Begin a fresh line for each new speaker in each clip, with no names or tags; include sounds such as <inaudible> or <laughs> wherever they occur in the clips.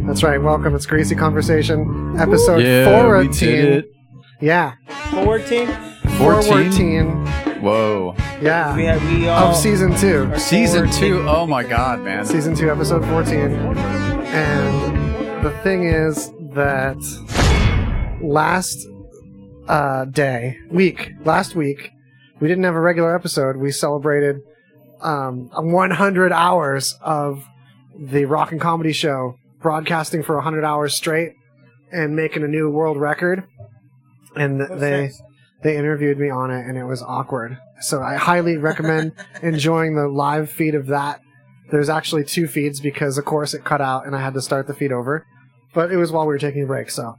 That's right. Welcome. It's Greasy Conversation, episode
Yeah, we did
14.
it.
Yeah,
14.
14?
14.
Whoa.
We
Yeah,
had we all
of season two.
are
Season
forward
two.
thinking.
Oh my god, man.
Season two, episode 14. And the thing is that last uh, day, week, last week, we didn't have a regular episode. We celebrated um, 100 hours of the rock and comedy show, broadcasting for 100 hours straight and making a new world record. And th-
That's
they.
nice.
they interviewed me on it and it was awkward. So I highly recommend enjoying the live feed of that. There's actually two feeds because of course it cut out and I had to start the feed over. But it was while we were taking a break, so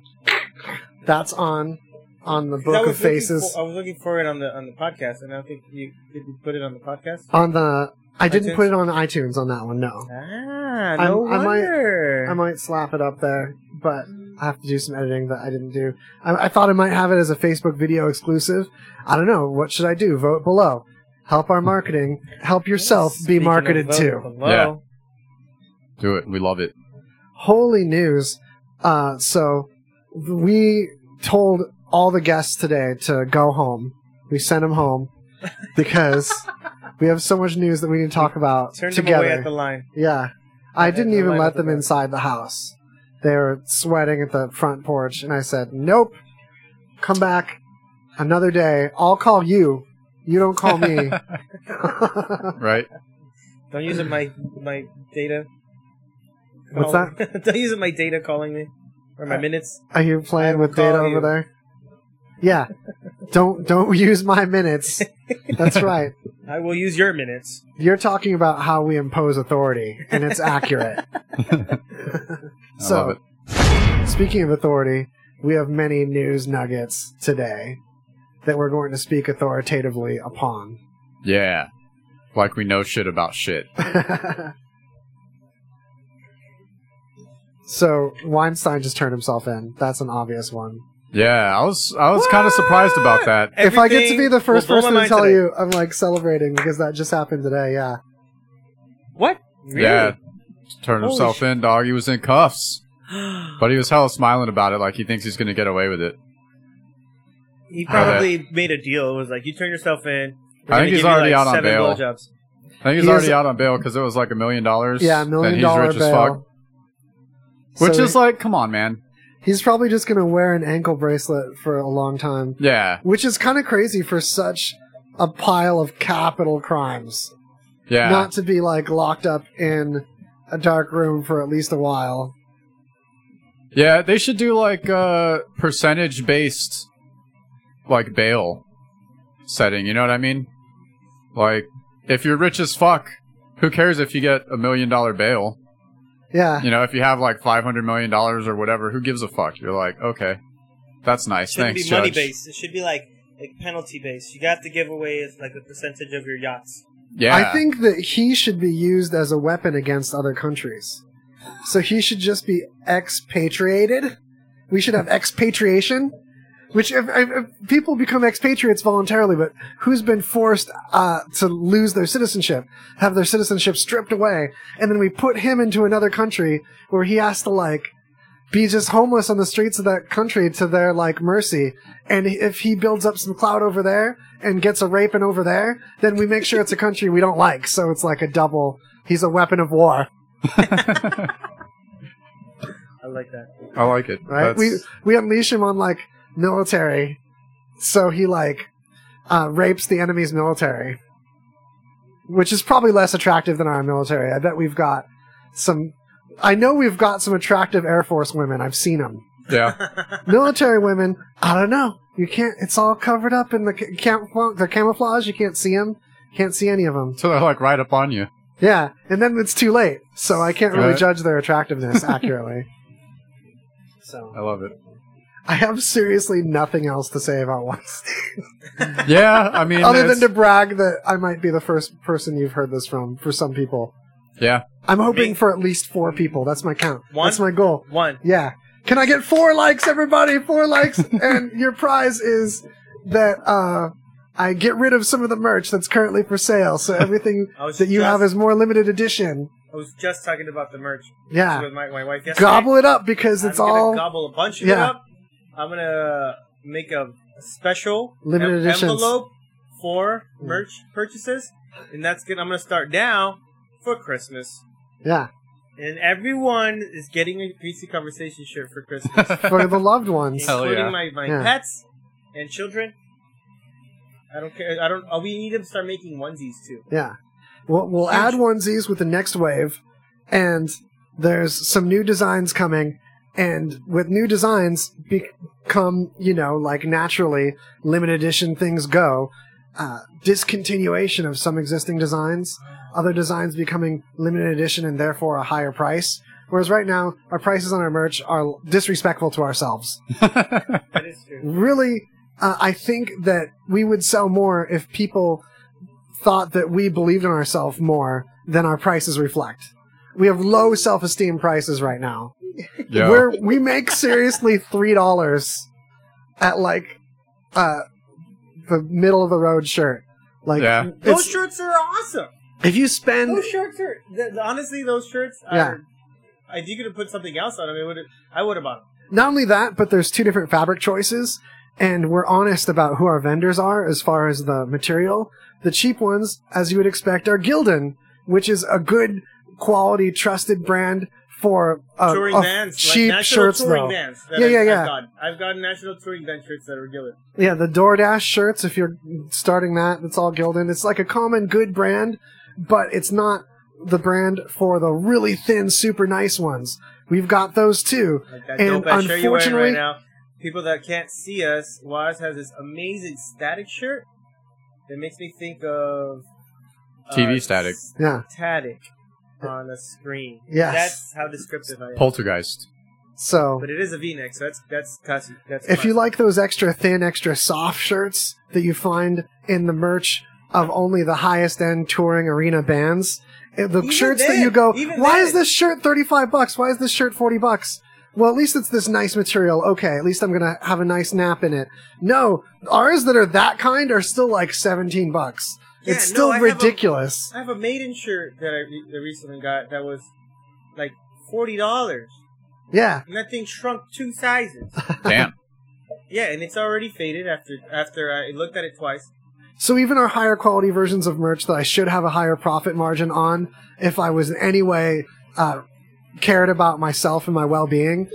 that's on on the
I
book
was
of
looking
faces.
for- I was looking for it on the on the podcast, and I don't think you did you put it on the podcast.
on the I didn't
iTunes?
put it on iTunes on that one, no.
Ah, no
I might-
wonder.
I might slap it up there, but I have to do some editing that I didn't do. I, I thought I might have it as a Facebook video exclusive. I don't know. What should I do? Vote below. Help our marketing. Help yourself be
Speaking
marketed
of
to.
vote below,
Yeah. Do it. We love it.
holy news uh, so we told all the guests today to go home we sent them home
<laughs>
because we have so much news that we need to talk about
Turned him away
together
at the line.
yeah i
at
didn't
the
even
line
let
at the
them
back.
inside the house they were sweating at the front porch and i said nope come back another day i'll call you you don't
<laughs>
call me
Right?
Don't use it my my data.
What's Uh,
calling- <laughs> Don't use it my data calling me or my minutes.
Are you
I
playing
will
with data
call
over
you.
there? Yeah. don't don't <laughs> use my minutes.
<laughs>
That's right.
I will use your minutes.
You're talking about how we impose authority, and it's
<laughs>
accurate.
I love
so,
it.
speaking of authority, we have many news nuggets today that we're going to speak authoritatively upon. <laughs>
Yeah. Like we know shit about shit.
so, Weinstein just turned himself in. That's an obvious one.
Yeah, I was I was kind of surprised about that.
if I get to be
Everything
the first
will blow
person
my
to
mind
tell
today.
you, I'm like celebrating because that just happened today. Yeah.
what? Really?
Yeah. Turned
Holy
himself
shit.
in, dog. He was in cuffs.
<gasps>
But he was hella smiling about it like he thinks he's going to get away with it.
He
How that-
probably made a deal. It was like you turn yourself in. we're
I
gonna
think he's
give you,
already
like,
out on
seven
bail.
blowjobs.
I think he's
He is-
already out on bail because it was like a million dollars.
Yeah, a
and
million
he's
dollar
rich as fuck.
bill.
Which
So
is like, come on, man.
he's probably just gonna wear an ankle bracelet for a long time,
Yeah,
which is kind of crazy for such a pile of capital crimes.
yeah.
Not to be like locked up in a dark room for at least a while.
Yeah, they should do like uh percentage based like bail setting, you know what I mean? Like if you're rich as fuck, who cares if you get a million dollar bail?
Yeah,
You know, if you have like five hundred million dollars or whatever, who gives a fuck? You're like, okay. That's nice.
shouldn't
Thanks,
be money
Judge.
based. It should be like like penalty based. You have to give away like a percentage of your yachts.
Yeah.
I think that he should be used as a weapon against other countries. So he should just be expatriated. We should have expatriation, which if, if, if people become expatriates voluntarily, but who's been forced uh, to lose their citizenship, have their citizenship stripped away, and then we put him into another country where he has to like be just homeless on the streets of that country to their like mercy. And if he builds up some clout over there and gets a raping over there, then we make sure it's a country we don't like. So it's like a double. He's a weapon of war,
I like that.
I like it.
right? We
That's-
we unleash him on like military, so he like uh, rapes the enemy's military, which is probably less attractive than our military. I bet we've got some. I know we've got some attractive Air Force women. I've seen them.
<laughs> yeah.
<laughs>
military women i don't know you can't it's all covered up in the ca- cam- the camouflage you can't see them can't see any of them
So they're like right up on you.
yeah and then it's too late so i can't really
Right.
judge their
<laughs>
attractiveness accurately so <laughs>
I love it.
i have seriously nothing else to say about Weinstein
Yeah, I mean
other than
it's-
to brag that i might be the first person you've heard this from for some people <laughs>
Yeah. <laughs>
i'm hoping
Me?
for at least four people that's my count
One?
that's my goal
One.
Yeah. Can I get four likes, everybody? Four likes.
<laughs>
and your prize is that uh,
<laughs>
I get rid of some of the merch that's currently for sale. So everything
I was
that you
just-
have is more limited edition.
I was just talking about the merch
Yeah.
with my, my wife yesterday.
Gobble it up because
I'm
it's
gonna
all
gobble a bunch of it
Yeah.
up. I'm gonna make a, a special
Limited
en-
editions.
envelope for
Mm.
merch purchases, and that's gonna I'm gonna start now for Christmas.
yeah
And everyone is getting a greasy conversation shirt for Christmas,
for the loved ones.
Hell
including
yeah.
my, my
Yeah.
pets and children. I don't care. I don't. Oh, we need to start making onesies too.
Yeah, we'll, we'll add onesies with the next wave, and there's some new designs coming. And with new designs become, you know, like naturally limited edition things go. Uh, discontinuation of some existing designs, other designs becoming limited edition and therefore a higher price. Whereas right now, our prices on our merch are disrespectful to ourselves
That is true.
<laughs> really uh, i think that we would sell more if people thought that we believed in ourselves more than our prices reflect we have low self-esteem prices right now
yeah.
We're, we make seriously three dollars at like uh the middle of the road shirt like
Yeah.
it's-
Those shirts are awesome.
if you spend
Those shirts are th- th- honestly those shirts
Yeah.
are. If you could have put something else on them, it would. I would have bought them.
not only that but there's two different fabric choices and we're honest about who our vendors are as far as the material the cheap ones as you would expect are gildan which is a good quality trusted brand for uh,
touring
uh,
bands,
cheap
like national
shirts
touring
though
bands. that
Yeah,
I've-
yeah, yeah.
I've gotten. I've gotten national touring band shirts that are Gildan.
yeah the doordash shirts if you're starting that it's all gildan it's like a common good brand but it's not the brand for the really thin super nice ones we've got those too
Like that
And
dope ass shirt you're wearing
unfortunately-
right now. People that can't see us, Waz has this amazing static shirt that makes me think of uh,
TV static.
yeah
Static on a screen.
Yes.
that's how descriptive I am.
Poltergeist.
so
but it is a V-neck, so that's that's classy. That's
if you
classy.
like those extra thin, extra soft shirts that you find in the merch of only the highest end touring arena bands, eh, the
Even
shirts that
then-
you go,
even
why is
then."
this shirt 35 bucks? Why is this shirt 40 bucks? Well, at least it's this nice material. Okay, at least I'm going to have a nice nap in it. No, ours that are that kind are still like 17 bucks.
Yeah,
it's
no,
still
I have a-
ridiculous.
I have a maiden shirt that I, re- I recently got that was like forty dollars,
yeah.
and that thing shrunk two
<laughs>
sizes.
Damn.
yeah, and it's already faded after after I looked at it twice.
So even our higher quality versions of merch that I should have a higher profit margin on, if I was in any way uh, cared about myself and my well-being,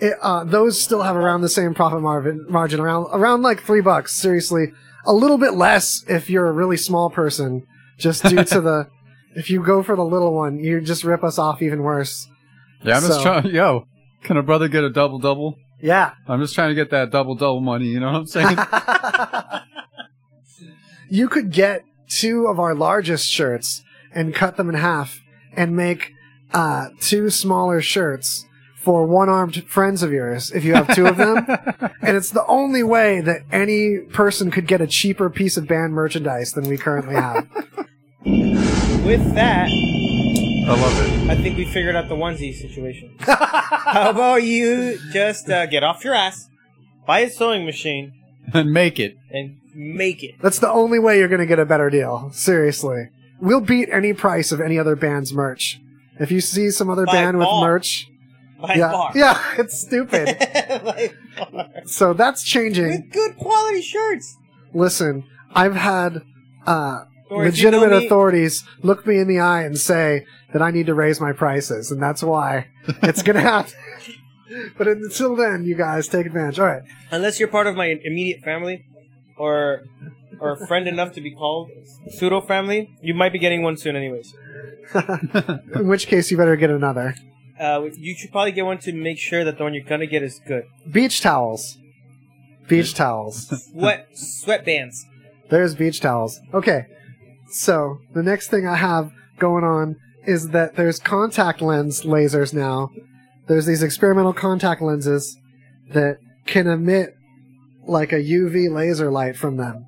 it, uh, those still have around the same profit margin, margin around around like three bucks. Seriously, a little bit less if you're a really small person, just due to <laughs> the if you go for the little one, you just rip us off even worse.
Yeah, I'm just
So-
trying. Yo, can a brother get a double double?
Yeah.
I'm just trying to get that double double money. You know what
<laughs>
I'm saying?
you could get two of our largest shirts and cut them in half and make uh, two smaller shirts for one armed friends of yours if you have two of
<laughs>
them. and it's the only way that any person could get a cheaper piece of band merchandise than we currently
<laughs>
have.
With that,
I love it.
I think we figured out the onesie situation. <laughs> How about you just uh, get off your ass, buy a sewing machine,
And make it.
and make it.
That's the only way you're going to get a better deal. Seriously. We'll beat any price of any other band's merch. If you see some other
By
band with
far.
merch,
By
yeah,
far.
yeah, <laughs> it's stupid.
<laughs> By far.
so that's changing.
With good quality shirts.
Listen, I've had uh,
Or if you know
legitimate
me-
authorities look me in the eye and say that I need to raise my prices, and that's
<laughs>
why it's gonna happen. But until then, you guys take advantage. All right,
unless you're part of my immediate family or or friend enough to be called pseudo family you might be getting one soon anyways
in which case you better get another
uh, you should probably get one to make sure that the one you're gonna get is good
beach towels. Beach
<laughs>
towels.
sweat sweatbands
There's beach towels. Okay, so the next thing I have going on is that there's contact lens lasers now. There's these experimental contact lenses that can emit like a UV laser light from them.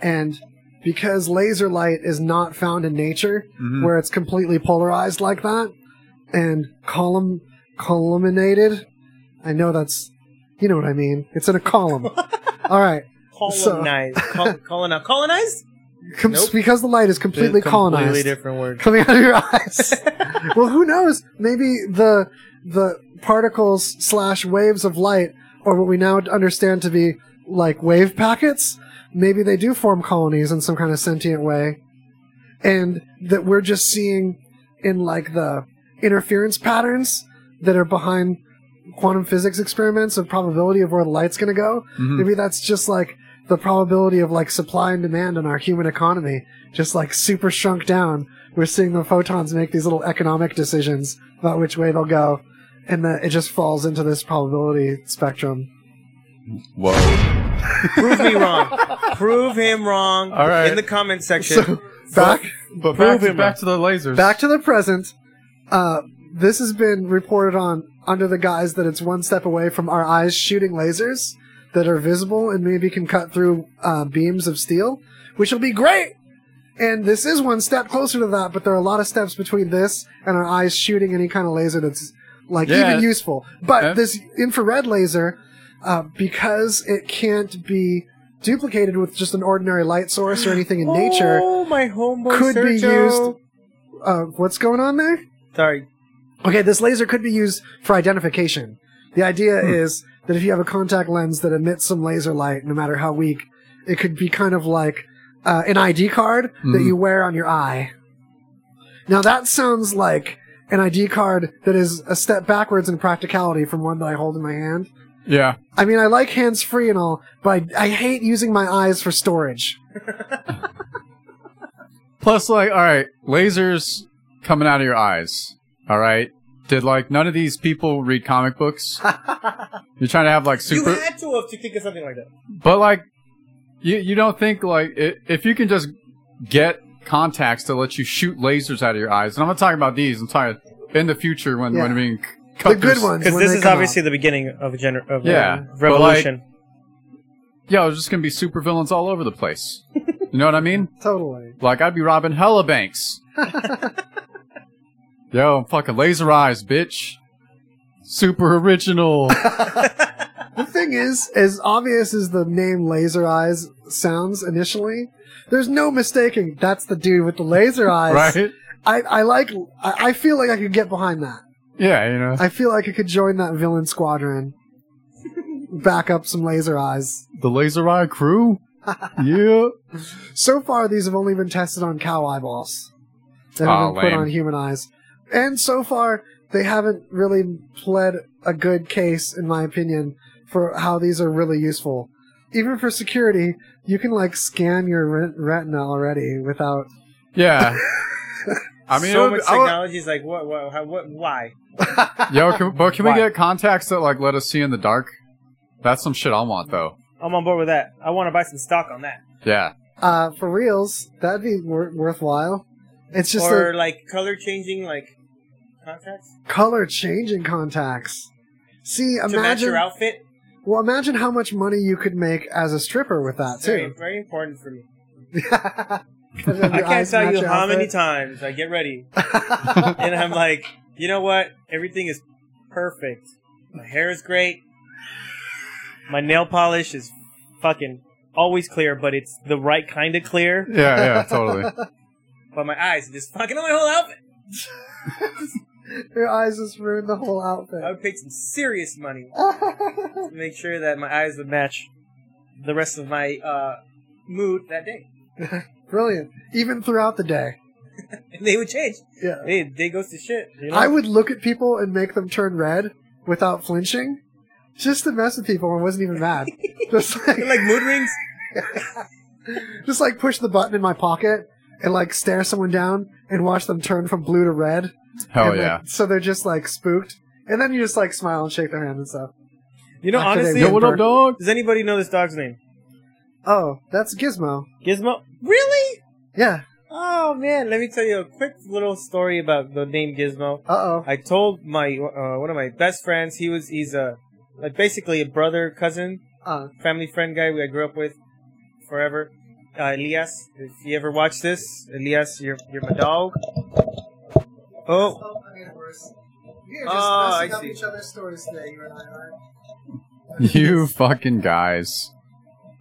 And because laser light is not found in nature,
Mhm.
where it's completely polarized like that and column columnated, I know that's you know what I mean. It's in a column. All right. So-
colonized Col- colonized colonized
Com-
Nope.
Because the light is completely colonized,
Completely different word.
coming out of your eyes. well, who knows? Maybe the the particles slash waves of light, or what we now understand to be like wave packets, maybe they do form colonies in some kind of sentient way, and that we're just seeing in like the interference patterns that are behind quantum physics experiments of probability of where the light's going to go.
Mhm.
Maybe that's just like the probability of like supply and demand in our human economy, just like super shrunk down. We're seeing the photons make these little economic decisions about which way they'll go, and that it just falls into this probability spectrum.
Whoa.
Prove me wrong. Prove him wrong
All right.
in the comment section.
So back
But back,
Prove
to,
him
back to the lasers.
back to the present. Uh, this has been reported on under the guise that it's one step away from our eyes shooting lasers that are visible and maybe can cut through uh, beams of steel, which will be great. And this is one step closer to that, but there are a lot of steps between this and our eyes shooting any kind of laser that's like
Yeah.
even useful. But
Yeah.
this infrared laser, uh, because it can't be duplicated with just an ordinary light source or anything in nature,
Oh, my homeboy
could be
Sergio.
uh, what's going on there?
Sorry.
Okay, this laser could be used for identification. The idea
Hmm.
is that if you have a contact lens that emits some laser light, no matter how weak, it could be kind of like uh, an ID card that
Hmm.
Mhm.
you wear on your eye. Now, that sounds like an ID card that is a step backwards in practicality from one that I hold in my hand.
yeah.
I mean, I like hands free and all, but I, I hate using my eyes for storage.
Plus, like, all right, lasers coming out of your eyes. All right. Did like none of these people read comic books? You're trying to have like super,
You had to have to think of something like that.
but like, you you don't think like i if you can just get contacts to let you shoot lasers out of your eyes, and I'm not talking about these. I'm talking in the future when
Yeah.
when being c- cut
the good
through-
ones.
Because
when
this
they
is
come out.
obviously the beginning of a gener- of a
Yeah, but
revolution.
Yeah, there's just gonna be super villains all over the place. you know what I mean?
Totally.
Like I'd be robbing hella banks. Yo, I'm fucking laser eyes, bitch. Super original.
The thing is, as obvious as the name Laser Eyes sounds initially, there's no mistaking that's the dude with the laser eyes.
right?
I, I like. I, I feel like I could get behind that.
Yeah, you know.
I feel like I could join that villain squadron, back up some laser eyes.
The laser eye crew? yeah.
So far, these have only been tested on cow eyeballs. They
Aw,
haven't been put
lame.
on human eyes, and so far they haven't really pled a good case, in my opinion, for how these are really useful. Even for security, you can like scan your ret- retina already without.
Yeah. I mean,
so
it would-
much
I would-
technology is like what, what, how, what, why?
yo, can, but can we
Why?
get contacts that like let us see in the dark? That's some shit I want though.
I'm on board with that. I want to buy some stock on that,
Yeah.
Uh, for reals, that'd be wor- worthwhile. It's just
or
a
like color changing, like contacts
color changing contacts. See,
to match
imagine
your outfit.
well, imagine how much money you could make as a stripper with that
Very,
too.
very important for me.
I
I can't tell you how many times I get ready and I'm like, you know what? Everything is perfect. My hair is great. My nail polish is fucking always clear, but it's the right kind of clear.
Yeah, yeah,
<laughs>
totally.
But my eyes are just fucking on my whole outfit.
<laughs> Your eyes just ruined the whole
I
outfit.
would pay some serious money to make sure that my eyes would match the rest of my uh, mood that day.
<laughs> Brilliant. Even throughout the day.
And they would change.
Yeah.
They, they goes to shit. You know?
I would look at people and make them turn red without flinching, just to mess with people. I wasn't even mad. just
They're
like,
like mood rings.
just like push the button in my pocket and like stare someone down and watch them turn from blue to red.
Hell
And, like,
Oh, yeah.
so they're just like spooked, and then you just like smile and shake their hand and stuff.
You know,
After they
honestly,
Yo, what up,
Amber.
dog?
does anybody know this dog's name?
Oh, that's Gizmo.
Gizmo? Really?
Yeah.
Oh man, let me tell you a quick little story about the name Gizmo.
Uh oh.
I told my uh, one of my best friends. He was he's a like basically a brother, cousin,
Uh,
family friend guy we I grew up with forever. Uh, Elias, if you ever watch this, Elias, you're you're my dog. Oh,
You're
just Oh, messing I up see. each
other's stories today, you and I are.
You fucking guys.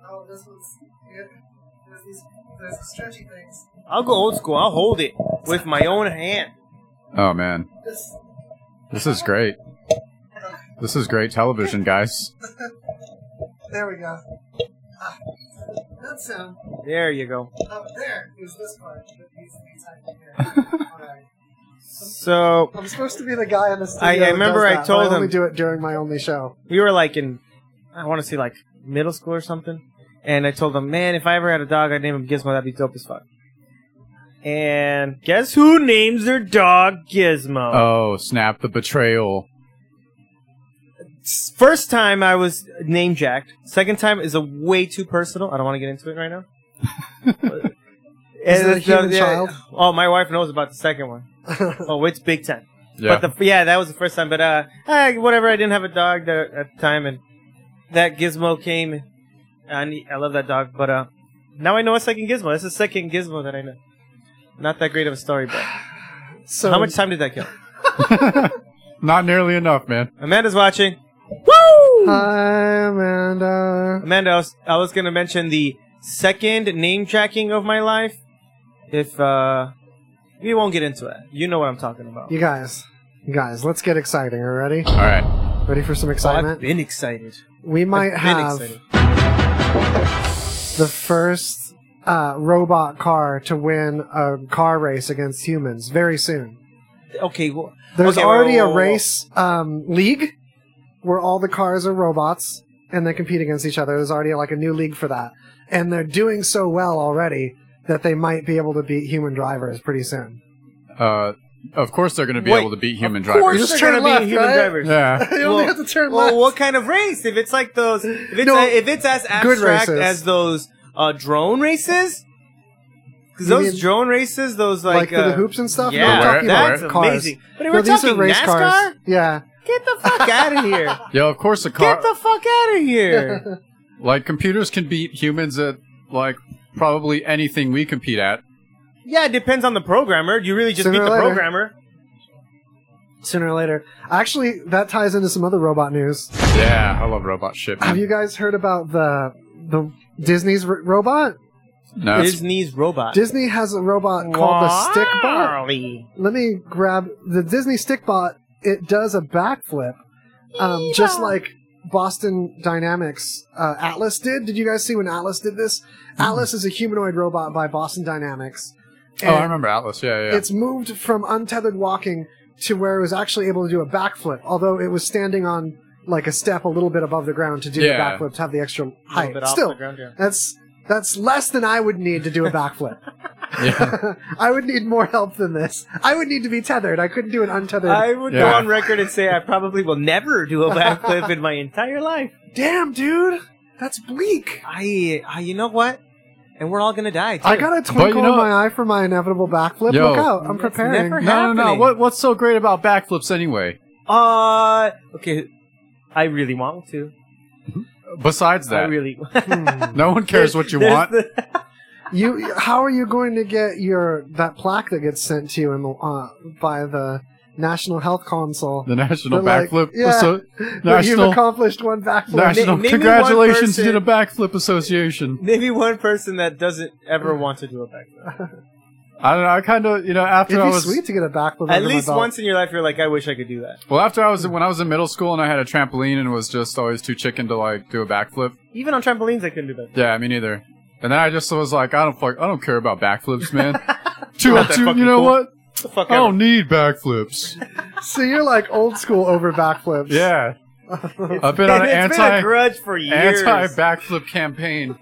Oh, this one's.
those stretchy things.
I'll go old school. I'll hold it with my own hand.
Oh man,
This
this is great. This is great television, guys.
there we go. Ah, that sound
There you go.
up there is this part that needs to be tightened here. Alright.
So
I'm supposed to be the guy in the studio.
I
that
remember
does
I
that, but
told
I only
him-
do it during my only show. <laughs>
we were like in, I want to say like middle school or something. And I told him, man, if I ever had a dog, I'd name him Gizmo. That'd be dope as fuck. And guess who names their dog Gizmo?
Oh, snap! The betrayal.
First time I was name jacked. Second time is a way too personal. I don't want to get into it right now.
Is it a
it's
human
yeah,
child?
Oh, my wife knows about the second one. Oh, it's big time.
Yeah.
But the, yeah, that was the first time. But uh, I, whatever. I didn't have a dog there at the time, and that Gizmo came. And I love that dog, but uh, now I know a second Gizmo. That's the second Gizmo that I know. Not that great of a story, but
so
how much time did that kill?
Not nearly enough, man.
Amanda's watching. Woo!
Hi, Amanda.
Amanda, I was, I was going to mention the second name jacking of my life. If uh, we won't get into it, you know what I'm talking about.
You guys, you guys, let's get exciting. Are ready?
All right.
Ready for some
I've
excitement?
been excited.
We might
I've been
have
excited.
the first uh, robot car to win a car race against humans very soon.
Okay, well,
There's
Okay, whoa,
already
whoa, whoa,
a
whoa.
race um, league where all the cars are robots and they compete against each other. There's already like a new league for that, and they're doing so well already that they might be able to beat human drivers pretty
<laughs>
soon.
Uh, of course they're going to be
Wait,
able to beat human
of course
drivers.
Just
they're
turn
gonna
left,
be human
right?
drivers.
Yeah.
<laughs>
you
Well-
only have to turn left.
Well, what kind of race? If it's like those, if it's,
No,
uh, if it's as abstract
races.
as those uh, drone races, because
You
those
mean-
drone races, those
like
like,
through the
uh,
hoops and stuff.
Yeah,
no, I'm talking about
that's
cars.
amazing. But if
No,
we're
these
talking
are race
NASCAR,
cars. Yeah,
get the
<laughs>
fuck out of here!
Yeah, of course a car.
Get the fuck out
<laughs>
of here!
like computers can beat humans at like probably anything we compete at.
yeah, it depends on the programmer. You really just
Sooner
beat
or
the
later.
programmer.
sooner or later. Actually, that ties into some other robot news.
Yeah, I love robot shit. man.
Have you guys heard about the the Disney's r- robot?
no, it's-
Disney's robot.
Disney has a robot called the Stickbot.
Wally.
Let me grab the Disney Stickbot. It does a backflip, um, just like Boston Dynamics uh, Atlas did. Did you guys see when Atlas did this? Atlas is a humanoid robot by Boston Dynamics.
Mm. oh, I
And-
remember Atlas. Yeah, yeah. yeah.
It's moved from untethered walking to where it was actually able to do a backflip, although it was standing on like a step a little bit above the ground to do
Yeah.
the backflip to have the extra
A little
height.
bit off
Still,
the ground, yeah.
that's that's less than I would need to do a
<laughs>
backflip. <laughs>
yeah.
I would need more help than this. I would need to be tethered. I couldn't do an untethered.
I would go
Yeah.
on record and say I probably will never do a backflip in my entire life.
Damn, dude, that's bleak.
I, I, you know what? And we're all gonna die. Too.
I got a twinkle
you know-
in my eye for my inevitable backflip.
Yo.
Look out! I'm
That's
preparing.
No,
never
no, no.
happening.
What, what's so great about backflips anyway?
Uh, okay. I really want to.
Besides
I
that,
really. <laughs>
Hmm.
no one cares what you
There's
want.
the-
You, how are you going to get your that plaque that gets sent to you in the, uh, by the National Health Council?
The National
They're like,
Backflip
yeah.
<laughs>
Asso-
That you've
National-
accomplished one backflip.
National
name me one
Congratulations to
person-
the Backflip Association.
maybe one person that doesn't ever want to do
<laughs>
a backflip.
I don't know. I kind of, you know, after
It'd
I
be
was
sweet to get a backflip.
At
under my
least
belt.
once in your life, you're like, I wish I could do that.
well, after I was when I was in middle school and I had a trampoline and was just always too chicken to like do a backflip.
Even on trampolines, I couldn't do that.
Yeah, me neither. And then I just was like, I don't fuck, I don't care about backflips,
<laughs>
man. Too,
Not that
too,
fucking
you know
cool.
what?
The fuck
Oh,
I
ever.
don't need backflips.
So you're like old school over backflips.
<laughs>
Yeah, I've been on an
It's
anti
a grudge for years.
anti backflip campaign.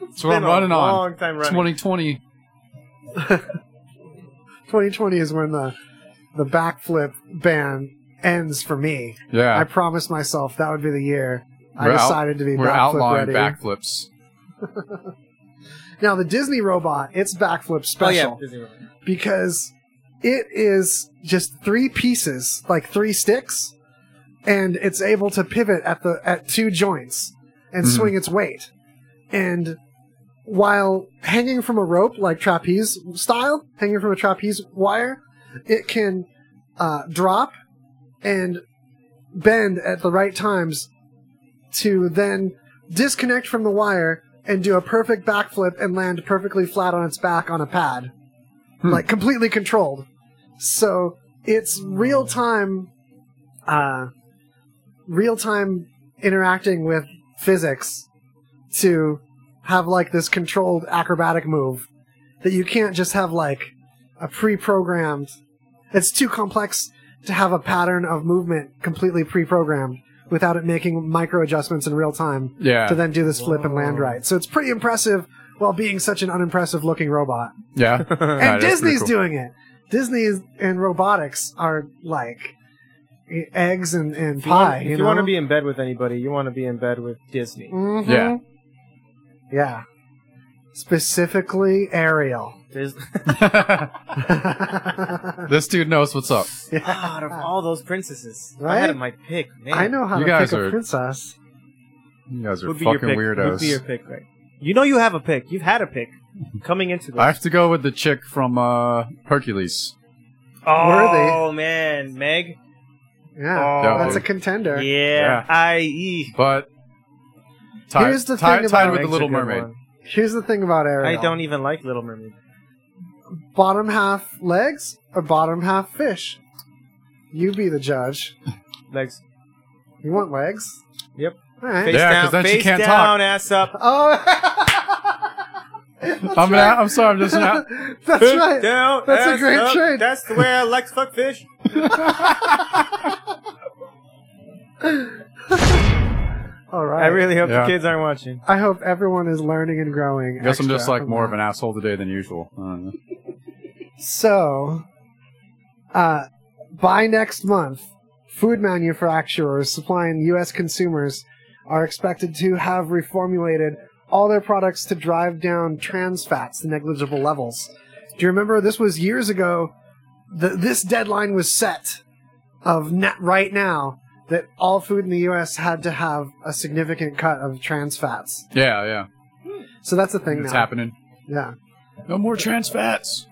That's what I'm
Been a
running on.
Long time running.
2020.
2020 is when the the backflip ban ends for me. I
Yeah,
promised myself that would be the year I
We're out-
decided to be
we're
backflip
outlawing
ready.
backflips.
Now the Disney robot, it's backflip
Oh
special.
yeah. Disney World.
<laughs> because it is just three pieces, like three sticks, and it's able to pivot at the at two joints and
Mhm.
swing its weight. And while hanging from a rope, like trapeze style, hanging from a trapeze wire, it can uh, drop and bend at the right times to then disconnect from the wire and do a perfect backflip and land perfectly flat on its back on a pad,
Hmm.
like completely controlled. So it's real time, uh, real time interacting with physics to have like this controlled acrobatic move that you can't just have like a pre-programmed. It's too complex to have a pattern of movement completely pre-programmed without it making micro adjustments in real time
Yeah.
to then do this flip and land
Whoa.
right. So it's pretty impressive while being such an unimpressive looking robot.
<laughs>
yeah.
And
<laughs> Alright, that's pretty
Disney's
cool.
doing it. Disney's and robotics are like e- eggs and, and
If you, want,
pie.
if
you
you
know?
want to be in bed with anybody, you want to be in bed with Disney.
Mhm.
Yeah.
Yeah. Specifically Ariel. <laughs>
Dis-
Yeah.
this dude knows what's up.
<laughs>
out of all those princesses, I
Right?
had my pick. Man.
I know how
You
to
guys
pick a
are-
princess.
You guys are
Would be your
fucking
pick. Would be your
weirdos.
pick, right? You know you have a pick. You've had a pick coming into this.
I have to go with the chick from uh, Hercules.
Worthy.
Oh man, Meg.
Yeah.
Oh,
Yeah,
That's a
dude.
contender.
yeah.
Yeah.
I e.
But tied,
Here's the
tied,
thing about
tied with the
Meg's a
Little
good
Mermaid.
one.
Here's the thing about
I
Ariel.
don't even like Little Mermaid.
bottom half legs or bottom half fish? You be the judge.
Legs
You want legs?
Yep.
All right.
face
Yeah, 'cause
down,
then she
face
can't
down, ass up.
<laughs> Oh. That's
I'm, an,
right.
I'm sorry, I'm just not.
That's
Face <laughs>
right.
Down,
That's a
ass
great
up.
trade.
That's the way I like to fuck fish.
All right.
I really hope
Yeah.
the kids aren't watching.
I hope everyone is learning and growing.
I guess I'm
extra
just like
from
more of
that.
an asshole today than usual. Uh, I don't know.
So, uh, by next month, food manufacturers supplying U.S. consumers are expected to have reformulated all their products to drive down trans fats to negligible levels. Do you remember this was years ago? The, this deadline was set of na right now that all food in the U.S. had to have a significant cut of trans fats.
Yeah, yeah.
So that's a thing
It's
now.
happening.
Yeah.
No more trans fats.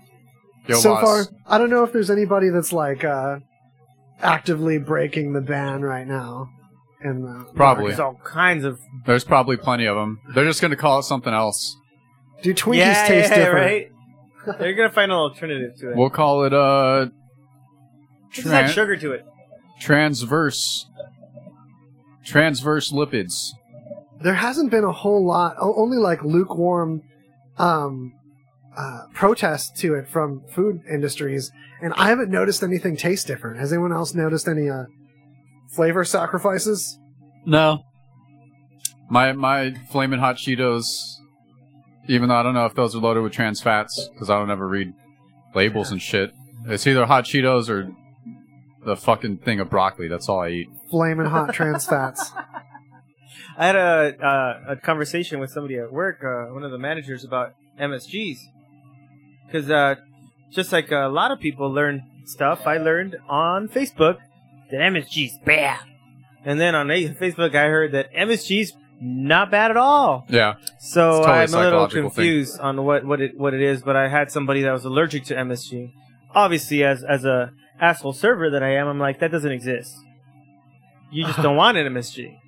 Yo,
so
boss.
far, I don't know if there's anybody that's like uh, actively breaking the ban right now. In the
Probably.
There's all kinds of
There's probably plenty of them. They're just going to call it something else.
market. do Twinkies
yeah,
taste
yeah,
different?
Right? They're gonna find an alternative to it.
We'll call it uh,
Just add
tran-
sugar to it.
transverse. Transverse lipids.
There hasn't been a whole lot, o- only like lukewarm um, uh, protest to it from food industries, and I haven't noticed anything taste different. Has anyone else noticed any uh, flavor sacrifices?
No. My my flaming hot Cheetos. Even though I don't know if those are loaded with trans fats, because I don't ever read labels and shit. It's either hot Cheetos or the fucking thing of broccoli. That's all I eat.
Flaming hot
<laughs>
trans fats.
I had a uh, a conversation with somebody at work, uh, one of the managers, about MSGs, because uh, just like a lot of people learn stuff, I learned on Facebook that MSG's bad, and then on A- Facebook I heard that MSG's not bad at all.
Yeah.
So
It's totally a
I'm a little
psychological thing.
confused on what what it what it is, but I had somebody that was allergic to MSG. Obviously, as as a asshole server that I am, I'm like that doesn't exist. You just
<laughs>
don't want an MSG.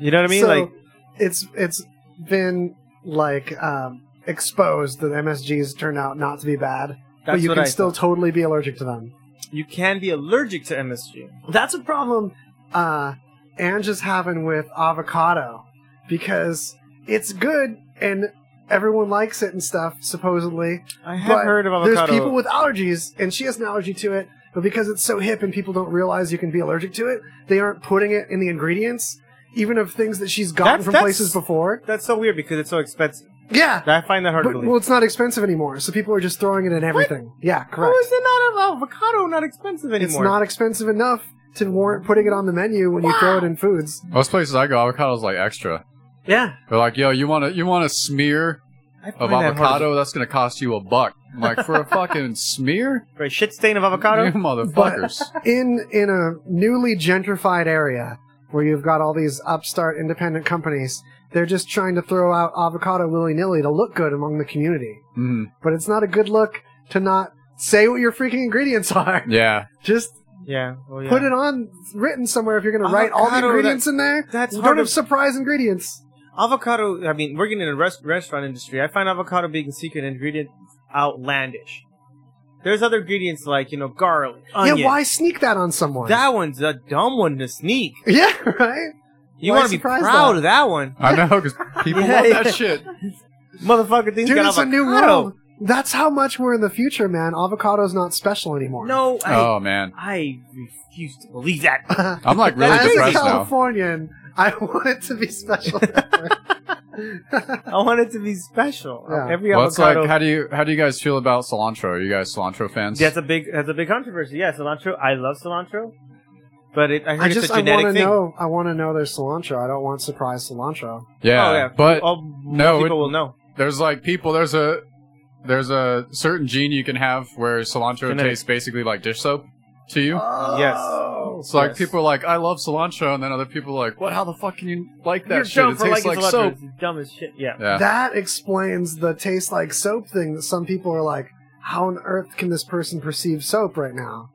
You know what I mean?
So,
like
it's it's been like um, exposed that MSGs turned out not to be bad,
that's
but you
what
can
I
still
thought.
totally be allergic to them.
you can be allergic to MSG.
That's a problem. Uh, and just happened with avocado because it's good and everyone likes it and stuff supposedly.
I have
but
heard of
There's
avocado.
people with allergies, and she has an allergy to it. But because it's so hip and people don't realize you can be allergic to it, they aren't putting it in the ingredients, even of things that she's gotten
That's-
from
that's-
places before.
that's so weird because it's so expensive.
Yeah,
I find that hard to
But,
believe.
well, it's not expensive anymore, so people are just throwing it in everything. Yeah, correct.
How is it not avocado not expensive anymore?
It's not expensive enough to warrant putting it on the menu when you throw it in foods.
Most places I go, avocado's like extra.
Yeah,
They're like, yo, you want to you want a smear
I find
of
that hard to
avocado? That's gonna cost you a buck. I'm like for
<laughs>
a fucking smear,
For a shit stain
<laughs>
of
you
avocado.
motherfuckers.
In in a newly gentrified area where you've got all these upstart independent companies, they're just trying to throw out avocado willy nilly to look good among the community.
Mhm.
But it's not a good look to not say what your freaking ingredients <laughs> are.
Yeah,
Just
yeah, well, yeah.
put it on written somewhere if you're going to write all the
Avocado,
ingredients in there.
That's
You
hard
don't
to
have surprise ingredients.
avocado. I mean, working in the rest, restaurant industry, I find avocado being a secret ingredient outlandish. There's other ingredients like you know garlic, onion.
Yeah, why sneak that on someone?
That one's a dumb one to sneak.
<laughs> yeah, right.
You
Why
want to be
surprise
proud
that?
of that one,
I know because people
Yeah,
love
yeah.
that shit.
<laughs> motherfucker. Things
Dude,
got
it's a new
avocado.
world. That's how much we're in the future, man. Avocado's not special anymore.
No, I,
Oh man,
I refuse to believe that.
I'm like
<laughs>
really
As a
depressed now.
Californian, I <laughs> want it to be
<laughs>
special.
I want it to be special.
Yeah.
Every
Well, it's
avocado.
like how do you how do you guys feel about cilantro? Are you guys cilantro fans?
that's a big. That's a big controversy. Yeah, cilantro. I love cilantro, but it, I heard
I just
it's a
I
genetic
want to
thing.
know. I want to know their cilantro. I don't want surprise cilantro.
yeah,
oh yeah,
but
All
no,
people
it-
will know.
there's like people there's a there's a certain gene you can have where cilantro
Genetic.
tastes basically like dish soap to you.
Oh.
Yes.
It's like
yes.
people are like, I love cilantro, and then other people are like, What? How the fuck can you like that
You're
shit?
dumb
It
for
tastes
liking
like
cilantro.
soap.
It's dumb as shit. Yeah.
Yeah.
That explains the taste like soap thing that some people are like, how on earth can this person perceive soap right now?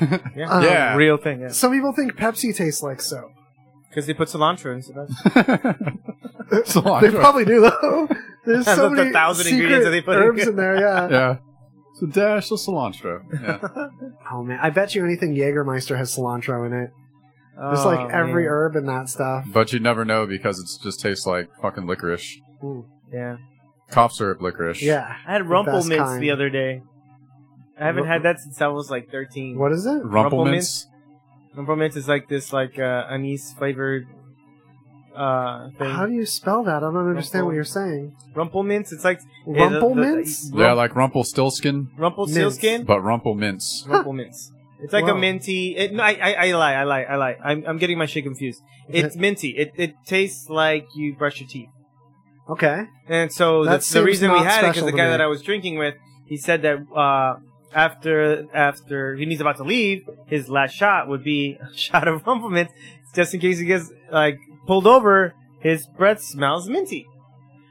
Yeah.
<laughs> Um,
Yeah.
Real thing, yeah.
Some people think Pepsi tastes like soap.
Because they put cilantro in Sebastian.
<laughs> cilantro.
They probably do though. <laughs> There's so
The
many
thousand
secret
ingredients that they put in.
herbs in there. Yeah.
yeah. It's a dash of cilantro.
<laughs>
Yeah.
Oh man, I bet you anything Jägermeister has cilantro in it. There's
Oh,
like every
man.
herb in that stuff.
but you never know because it just tastes like fucking licorice.
Yeah.
Cough syrup licorice.
Yeah.
I had
The
rumple
best
mints
kind.
the other day. I haven't had that since I was like 13.
What is it?
Rumple
Rumple
mints.
Rumple mints is like this like uh, anise flavored uh thing.
How do you spell that? I don't understand what you're saying.
rumple mints, it's like Yeah, the-
Rumple
the-
mints?
Yeah, like rumple stilskin,
rumple
Mints. <laughs>
sealskin,
but rumple mints.
rumple mints. It's like
Wow.
a minty. It, no, I, I, I lie, I lie, I lie. I'm, I'm getting my shit confused. It's minty. It, it tastes like you brush your teeth.
Okay.
And so
That
that's the
seems
reason we
not
had it because
special
the
to
guy
me.
that I was drinking with, he said that uh, after after when he's about to leave, his last shot would be a <laughs> shot of rumplemint, just in case he gets like pulled over. His breath smells minty.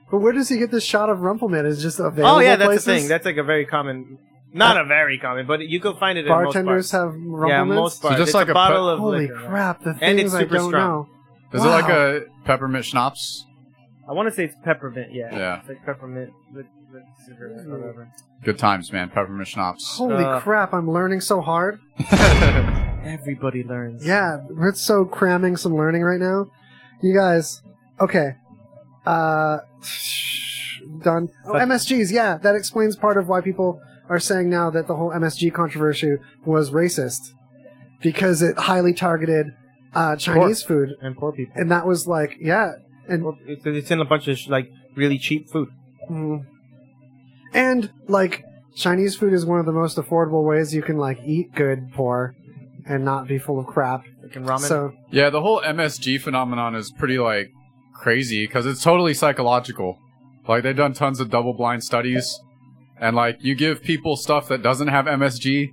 But where does he get this shot of Rumpleman? Is it just available.
oh yeah, that's
places?
the thing. That's like a very common, not a very common, but you can find it. in most
Bartenders
bars.
have Rumplemints.
yeah, most bars.
just
it's
like
a
a
bottle
pe-
of
Holy
liquor.
crap! The things
And it's super
I don't
strong.
Is it like
Wow.
a peppermint schnapps?
I want to say it's peppermint. Yeah,
Yeah.
It's like peppermint with, with cigarette
Hmm.
or whatever.
Good times, man. Peppermint
know. <laughs>
schnapps. <laughs>
Holy
Uh,
crap! I'm learning so hard.
Everybody learns.
Yeah, we're so cramming some learning right now. You guys, okay. Uh, <sighs> done. Oh,
But-
MSGs, yeah, that explains part of why people are saying now that the whole MSG controversy was racist because it highly targeted uh, Chinese food,
and poor people.
and that was like, yeah, and
Well, it's, it's in a bunch of like really cheap food.
mm. and like Chinese food is one of the most affordable ways you can like eat good, poor, and not be full of crap.
Like in ramen.
So
Yeah, the whole MSG phenomenon is pretty like crazy because it's totally psychological. Like they've done tons of double-blind studies, and like you give people stuff that doesn't have MSG,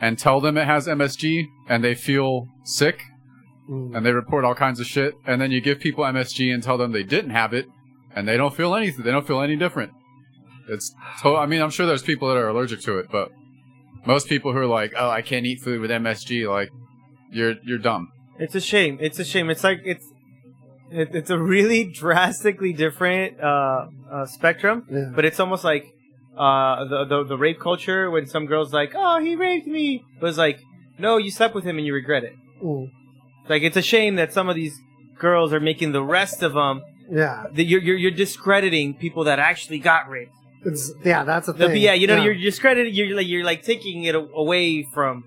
and tell them it has MSG, and they feel sick,
mm.
and they report all kinds of shit, and then you give people MSG and tell them they didn't have it, and they don't feel anything. They don't feel any different. It's. To- I mean, I'm sure there's people that are allergic to it, but most people who are like, "Oh, I can't eat food with MSG," like, you're you're dumb.
it's a shame. It's a shame. It's like it's it, it's a really <laughs> drastically different uh, uh, spectrum,
yeah.
but it's almost like uh, the, the the rape culture when some girls like, oh, he raped me, was like, no, you slept with him and you regret it.
Mm.
Like it's a shame that some of these girls are making the rest of them
yeah.
that you're you're, you're discrediting people that actually got raped.
It's, yeah, that's a
The,
thing.
yeah, you know, you're discrediting. You're like you're like taking it a- away from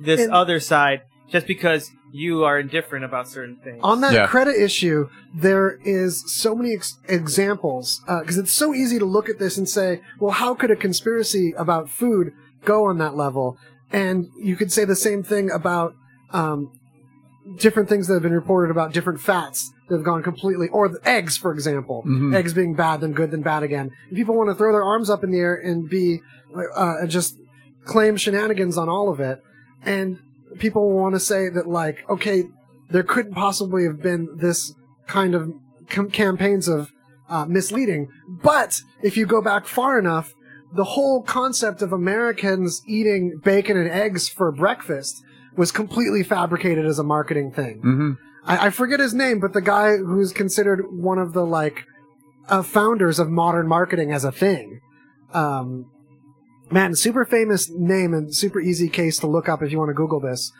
this
And-
other side just because you are indifferent about certain things.
on that
Yeah.
credit issue. There is so many ex- examples because it's so easy to look at this and say, "Well, how could a conspiracy about food go on that level?" And you could say the same thing about um, different things that have been reported about different fats that have gone completely, or the eggs, for example,
Mhm.
eggs being bad, then good, then bad again. And people want to throw their arms up in the air and be uh, and just claim shenanigans on all of it, and people want to say that like, okay, there couldn't possibly have been this kind of com- campaigns of uh, misleading. But if you go back far enough, the whole concept of Americans eating bacon and eggs for breakfast was completely fabricated as a marketing thing.
Mm-hmm. <laughs>
I, I forget his name, but the guy who's considered one of the like uh, founders of modern marketing as a thing. Um, man, super famous name and super easy case to look up if you want to Google this.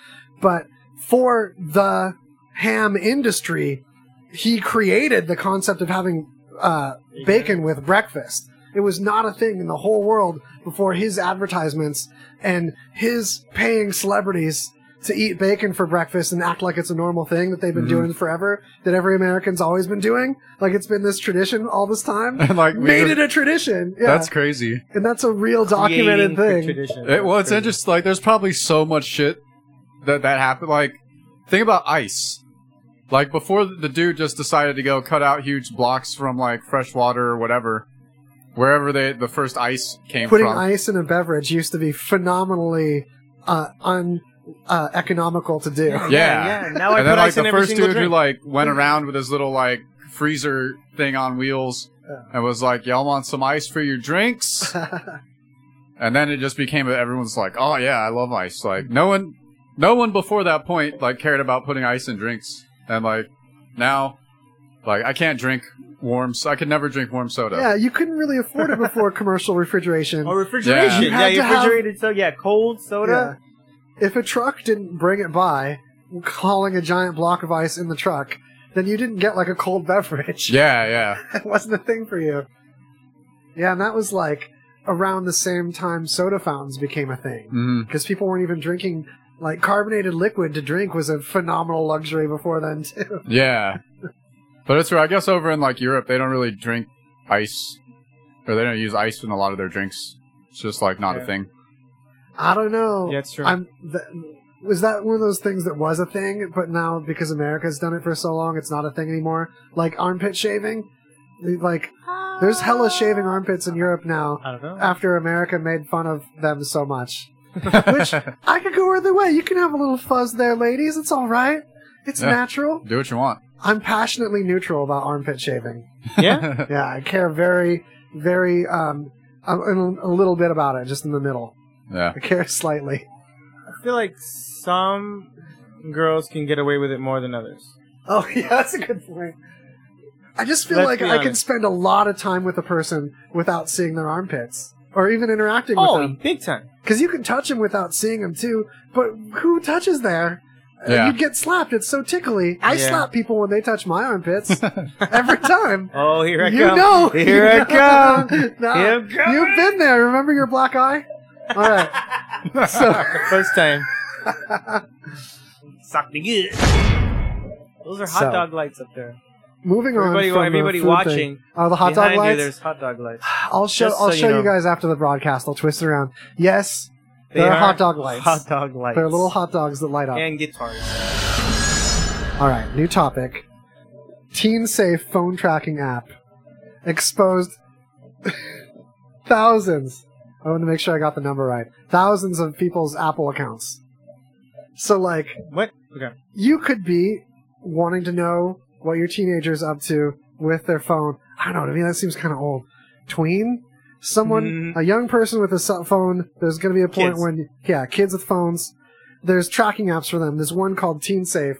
But for the ham industry, he created the concept of having uh, bacon with breakfast. It was not a thing in the whole world before his advertisements and his paying celebrities to eat bacon for breakfast and act like it's a normal thing that they've been
Mhm.
doing forever, that every American's always been doing. Like it's been this tradition all this time.
And like we
Made
<laughs> were-
it a tradition. Yeah.
That's crazy.
and that's a real documented
Creating for
thing.
Tradition.
It, well, it's
Crazy.
interesting. Like, there's probably so much shit that that happened. Like, think about ice. Like before the dude just decided to go cut out huge blocks from like fresh water or whatever, wherever they the first ice came
Putting
from.
ice in a beverage used to be phenomenally uh, un uh, economical to do.
yeah.
yeah. Now
and
I put
then like
ice in
the
every
first
single
dude who
drink. Mm-hmm.
like went around with his little like freezer thing on wheels and was like, "Y'all want some ice for your drinks?" and then it just became everyone's like, "Oh yeah, I love ice." Like no one, no one before that point like cared about putting ice in drinks, and like now, like I can't drink warm. So I could never drink warm
<laughs>
soda.
yeah, you couldn't really afford it before commercial refrigeration.
<laughs> Or Oh, refrigeration.
You
Yeah,
had to have-
refrigerated. So yeah, cold soda.
Yeah. If a truck didn't bring it by, hauling a giant block of ice in the truck, then you didn't get like a cold beverage.
yeah, yeah.
<laughs> it wasn't a thing for you. Yeah, and that was like around the same time soda fountains became a thing
hmm
because people weren't even drinking like carbonated liquid to drink was a phenomenal luxury before then too.
Yeah. But it's where I guess over in like Europe they don't really drink ice or they don't use ice in a lot of their drinks. It's just like not
Yeah.
a thing.
I don't know.
Yeah, it's true.
I'm. Th- was that one of those things that was a thing, but now because America's done it for so long, it's not a thing anymore? Like armpit shaving, like there's hella shaving armpits in Europe now
I don't know.
after America made fun of them so
<laughs>
much. Which I could go either way. You can have a little fuzz there, ladies. It's all right. It's
Yeah.
natural.
Do what you want.
I'm passionately neutral about armpit shaving.
yeah.
Yeah, I care very, very, um, a, a little bit about it, just in the middle.
<laughs> yeah.
I care <laughs> slightly.
I feel like some girls can get away with it more than others.
Oh <laughs> yeah, that's a good point. I just feel
Let's
like
be
I can
honest.
spend a lot of time with a person without seeing their armpits or even interacting with
Oh,
them
big time.
because you can touch them without seeing them too. But who touches there? Uh,
Yeah.
You get slapped. It's so tickly. I
Yeah.
slap people when they touch my armpits every time.
Oh, here I
you
come.
know. <laughs>
Here I come.
No.
Here I'm coming.
You've been there. Remember your black eye? All right.
<laughs>
So
First time. <laughs> Suck me good. Those are hot
So.
dog lights up there.
moving
Everybody,
on. from the
everybody
food thing.
watching.
Oh, the hot
behind
dog
you,
lights.
there's hot dog lights.
I'll show.
Just
I'll
so you
show you
know.
guys after the broadcast. I'll twist it around. Yes, They're
are
hot dog lights.
Hot dog lights.
they're little hot dogs that light up.
and guitars.
All right, new topic. Teen Safe phone tracking app exposed <laughs> thousands. I want to make sure I got the number right. Thousands of people's Apple accounts. So like,
What? Okay.
<laughs> you could be wanting to know what your teenager's up to with their phone. I don't know. To me, that seems kind of old. Tween, someone, a young person with a cell phone. There's going to be a point
Kids.
when, yeah, kids with phones. There's tracking apps for them. There's one called Teen Safe.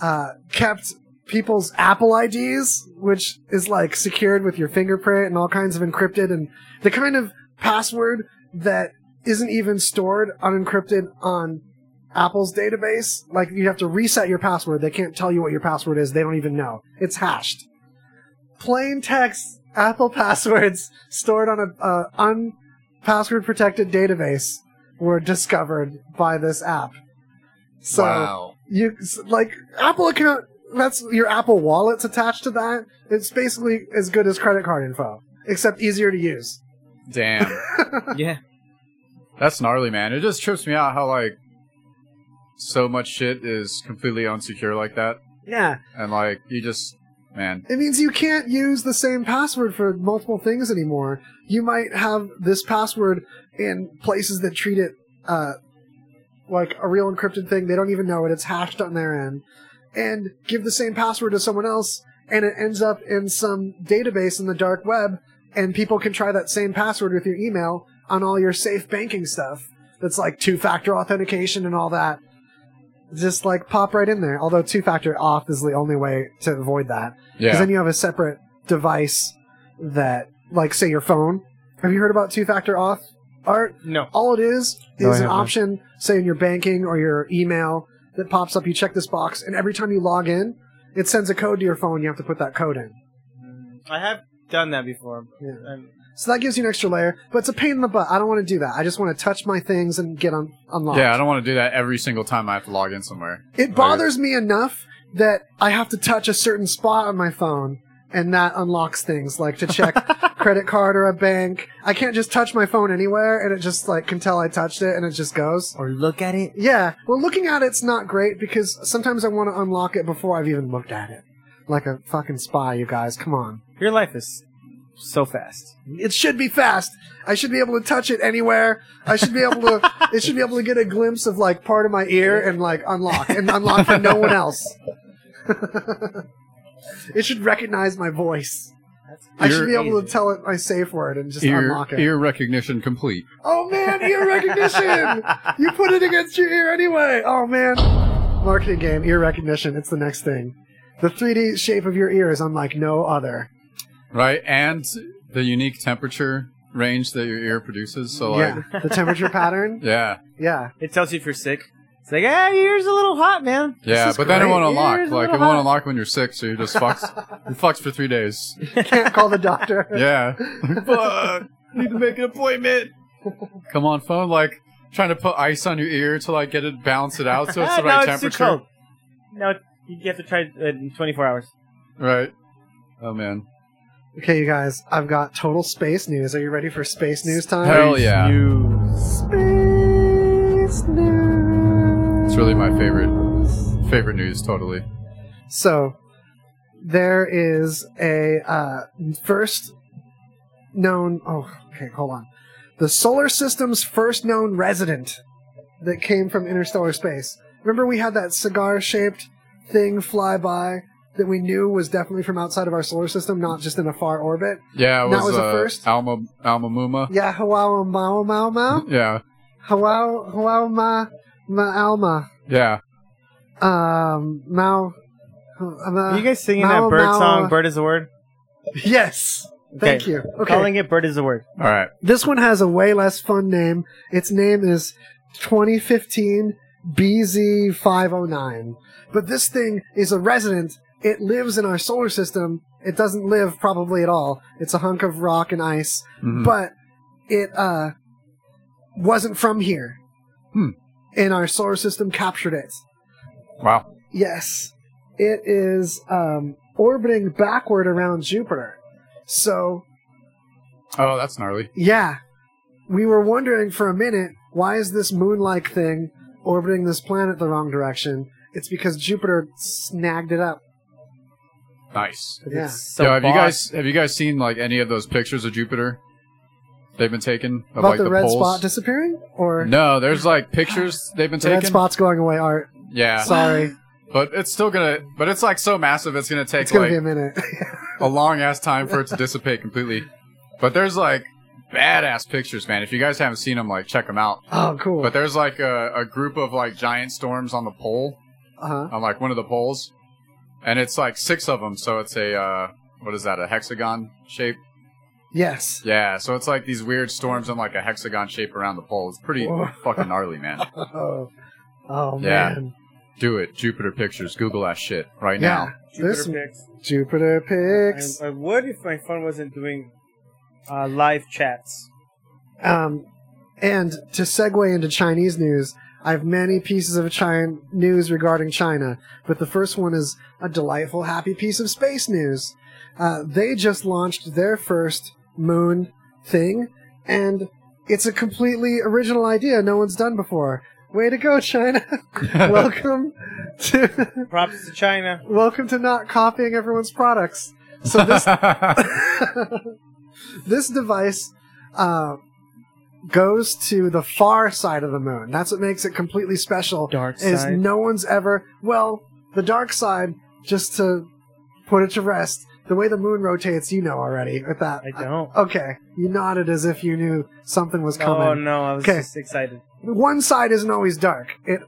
Uh, kept people's Apple IDs, which is like secured with your fingerprint and all kinds of encrypted and the kind of password that isn't even stored unencrypted on Apple's database. Like you have to reset your password. They can't tell you what your password is. They don't even know. It's hashed. Plain text Apple <laughs> passwords stored on a uh, unpassword protected database were discovered by this app. So
wow.
you s- like Apple account. That's your Apple wallet's attached to that. It's basically as good as credit card info, except easier to use.
Damn.
Yeah.
That's gnarly, man. It just trips me out how like so much shit is completely unsecure like that.
Yeah,
And like you just man.
it means you can't use the same password for multiple things anymore. You might have this password in places that treat it uh, like a real encrypted thing. They don't even know it. It's hashed on their end, and give the same password to someone else, and it ends up in some database in the dark web, and people can try that same password with your email on all your safe banking stuff. That's like two-factor authentication and all that. just like pop right in there. Although two factor off is the only way to avoid that. Because
Yeah.
then you have a separate device that, like, say your phone. Have you heard about two factor off art?
No.
All it is is
No, I
an
haven't.
option, say in your banking or your email, that pops up. You check this box, and every time you log in, it sends a code to your phone. You have to put that code in.
I have done that before.
Yeah.
And
So that gives you an extra layer, but it's a pain in the butt. I don't want to do that. I just want to touch my things and get un- unlocked.
Yeah, I don't want to do that every single time I have to log in somewhere.
It bothers me enough that I have to touch a certain spot on my phone, and that unlocks things like to check credit card or a bank. I can't just touch my phone anywhere, and it just like can tell I touched it, and it just goes.
or look at it.
Yeah, well, looking at it's not great because sometimes I want to unlock it before I've even looked at it. Like a fucking spy, you guys. Come on.
Your life is so fast.
It should be fast. I should be able to touch it anywhere. I should be able
<laughs>
to. it should be able to get a glimpse of like part of my ear and like unlock and unlock for no one else. <laughs> it should recognize my voice. I should be able to tell it my safe word and just
Ear,
unlock it.
ear recognition complete.
Oh man, ear recognition! you put it against your ear anyway. Oh man, marketing game, ear recognition. It's the next thing. The 3D shape of your ear is unlike no other.
Right? And the unique temperature range that your ear produces. So, like,
yeah, the
<laughs>
temperature pattern.
yeah.
Yeah,
<laughs> It tells you if you're sick. It's like, ah, your ears a little hot, man.
Yeah,
is
but then it
great.
won't unlock.
Ears a
Like it
little
won't
hot.
unlock when you're sick, so you're just
<laughs>
fucked. you're fucked for three days.
can't call the
<laughs>
doctor.
Yeah. Fuck. Need to make an appointment. Come on, phone. Like trying to put ice on your ear to like get it balance it out
<laughs>
so it's the
now
right
Ah, it's too
temperature.
cold. Now it- you have to try it in 24 hours.
Right. Oh man.
Okay, you guys, I've got total space news. Are you ready for space news time?
Oh,
Hell yeah.
Space news.
It's really my favorite favorite news. Totally.
So, there is a uh, first known. Oh, okay, hold on. The solar system's first known resident that came from interstellar space. Remember, we had that cigar shaped thing fly by that we knew was definitely from outside of our solar system, not just in a far orbit?
Yeah. It
That
was,
was a
uh,
first?
Alma Alma Muma.
Yeah, Hawaii, Mao, Mao, Mao.
Yeah.
Hawaii, Hawaii, Ma, Ma, Alma.
Yeah.
Um, Mao.
Are
Ma,
you guys singing
Mau,
that bird
mau, uh,
song, Bird is a Word?
yes. Thank you. Okay.
Calling it Bird is a Word.
All right.
This one has a way less fun name. Its name is 2015 BZ509. But this thing is a resident. It lives in our solar system. It doesn't live probably at all. It's a hunk of rock and ice,
Mhm.
but it uh, wasn't from here.
Hmm.
And our solar system captured it.
wow.
Yes. It is um, orbiting backward around Jupiter. So,
Oh, that's gnarly.
yeah, we were wondering for a minute why is this moon like thing orbiting this planet the wrong direction? It's because Jupiter snagged it up.
Nice.
Yeah.
It's so
Yo, have you
boss.
guys have you guys seen like any of those pictures of Jupiter? They've been taken of
About
like
the, red
poles.
spot disappearing? Or
no, there's like pictures they've been
the red
taken.
spot's going away, Art.
Yeah,
Sorry.
but it's still gonna. But it's like so massive, it's gonna take
it's going
like
to be a minute. <laughs>
a long ass time for it to dissipate completely. But there's like badass pictures, man. If you guys haven't seen them, like check them out.
oh, cool.
But there's like a, a group of like giant storms on the pole,
Uh-huh.
on like one of the poles, and it's like six of them. So it's a uh, what is that? A hexagon shape.
Yes. <laughs>
Yeah, so it's like these weird storms in like a hexagon shape around the pole. It's pretty
Whoa.
fucking gnarly, man.
Oh, oh
Yeah.
man.
Do it, Jupiter Pictures. Google that shit right
Yeah.
now.
This
Jupiter picks.
Jupiter pics.
uh,
I, I would if my phone wasn't doing uh, live chats.
Um, and to segue into Chinese news, I have many pieces of China news regarding China, but the first one is a delightful, happy piece of space news. Uh, they just launched their first moon thing, and it's a completely original idea no one's done before. Way to go, China! welcome to <laughs>
Props to China.
welcome to not copying everyone's products.
<laughs>
So this <laughs> this device uh, goes to the far side of the moon. That's what makes it completely special.
Dark
is
side.
no one's ever well the dark side. Just to put it to rest, the way the moon rotates, you know already. With that,
I don't.
okay, you nodded as if you knew something was Uh, coming
Oh no, I was
Okay.
just excited.
one side isn't always dark. It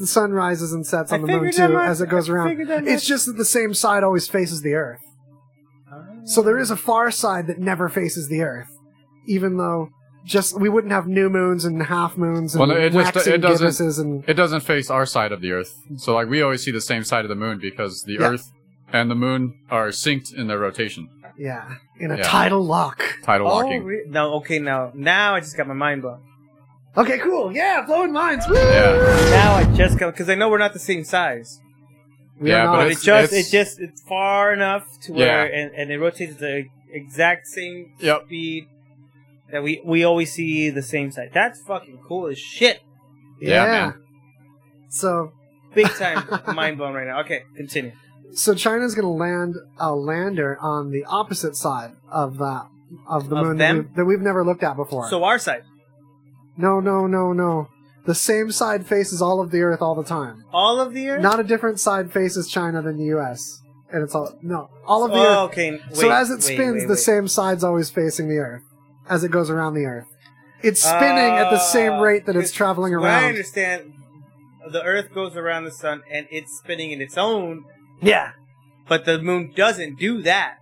the sun rises and sets
I
on the moon
figured that
too
much.
as it goes
I
around.
figured that
It's
much.
just that the same side always faces the Earth. So there is a far side that never faces the Earth, even though just we wouldn't have new moons and half moons and
Well, no, it just-
waxing
it doesn't-
gibbuses and
It doesn't face our side of the Earth, so like we always see the same side of the moon because the
Yeah.
Earth and the moon are synced in their rotation,
yeah, in a
Yeah.
tidal lock.
tidal
Oh,
locking.
re- no, okay, now now I just got my mind blown.
Okay, cool. Yeah, blowing minds. Woo!
Yeah,
Now I just got because I know we're not the same size,
We are
Yeah, but
not-
but
It's-
it just
it's-
it just it's far enough to where and, and it rotates at the exact same
Yep.
speed that we we always see the same side. That's fucking cool as shit.
yeah, man.
So
Big
<laughs>
time mind blown right now. Okay, continue.
so China's going to land a lander on the opposite side of that of the
Of
moon that
them?
we've, that we've never looked at before.
So our side,
no, no, no, no. The same side faces all of the Earth all the time.
all of the earth.
Not a different side faces China than the U.S. And it's all no, all of the
oh,
Earth.
okay. Wait,
so as it
wait,
spins,
wait,
the
wait.
same side's always facing the Earth as it goes around the Earth. It's spinning at the same
Uh,
rate that it's
good.
traveling
Well, I
around.
understand. The Earth goes around the sun and it's spinning in its own,
Yeah,
but the moon doesn't do that.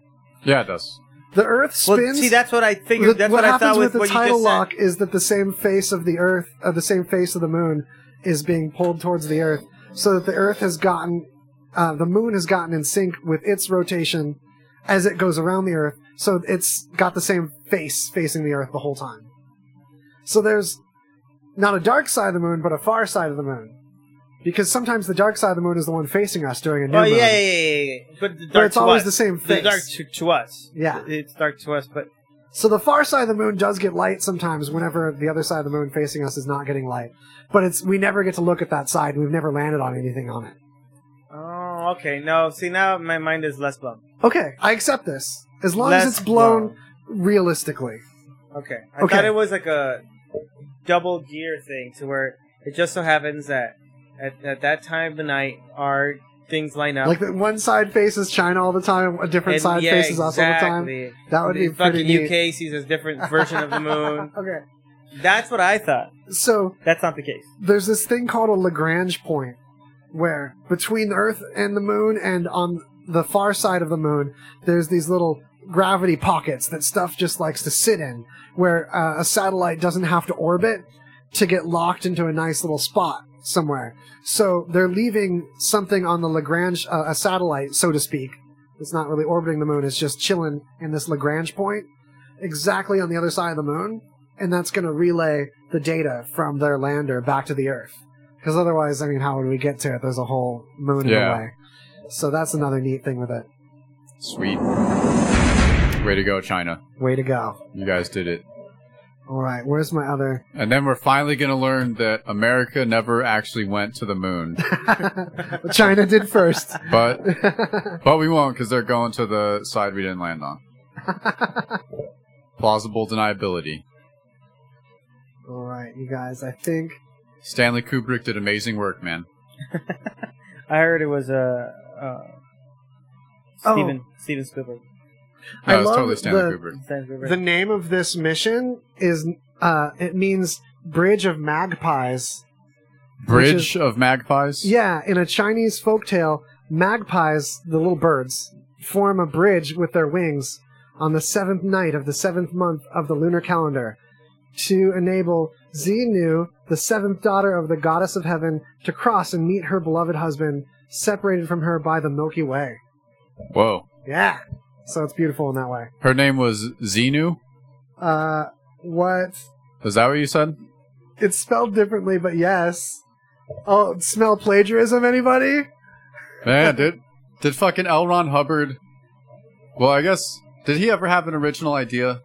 yeah, it does.
the Earth
Well,
spins.
see, that's what I figured.
The-
that's
what,
what, I
happens
thought
with
with,
the
what you
tidal
just
lock
said.
is that the same face of the Earth, uh, the same face of the Moon, is being pulled towards the Earth, so that the Earth has gotten, uh, the Moon has gotten in sync with its rotation as it goes around the Earth, so it's got the same face facing the Earth the whole time. So there's not a dark side of the Moon, but a far side of the Moon, because sometimes the dark side of the Moon is the one facing us during a new
Oh
moon.
yeah, yeah, yeah, yeah, yeah. But the dark
But it's
to
always
us.
the same
The
face.
dark to, to us.
Yeah.
it's dark to us. But
So the far side of the moon does get light sometimes whenever the other side of the moon facing us is not getting light. But it's we never get to look at that side. We've never landed on anything on it.
oh, okay. No, see now my mind is less blown.
Okay, I accept this. As long as
Less
it's blown realistically.
blown. Okay, I
Okay.
thought it was like a double gear thing to where it just so happens that at, at that time of the night our things line up.
Like that one side faces China all the time, a different
And-
side
yeah,
faces us all the time.
exactly.
That would be
the fucking
pretty neat.
UK sees a different version
<laughs>
of the moon.
okay.
That's what I thought.
So
That's not the case.
there's this thing called a Lagrange point, where between the Earth and the Moon, and on the far side of the Moon, there's these little gravity pockets that stuff just likes to sit in, where uh, a satellite doesn't have to orbit to get locked into a nice little spot somewhere. So they're leaving something on the Lagrange, uh, a satellite, so to speak. It's not really orbiting the Moon; it's just chilling in this Lagrange point, exactly on the other side of the Moon and that's going to relay the data from their lander back to the Earth. Because otherwise, I mean, how would we get to it? There's a whole moon
Yeah.
in the way. So that's another neat thing with it.
Sweet. Way to go, China.
Way to go.
You guys did it.
All right, where's my other? <laughs>
And then we're finally going to learn that America never actually went to
<laughs>
the moon.
China did first. <laughs>
But but we won't because they're going to the side we didn't
<laughs>
land on. Plausible deniability.
All right, you guys, I think.
Stanley Kubrick did amazing work, man.
I heard it was uh, uh,
Oh.
Steven Steven Spielberg.
No,
I
it's
love
totally Stanley
the-
Kubrick.
Steven Spielberg.
The name of this mission is, uh, it means Bridge of Magpies.
Bridge of Magpies?
Yeah, in a Chinese folktale, magpies, the little birds, form a bridge with their wings on the seventh night of the seventh month of the lunar calendar to enable Xinu, the seventh daughter of the goddess of heaven, to cross and meet her beloved husband, separated from her by the Milky Way.
Whoa.
Yeah. So it's beautiful in that way.
Her name was Xenu?
Uh, what?
Is that what you said?
It's spelled differently, but yes. Oh, smell plagiarism, anybody?
Man, did did fucking L. Ron Hubbard? Well, I guess did he ever have an original idea?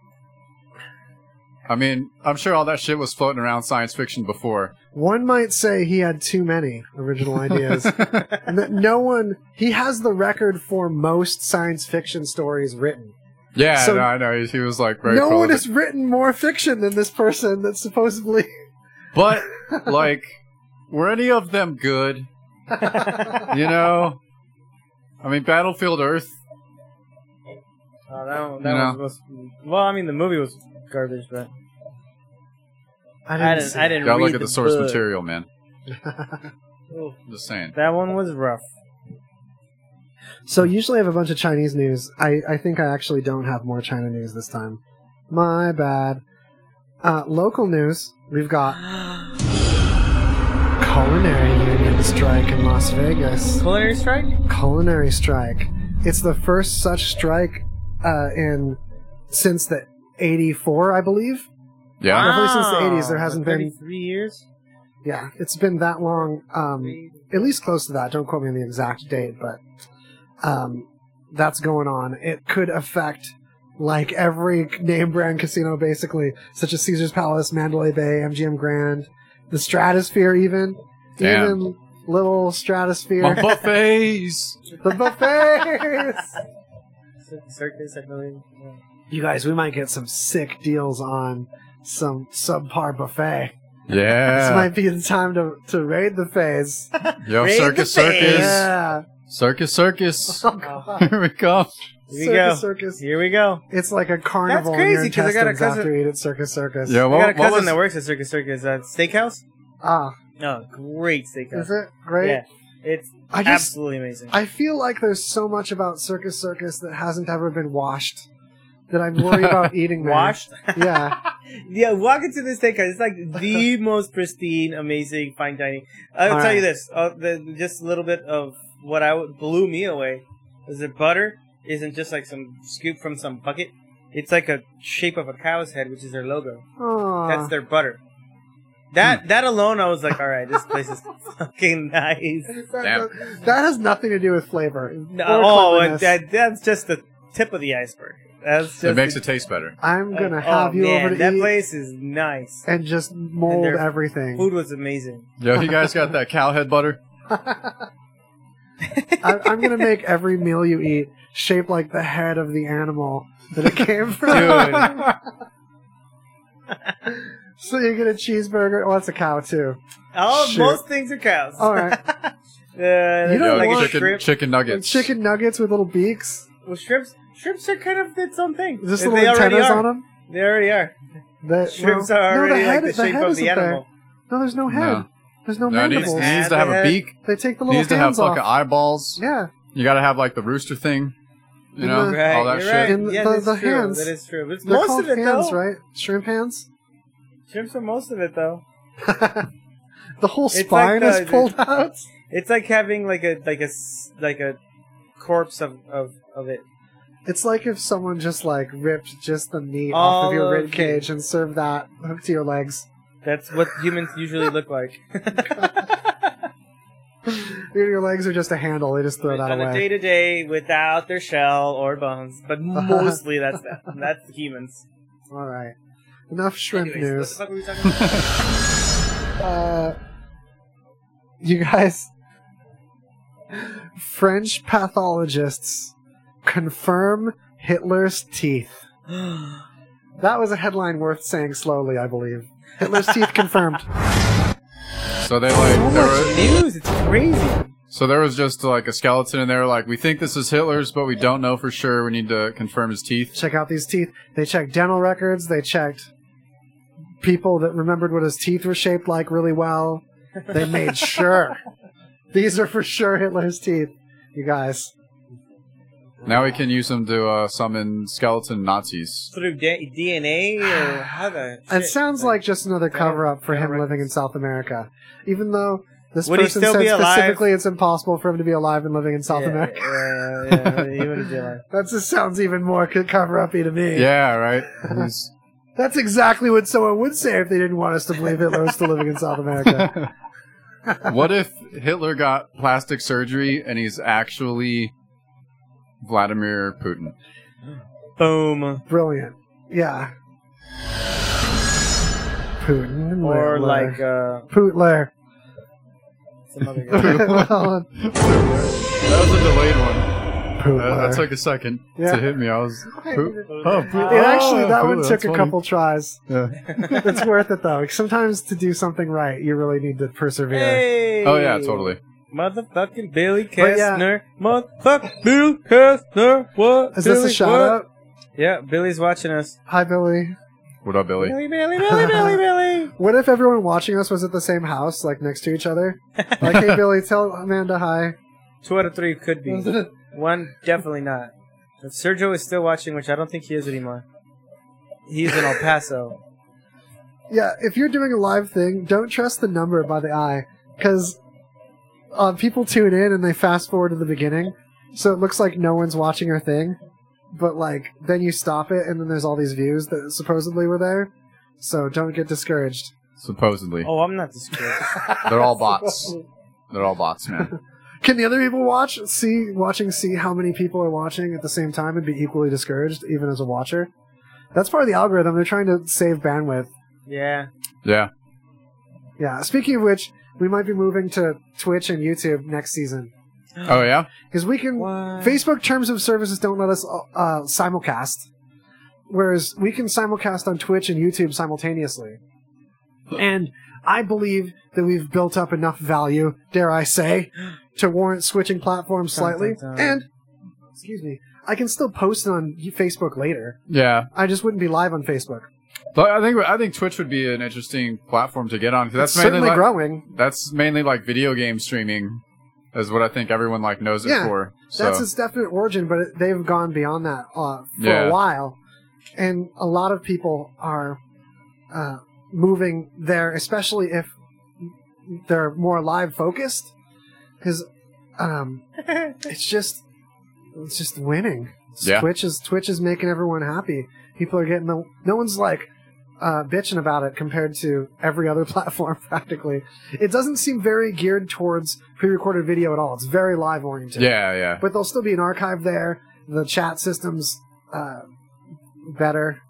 I mean, I'm sure all that shit was floating around science fiction before.
One might say he had too many original ideas, and that no one. He has the record for most science fiction stories written.
Yeah,
So-
no, I know. He, he was like very.
no
full
one
of it.
has written more fiction than this person that
<laughs>
supposedly. <laughs>
But like, were any of them good?
<laughs>
You know, I mean, Battlefield Earth.
Oh, that one,
You
that one was, well, I mean, the movie was garbage, but I didn't.
see
I
it.
didn't.
Gotta
read
look at the source
<laughs>
book.
material, man.
Oof.
I'm just saying.
That one was rough.
So usually I have a bunch of Chinese news. I, I think I actually don't have more China news this time. My bad. Uh, local news. We've got culinary union strike in Las Vegas.
Culinary strike?
Culinary strike. It's the first such strike uh, in since the '84, I believe.
Yeah.
Definitely since the 80s, there
Wow,
hasn't
like
been-
33 years.
Yeah, it's been that long. Um, at least close to that. Don't quote me on the exact date, but um, that's going on. It could affect like every name brand casino, basically, such as Caesar's Palace, Mandalay Bay, MGM Grand, the Stratosphere, even,
Damn.
even little
My
Stratosphere,
buffets.
<laughs> the buffets.
Cir- Circus, I believe. Yeah.
you guys, we might get some sick deals on some subpar buffet. This
Yeah.
might be the time to to raid the phase.
Yo,
Raid
circus,
the phase.
circus,
Yeah.
circus,
<laughs>
circus. <laughs>
Oh, God.
Here we go.
Here we
circus,
go.
circus.
Here we go.
It's like a carnival.
crazy,
in your
'cause I got a
intestines
cousin-
after you eat at Circus Circus.
Yeah.
I got a
What, what
cousin
was?
that works at Circus Circus. Uh, steakhouse?
Ah,
No, great steakhouse.
is it great?
Yeah, it's
I just
absolutely amazing.
I feel like there's so much about Circus Circus that hasn't ever been washed that I'm worried
<laughs>
about eating there.
Washed.
<laughs>
<laughs>
Yeah.
Yeah, walk into this steakhouse. It's like
<laughs>
the most pristine, amazing fine dining. I'll
All
tell you
right.
this: uh, the, just a little bit of what I would- blew me away is the butter isn't just like some scoop from some bucket. It's like a shape of a cow's head, which is their logo.
Aw. Hmm.
That's their butter. That that alone, I was like, all right, this place is <laughs> fucking nice.
That-
Damn.
that- that has nothing to do with flavor.
No,
or
oh, and
cleanliness.
that, that's just the tip of the iceberg. That's just
It makes it taste better.
I'm
oh,
gonna have you
man,
over to
that
eat
place is nice.
and just mold
their
everything.
Food was amazing.
Yo, you guys got that cow head butter?
<laughs>
I, I'm gonna make every meal you eat shaped like the head of the animal that it came from.
Dude.
So you get a cheeseburger. Well, that's a cow too.
Oh,
Shit.
most things are cows.
All
<laughs>
right,
Uh,
You don't
Yo,
<laughs> like
want-
a
chicken,
shrimp.
chicken nuggets.
chicken nuggets with little beaks.
Well, shrimps, shrimps are kind of its own thing.
Just
they
little
already
antennas
are.
on them.
They already are.
That,
Shrimps
no.
are
no,
already
the head,
like the,
the
shape
head
of
isn't
the
there.
animal.
No, there's no head.
No.
There's no,
No, it needs,
mandibles.
it
Nah,
needs to have a
the head-
beak.
They take the
It
little
needs to have
hands off.
fucking eyeballs.
Yeah,
You gotta have like the rooster thing. You
In
know,
the-
Right,
all that
you're
shit.
And
right. Yeah,
the-
that's
the
true.
hands.
That is true. But it's
they're
most
called
of it
hands,
though.
right? Shrimp hands.
Shrimps are most of it though.
<laughs> the whole
It's like
spine
the-
is pulled out.
It's like having like a like a s- like a corpse of of, of it.
It's like if someone just like ripped just the meat off
All
of your
of
rib cage and served that hooked to your legs. <laughs>
That's what humans usually look like.
Your your legs are just a handle. They just <laughs> throw that
on a
away.
day to day without their shell or bones,
<laughs>
but mostly that's that. That's humans.
All right. Enough shrimp
Anyways, what the
news.
fuck were we talking about?
Uh, you guys, French pathologists confirm Hitler's teeth. That was a headline worth saying slowly, I believe. Hitler's teeth confirmed.
So they like there were,
news. It's crazy.
so there was just like a skeleton in there. Like we think this is Hitler's, but we don't know for sure. We need to confirm his teeth.
Check out these teeth. They checked dental records. They checked people that remembered what his teeth were shaped like really well. They made sure. These are for sure Hitler's teeth, you guys.
Now we can use them to uh, summon skeleton Nazis.
Through D- DNA or how the
It
shit?
sounds like just another
Dental-
cover up for him
dental
living in
records.
South America. Even though this
Would he
person
still
said
be alive?
specifically it's impossible for him to be alive and living in South
Yeah,
America.
Yeah, yeah, yeah, you would've been
<laughs>
like,
That just sounds even more cover up y to me.
Yeah, right. He's-
That's exactly what someone would say if they didn't want us to believe Hitler was still living in South America.
<laughs> what if Hitler got plastic surgery and he's actually Vladimir Putin?
Boom.
Brilliant. Yeah. Putin. and
Or
Hitler.
like uh,
Putler.
some other
<laughs> Well,
<laughs>
guy.
That was a delayed one. Uh,
Putler.
That, that took a second
Yeah.
to hit me. I was. Pu- oh, Pu-
It actually, that
oh,
one
Putin,
took
that's
a
funny.
couple tries.
Yeah.
It's worth it though. Sometimes to do something right, you really need to persevere.
Hey.
Oh yeah, totally.
Motherfucking Billy
But Oh, yeah.
Kastner. Motherfucking Billy Kastner. What?
Is this a
Billy,
shout
what?
out?
Yeah, Billy's watching us.
Hi, Billy.
What up, Billy?
Billy, Billy, Billy, Billy,
<laughs>
Billy.
What if everyone watching us was at the same house, like next to each other? Like,
<laughs>
hey, Billy, tell Amanda hi.
Two out of three
<laughs>
could be. One definitely not. But Sergio is still watching, which I don't think he is anymore. He's in El Paso.
yeah, if you're doing a live thing, don't trust the number by the eye, because uh, people tune in and they fast forward to the beginning, so it looks like no one's watching our thing. But like, then you stop it, and then there's all these views that supposedly were there. So don't get discouraged.
Supposedly,
Oh, I'm not discouraged. <laughs>
they're all bots. They're all bots, man.
Can the other people watch? See, watching, see how many people are watching at the same time, and be equally discouraged, even as a watcher. That's part of the algorithm. They're trying to save bandwidth.
yeah.
Yeah.
Yeah. Speaking of which, we might be moving to Twitch and YouTube next season
Oh yeah.
because we can.
What?
Facebook terms of services don't let us uh, simulcast, whereas we can simulcast on Twitch and YouTube simultaneously. And I believe that we've built up enough value, dare I say, to warrant switching platforms
Dun, dun,
slightly.
dun.
And excuse me, I can still post it on Facebook later.
Yeah.
I just wouldn't be live on Facebook.
But I think I think Twitch would be an interesting platform to get on 'cause
That's
that's mainly
certainly
like,
growing.
that's mainly like video game streaming, is what I think everyone like knows it
Yeah,
for. So
That's its definite origin, but it, they've gone beyond that uh, for
Yeah.
a while, and a lot of people are uh, moving there, especially if they're more live focused, because um, it's just it's just winning.
Yeah.
Twitch is Twitch is making everyone happy. People are getting the no one's like uh, bitching about it compared to every other <laughs> platform practically. It doesn't seem very geared towards pre-recorded video at all. It's very live oriented
yeah, yeah.
but there'll still be an archive there. The chat system's uh, better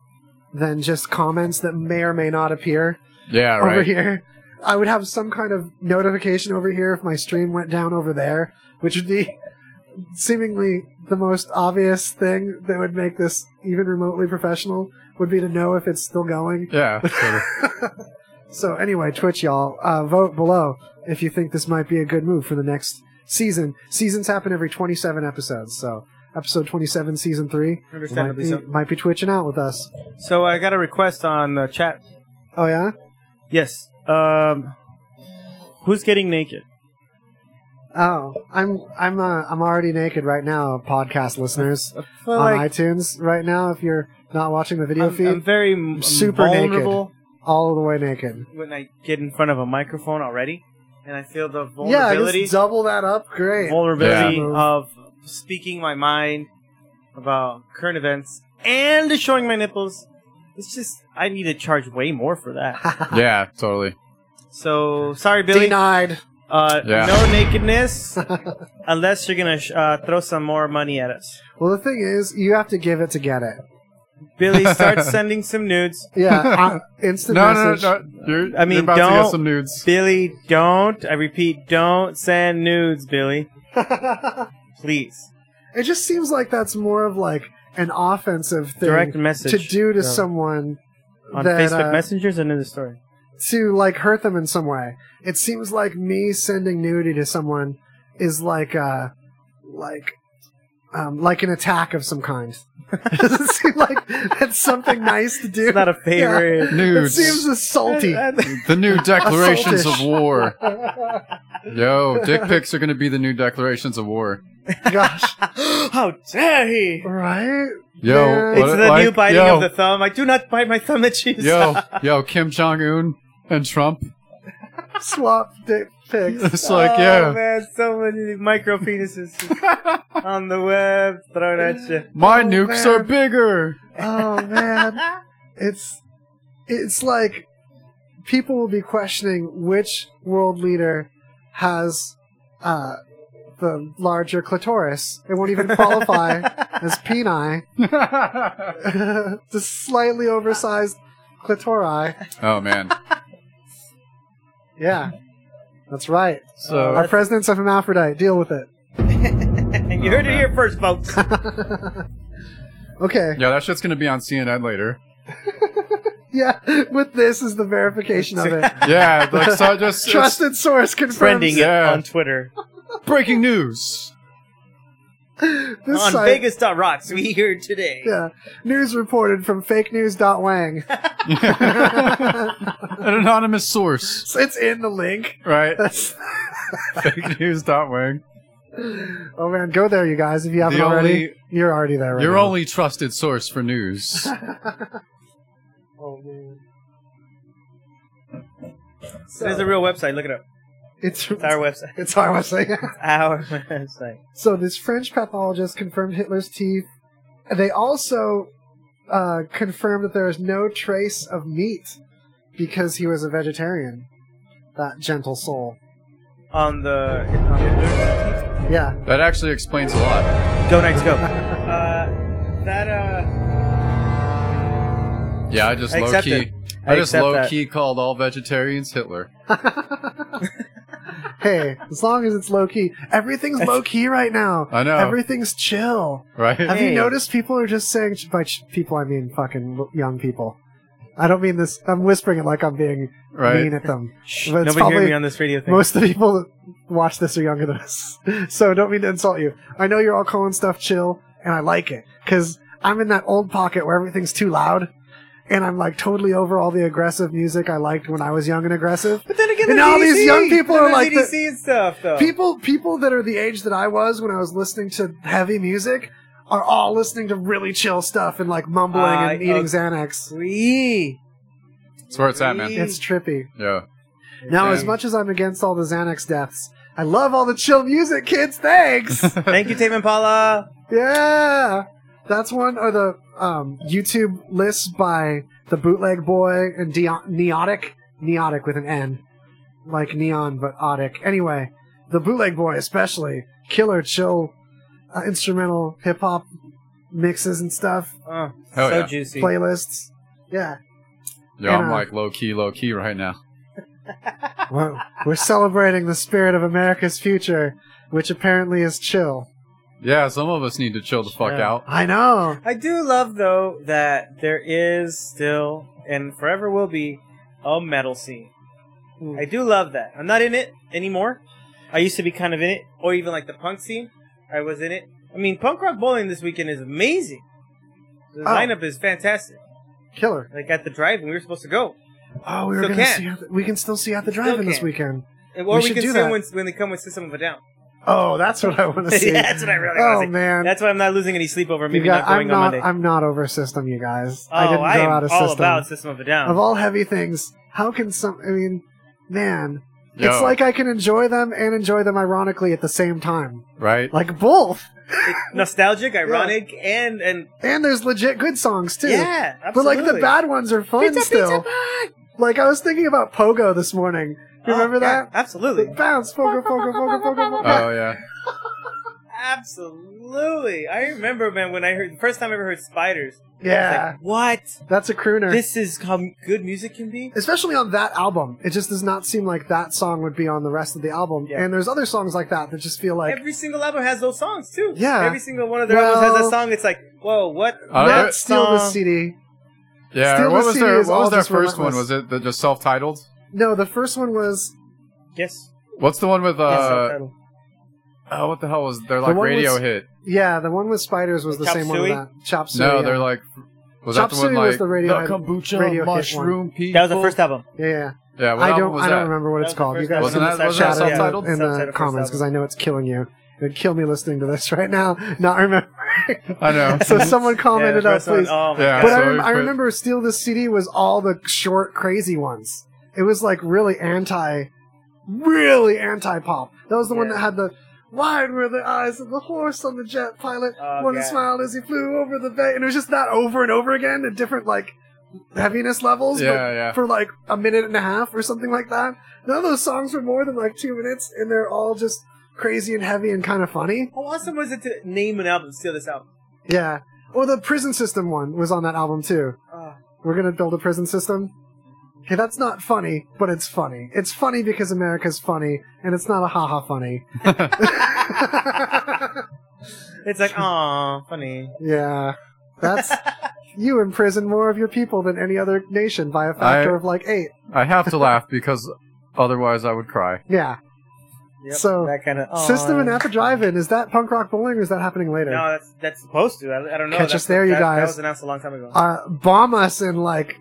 than just comments that may or may not appear
Yeah,
over
right.
here. I would have some kind of notification over here if my stream went down over there, which would be seemingly the most obvious thing that would make this even remotely professional would be to know if it's still going. <laughs>
Yeah. sort of.
So anyway, Twitch y'all, uh, vote below if you think this might be a good move for the next season. Seasons happen every 27 episodes, so episode 27, season three might
Understandably
be,
so.
might be twitching out with us.
So I got a request on the chat.
Oh yeah,
Yes. Um, who's getting naked?
oh I'm I'm uh, I'm already naked right now, podcast listeners
I
on
feel like
iTunes right now. If you're not watching the video
Uh, I'm,
feed,
I'm very m-
super
vulnerable
all the way naked.
when I get in front of a microphone already, and I feel the
Yeah,
vulnerability,
just double that up. Great. <laughs>
vulnerability
Yeah.
of speaking my mind about current events and showing my nipples. It's just I need to charge way more for that.
<laughs>
yeah, totally.
So sorry, Billy.
Denied.
Uh,
Yeah. <laughs>
No nakedness, unless you're gonna sh- uh, throw some more money at us.
Well, the thing is, you have to give it to get it.
Billy,
<laughs>
start sending some nudes.
Yeah, uh, instant
No, no, no,
message.
no. You're,
I mean,
you're about to
don't-
get some
<laughs>
nudes.
Billy, don't. I repeat, don't send nudes, Billy.
<laughs>
Please.
It just seems like that's more of like an offensive thing
Direct message.
to do to
Yeah.
someone
On
that,
Facebook
uh,
Messengers,
<laughs>
another story.
to like hurt them in some way. It seems like me sending nudity to someone is like uh like um, like an attack of some kind. <laughs> it doesn't seem like that's something nice to do.
It's not a favorite.
it
Nudes.
seems assaulty.
the new declarations of
Assaultish.
war. Yo, dick pics are going to be the new declarations of war.
Gosh,
<laughs> How dare he?
right?
Yo,
Yeah.
It's
what-
the
like,
new biting
yo,
of the thumb. I do not bite my thumb <laughs> at cheese.
yo, yo, Kim Jong Un and
<laughs>
Trump.
Swap dick pics.
It's like, yeah,
Oh, man, so many micro
<laughs>
penises on the web thrown at you.
my
Oh,
nukes
man.
are bigger.
Oh man, it's it's like people will be questioning which world leader has uh, the larger clitoris. It won't even qualify as peni, <laughs>
<laughs>
oh
just slightly oversized clitori.
Oh, man.
Yeah, that's right.
So
Our president's a hermaphrodite. Deal with it. <laughs>
you heard
Oh,
it here
<laughs>
first, folks.
Okay.
yeah, that shit's going to be on CNN later.
Yeah. <laughs> With this is the verification of it.
Yeah, like
<laughs>
so just
Trusted source confirms.
Trending it
Yeah.
<laughs> on Twitter.
breaking news.
this
on
site,
Vegas.rocks, we here today.
yeah, news reported from fake news dot wang.
<laughs> An anonymous source,
So <laughs> it's in the link. <laughs>
right?
That's, <laughs>
Fake news. Dot wing.
oh man, go there, you guys, if you haven't
The only-
already. You're already there. Right
Your
now.
only trusted source for news.
Oh, So,
It is a real website. Look it up.
it's,
It's our website.
<laughs>
<laughs>
it's our website. <laughs>
Our website.
So this French pathologist confirmed Hitler's teeth. They also uh, confirmed that there is no trace of meat because he was a vegetarian. That gentle soul.
On the on the-
Yeah.
that actually explains a lot.
go Knights
<laughs>
go.
Uh, that uh,
Yeah, I just
I
low
accept
key.
it.
I,
I
just
accept
low
that.
key called all vegetarians Hitler.
hey, as long as it's low key, everything's low key right now.
I know.
Everything's chill.
<laughs> Right?
<laughs> Have you
Hey.
noticed people are just saying by ch- people I mean fucking young people. I don't mean this. I'm whispering it like I'm being mean
Right?
at them.
Shh,
But it's
Nobody hear
probably-
me on this radio thing.
Most of the people that watch this are younger than us, <laughs> so I don't mean to insult you. I know you're all calling stuff chill, and I like it because I'm in that old pocket where everything's too loud, and I'm like totally over all the aggressive music I liked when I was young and aggressive.
but then again,
And
the
all
DDC,
these young people
then
are
the
like
DDC and stuff though.
People, people that are the age that I was when I was listening to heavy music are all listening to really chill stuff and like mumbling
I
and eating
ag-
Xanax.
Free.
That's where it's at, man.
It's trippy. <laughs>
Yeah. <laughs>
Now, as
Yeah.
much as I'm against all the Xanax deaths, I love all the chill music, kids.
<laughs>
Thanks.
Thank you, Tame Impala.
Yeah, that's one or the um, YouTube lists by the Bootleg Boy and Deo- Neotic, Neotic with an N, like neon but otic. Anyway, the Bootleg Boy especially killer chill uh, instrumental hip hop mixes and stuff
Uh,
Hell
so
yeah.
juicy.
playlists. Yeah,
Yo,
And,
I'm
uh,
like low key, low key right now.
well, we're celebrating the spirit of America's future, which apparently is chill.
Yeah, some of us need to chill the fuck
Yeah.
out.
I know.
I do love though that there is still and forever will be a metal scene.
Mm.
I do love that. I'm not in it anymore. I used to be kind of in it, or even like the punk scene. I was in it. I mean, punk rock bowling this weekend is amazing. The
Oh.
lineup is fantastic.
Killer.
Like at the drive, we were supposed to go,
Oh, we were
Still
gonna
can't.
see. How we can still see at the
Still
drive-in this
can't.
weekend.
or
We
we,
should do
can see them
that.
when, when they come with System of a Down.
Oh, that's what I want
<laughs>
to see.
yeah, that's what I really
oh
want to see.
man,
That's why I'm not losing any sleep over
You
maybe
got-
not going
I'm
on
not.
Monday.
I'm not over system, you guys.
oh,
I didn't go
am
out of
all
system.
about System of a Down.
of all heavy things, how can some? I mean, man,
Yo,
it's like I can enjoy them and enjoy them ironically at the same time, <laughs>
right?
like both.
nostalgic, ironic, and and
And there's legit good songs too.
yeah,
but
absolutely.
like the bad ones are fun still. like I was thinking about Pogo this morning. Remember
Oh, yeah,
that?
absolutely, Uh,
Bounce, Pogo, Pogo, Pogo, Pogo, Pogo.
Oh yeah.
absolutely. I remember, man, when I heard the first time I ever heard spiders. I was
yeah,
like, what?
that's a crooner.
This is how good music can be.
especially on that album it just does not seem like that song would be on the rest of the album
Yeah.
and there's other songs like that that just feel like
Every single album has those songs too.
Yeah.
Every single one of their
Well-
albums has a song. It's like, whoa, what?
Uh,
not
that
steal the
song-
cd
Yeah.
Steal
what
the
was
CD
their
is
What
all
was their
just
first one?
relentless.
Was it the, the self-titled?
no the first one was
Yes.
What's the one with
yes,
uh?
subtitle.
oh, what the hell was their like
one
radio
with-
hit?
yeah the one with spiders was the
Chop
same one with
Suey?
that chop suey
no,
yeah.
they're like. Was
Chop
that the one
Suey was
like
the radio hit-
kombucha
radio hit one.
people?
that was the first album.
yeah, yeah.
Yeah. What
i
album
don't
was
i
that?
don't remember what
That
it's
was the
called you
first
guys
album.
Wasn't
can
that- wasn't
shout
that
it out
subtitled?
in the
Subtitled first
comments because i
album.
know it's killing you it'd kill me listening to this <laughs> right now not
<laughs>
remembering
I know.
<laughs> so someone commented
the
up
first one.
please
Oh, my
Yeah.
but
God.
I,
so
rem-
we
I
put-
remember Steal the City was all the short, crazy ones. It was like really anti, really anti pop. That was the one
Yeah.
that had the wide were the eyes of the horse on the jet pilot.
Oh,
one
God.
smiled as he flew over the bay. And it was just that over and over again at different like heaviness levels. but
yeah, yeah.
For like a minute and a half or something like that. None of those songs were more than like two minutes, and they're all just crazy and heavy and kind of funny.
How awesome was it to name an album, steal this album?
Yeah. Or the prison system one was on that album too.
Oh,
We're gonna build a prison system. Okay, that's not funny, but it's funny. It's funny because America's funny, and it's not a haha
<laughs>
funny. <laughs>
it's like, aw, funny.
yeah, that's you imprison more of your people than any other nation by a factor
I-
of like eight.
I have to laugh because otherwise I would cry.
Yeah,
Yep,
So,
that kind of
System and at the drive-in. Is that punk rock bowling, or is that happening later?
No, that's that's supposed to. I, I don't know.
Catch
That's-
us there, you
that, That
guys.
was announced a long time ago.
Uh, bomb us and like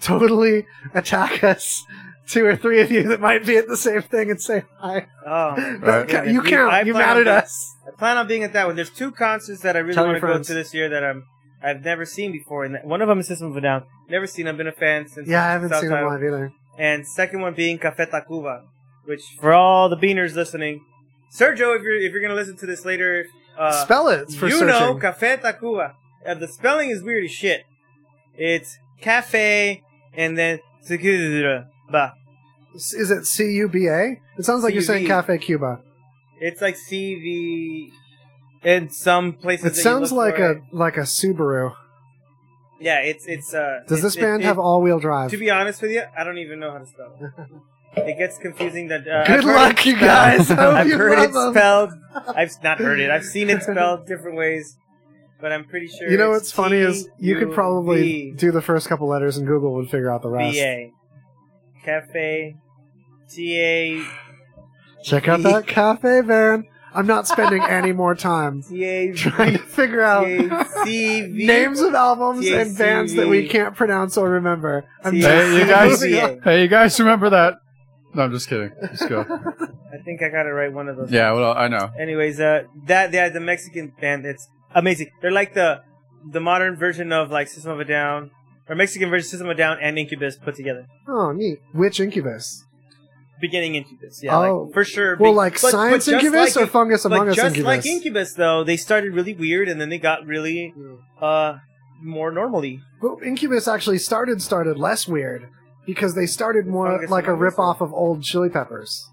totally attack us. Two or three of you that might be at the same thing and say hi.
oh, my
Right.
<laughs>
goodness.
You count.
I
you
plan on
mounted
being-
us.
I plan on being at that one. There's two concerts that I really
Tell
want to
your
go
friends.
to this year that I'm I've never seen before, and that- one of them is System of a Down. Never seen. I've been a fan since.
Yeah, I haven't seen
Southside.
them live either.
And second one being Cafe Tacuba, which for all the beaners listening, Sergio, if you're if you're gonna listen to this later, uh,
Spell it for
you
searching.
know Cafe Tacuba. Uh, the spelling is weird as shit. It's cafe and then Tacuba.
Is it C U B A? It sounds like you're saying
CUB.
Cafe Cuba.
It's like CV in some places.
It
that you
sounds
look
like
for
a
it.
like a Subaru.
yeah. It's it's. Uh,
Does
it-
this
it-
band
it-
have all-wheel drive?
To be honest with you, I don't even know how to spell
<laughs>
it. It gets confusing. That uh,
Good
I've heard
luck,
it
you
spelled- <laughs>
guys. I hope
I've
you
heard
love
it
'em.
spelled. I've not heard it. I've seen it spelled different ways, but I'm pretty sure.
You know
it's
what's funny is you could probably
T-U-B-B-A.
do the first couple letters and Google would figure out the rest.
cafe T A
Check out that cafe van. I'm not spending
<laughs>
any more time
T A
trying to figure
<laughs>
out <laughs>
C V
names of albums and
TACV.
bands that we can't pronounce or remember. I'm
Yeah.
Hey,
<laughs>
you guys.
<laughs> Yeah.
hey, you guys. Remember that? No, I'm just kidding. Just go.
<laughs>
I think I got it right. One of those.
yeah. Well, I know.
Anyways, uh, that yeah, the Mexican band, it's amazing. They're like the the modern version of like System of a Down or Mexican version of System of a Down and Incubus put together.
Oh, neat. Which Incubus?
Beginning Incubus, yeah,
Oh.
like, for sure.
Well,
Be-
like
but- but
Science
just
Incubus
like
or Fungus Among
but
Us
just
Incubus?
like Incubus, though they started really weird and then they got really
Mm.
uh more normally.
But Incubus actually started started less weird because they started more
Fungus
like a
Among Us.
ripoff of old Chili Peppers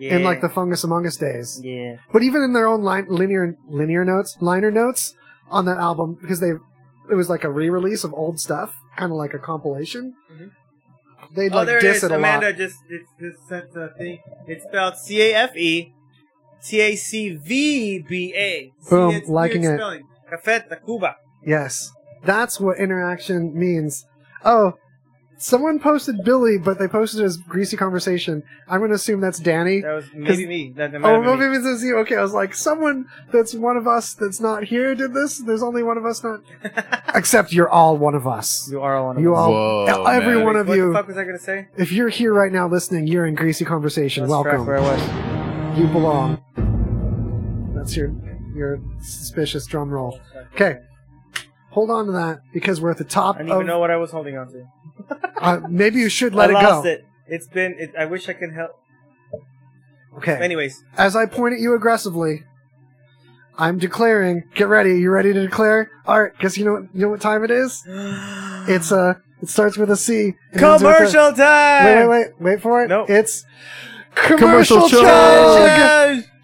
Yeah,
in like the Fungus Among Us days.
yeah.
But even in their own line, linear linear notes, liner notes on that album, because they it was like a re-release of old stuff, kind of like a compilation.
Mhm.
They'd
oh,
like
there it
diss
is.
it, a
Amanda
lot.
just it's just sent a thing. It's spelled C A F E T A C V B A. See,
Boom,
it's
liking
weird
it.
Spelling. Café Tacuba.
Yes, that's what interaction means. Oh, someone posted Billy, but they posted his greasy conversation. I'm going to assume that's Danny.
That
<laughs>
was
'Cause-
maybe me. That, that might
Oh,
have been
well,
me.
maybe this is you. Okay, I was like, someone that's one of us that's not here did this. There's only one of us
<laughs>
not. Except you're all one of us.
You are one
You all,
Whoa,
every
man.
one of
what
you.
the fuck was I gonna say?
If you're here right now listening, you're in Greasy Conversation.
Lost track Where
Welcome.
I was.
You belong. That's your your suspicious drum roll. Okay. Hold on to that because we're at the top
I don't even
of.
know what I was holding on to.
Uh, maybe you should let
I
it
lost
go.
it. It's been. It, I wish I could help.
Okay.
Anyways,
As I point at you aggressively, I'm declaring. Get ready. You ready to declare? All right. Guess you know what, you know what time it
<gasps>
is. It's uh. It starts with a C. and ends with a-
commercial time.
Wait, wait, wait, wait for it.
Nope.
It's commercial,
Commercial
time.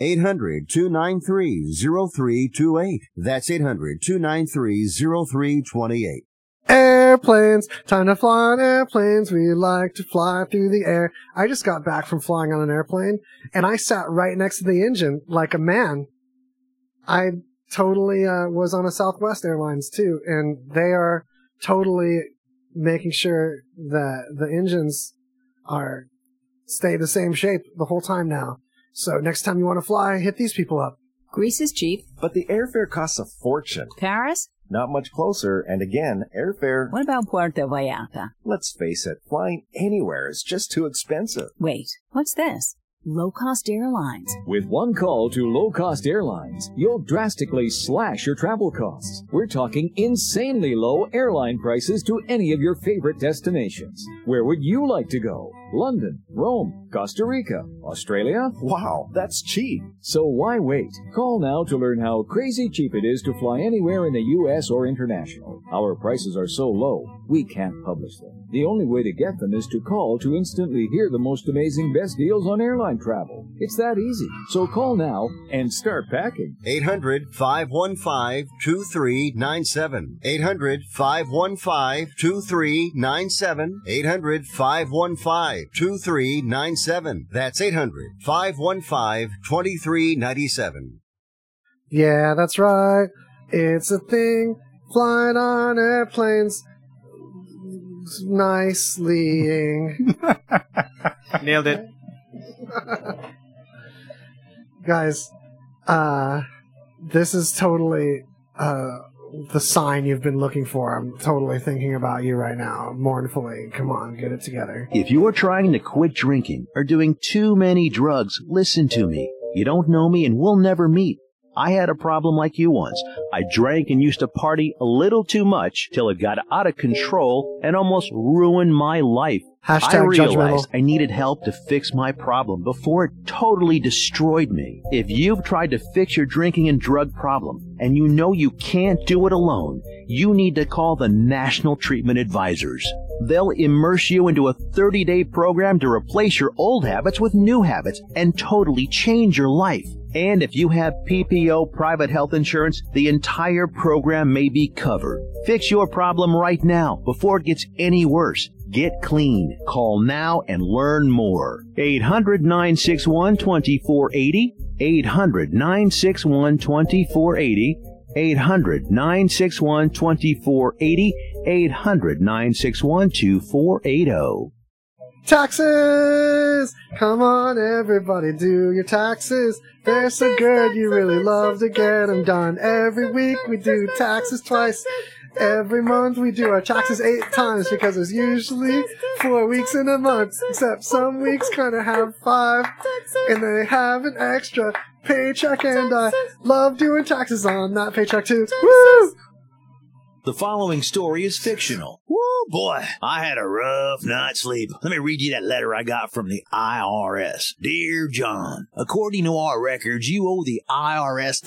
800 293 0328. That's 800 293 0328.
Airplanes, time to fly on airplanes. We like to fly through the air. I just got back from flying on an airplane and I sat right next to the engine like a man. I totally uh, was on a Southwest Airlines too, and they are totally making sure that the engines are stay the same shape the whole time now. So next time you want to fly, hit these people up.
Greece is cheap.
But the airfare costs a fortune.
Paris?
Not much closer, and again, airfare,
What about Puerto Vallarta?
let's face it, flying anywhere is just too expensive.
Wait, what's this? Low cost airlines.
With one call to low cost airlines, you'll drastically slash your travel costs. We're talking insanely low airline prices to any of your favorite destinations. Where would you like to go? London, Rome, Costa Rica, Australia?
Wow, that's cheap.
So why wait? Call now to learn how crazy cheap it is to fly anywhere in the U.S. or international. Our prices are so low, we can't publish them. The only way to get them is to call to instantly hear the most amazing best deals on airline travel. It's that easy. So call now and start packing.
800 515 2397. 800 515 2397. 800 515 2397. That's 800 515 2397.
Yeah, that's right. It's a thing. Flying on airplanes. Nicely. <laughs>
Nailed it.
Guys, uh, this is totally uh, the sign you've been looking for. I'm totally thinking about you right now, mournfully. Come on, get it together.
If you are trying to quit drinking or doing too many drugs, listen to me. You don't know me and we'll never meet. I had a problem like you once. I drank and used to party a little too much till it got out of control and almost ruined my life.
Hashtag
I realized
judgmental.
I needed help to fix my problem before it totally destroyed me. If you've tried to fix your drinking and drug problem and you know you can't do it alone, you need to call the National Treatment Advisors. They'll immerse you into a 30 day program to replace your old habits with new habits and totally change your life. And if you have PPO private health insurance, the entire program may be covered. Fix your problem right now before it gets any worse. Get clean. Call now and learn more. 800 961 2480. 800 961 2480. 800 961 2480. 800 961 2480.
Taxes! Come on, everybody, do your taxes. They're so good, you really love to get them done. Every week we do taxes twice. Every month we do our taxes eight times because there's usually four weeks in a month, except some weeks kind of have five, and they have an extra paycheck, and I love doing taxes on that paycheck too. Woo!
The following story is fictional. Woo, boy, I had a rough night's sleep. Let me read you that letter I got from the IRS. Dear John, according to our records, you owe the IRS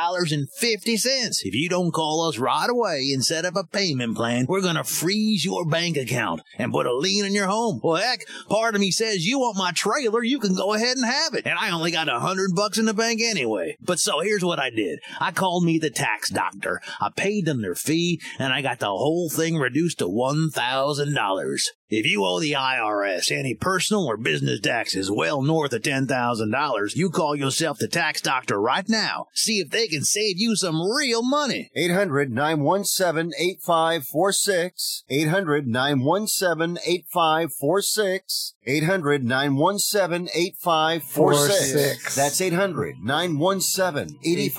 $37,950.50. If you don't call us right away and set up a payment plan, we're going to freeze your bank account and put a lien on your home. Well, heck, part of me says you want my trailer, you can go ahead and have it. And I only got a hundred bucks in the bank anyway. But so here's what I did. I called me the tax doctor. I paid them their fee and I got the whole thing reduced to $1,000. If you owe the IRS any personal or business taxes well north of $10,000, you call yourself the tax doctor right now. See if they can save you some real money.
800 917 8546. 800 917 8546. 800 917 8546.
46.
That's 800 917
46.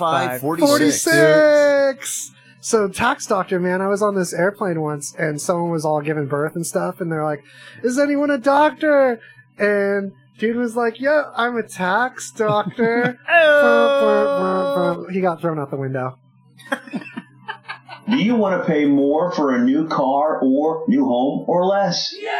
8546.
So tax doctor, man, I was on this airplane once and someone was all giving birth and stuff and they're like, "Is anyone a doctor?" And dude was like, "Yeah, I'm a tax doctor." Brum, brum, brum, brum. He got thrown out the window.
Do you want to pay more for a new car or new home or less? Yeah!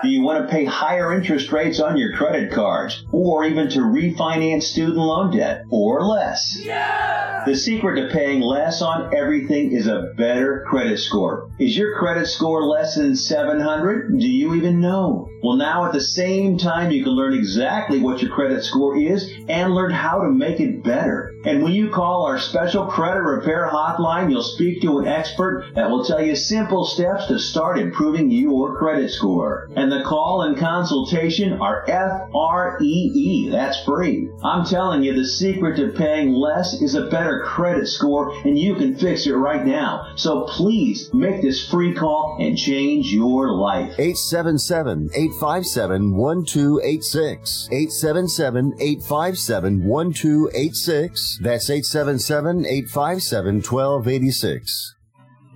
Do you want to pay higher interest rates on your credit cards or even to refinance student loan debt or less? Yeah! The secret to paying less on everything is a better credit score. Is your credit score less than 700? Do you even know? Well, now at the same time, you can learn exactly what your credit score is and learn how to make it better. And when you call our special credit repair hotline, you'll speak to an expert that will tell you simple steps to start improving your credit score. And the call and consultation are F R E E. That's free. I'm telling you, the secret to paying less is a better credit score, and you can fix it right now. So please make this free call and change your life.
877 857 1286. 877 857 1286. That's 877 857 1286.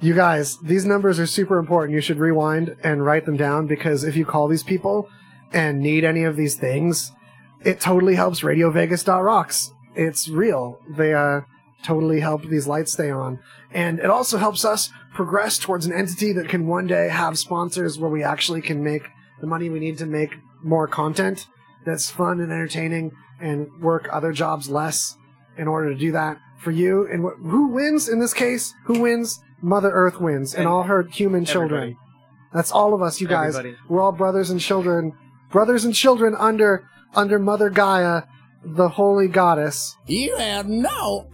You guys, these numbers are super important. You should rewind and write them down because if you call these people and need any of these things, it totally helps RadioVegas.rocks. It's real. They uh, totally help these lights stay on. And it also helps us progress towards an entity that can one day have sponsors where we actually can make the money we need to make more content that's fun and entertaining and work other jobs less in order to do that for you. And wh- who wins in this case? Who wins? Mother Earth wins and,
And
all her human children.
everybody.
That's all of us, you guys.
Everybody.
We're all brothers and children, brothers and children under under Mother Gaia, the holy goddess.
You have no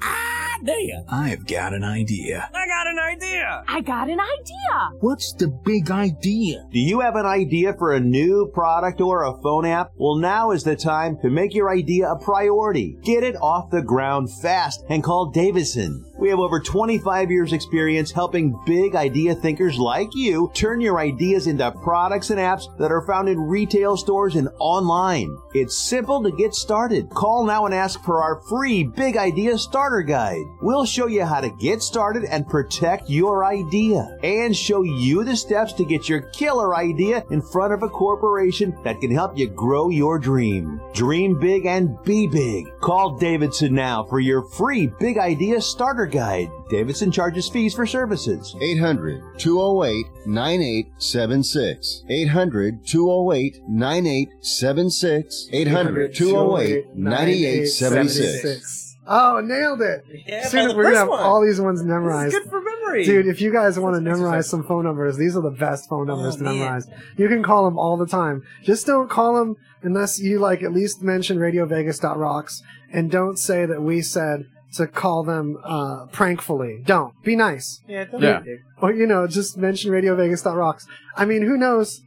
idea.
I've got an idea.
I got an idea.
I got an idea.
What's the big idea?
Do you have an idea for a new product or a phone app? Well, now is the time to make your idea a priority. Get it off the ground fast and call Davison. We have over 25 years experience helping big idea thinkers like you turn your ideas into products and apps that are found in retail stores and online. It's simple to get started. Call now and ask for our free Big Idea Starter Guide. We'll show you how to get started and protect your idea and show you the steps to get your killer idea in front of a corporation that can help you grow your dream. Dream big and be big. Call Davidson now for your free Big Idea Starter Guide. Davidson charges fees for services.
800 208 9876. 800 208 9876. 800 208 9876.
Oh, nailed it!
Yeah, by
Soon
the
we're gonna
first
have
one.
all these ones
This
memorized.
is good for memory.
Dude, if you guys want to memorize some phone numbers, these are the best phone
Oh,
numbers to memorize. You can call them all the time. Just don't call them unless you like at least mention RadioVegas.rocks and don't say that we said to call them uh, prankfully. Don't. Be nice.
Yeah, don't
Yeah.
be a dick.
Or, you know, just mention RadioVegas.rocks. I mean, who knows?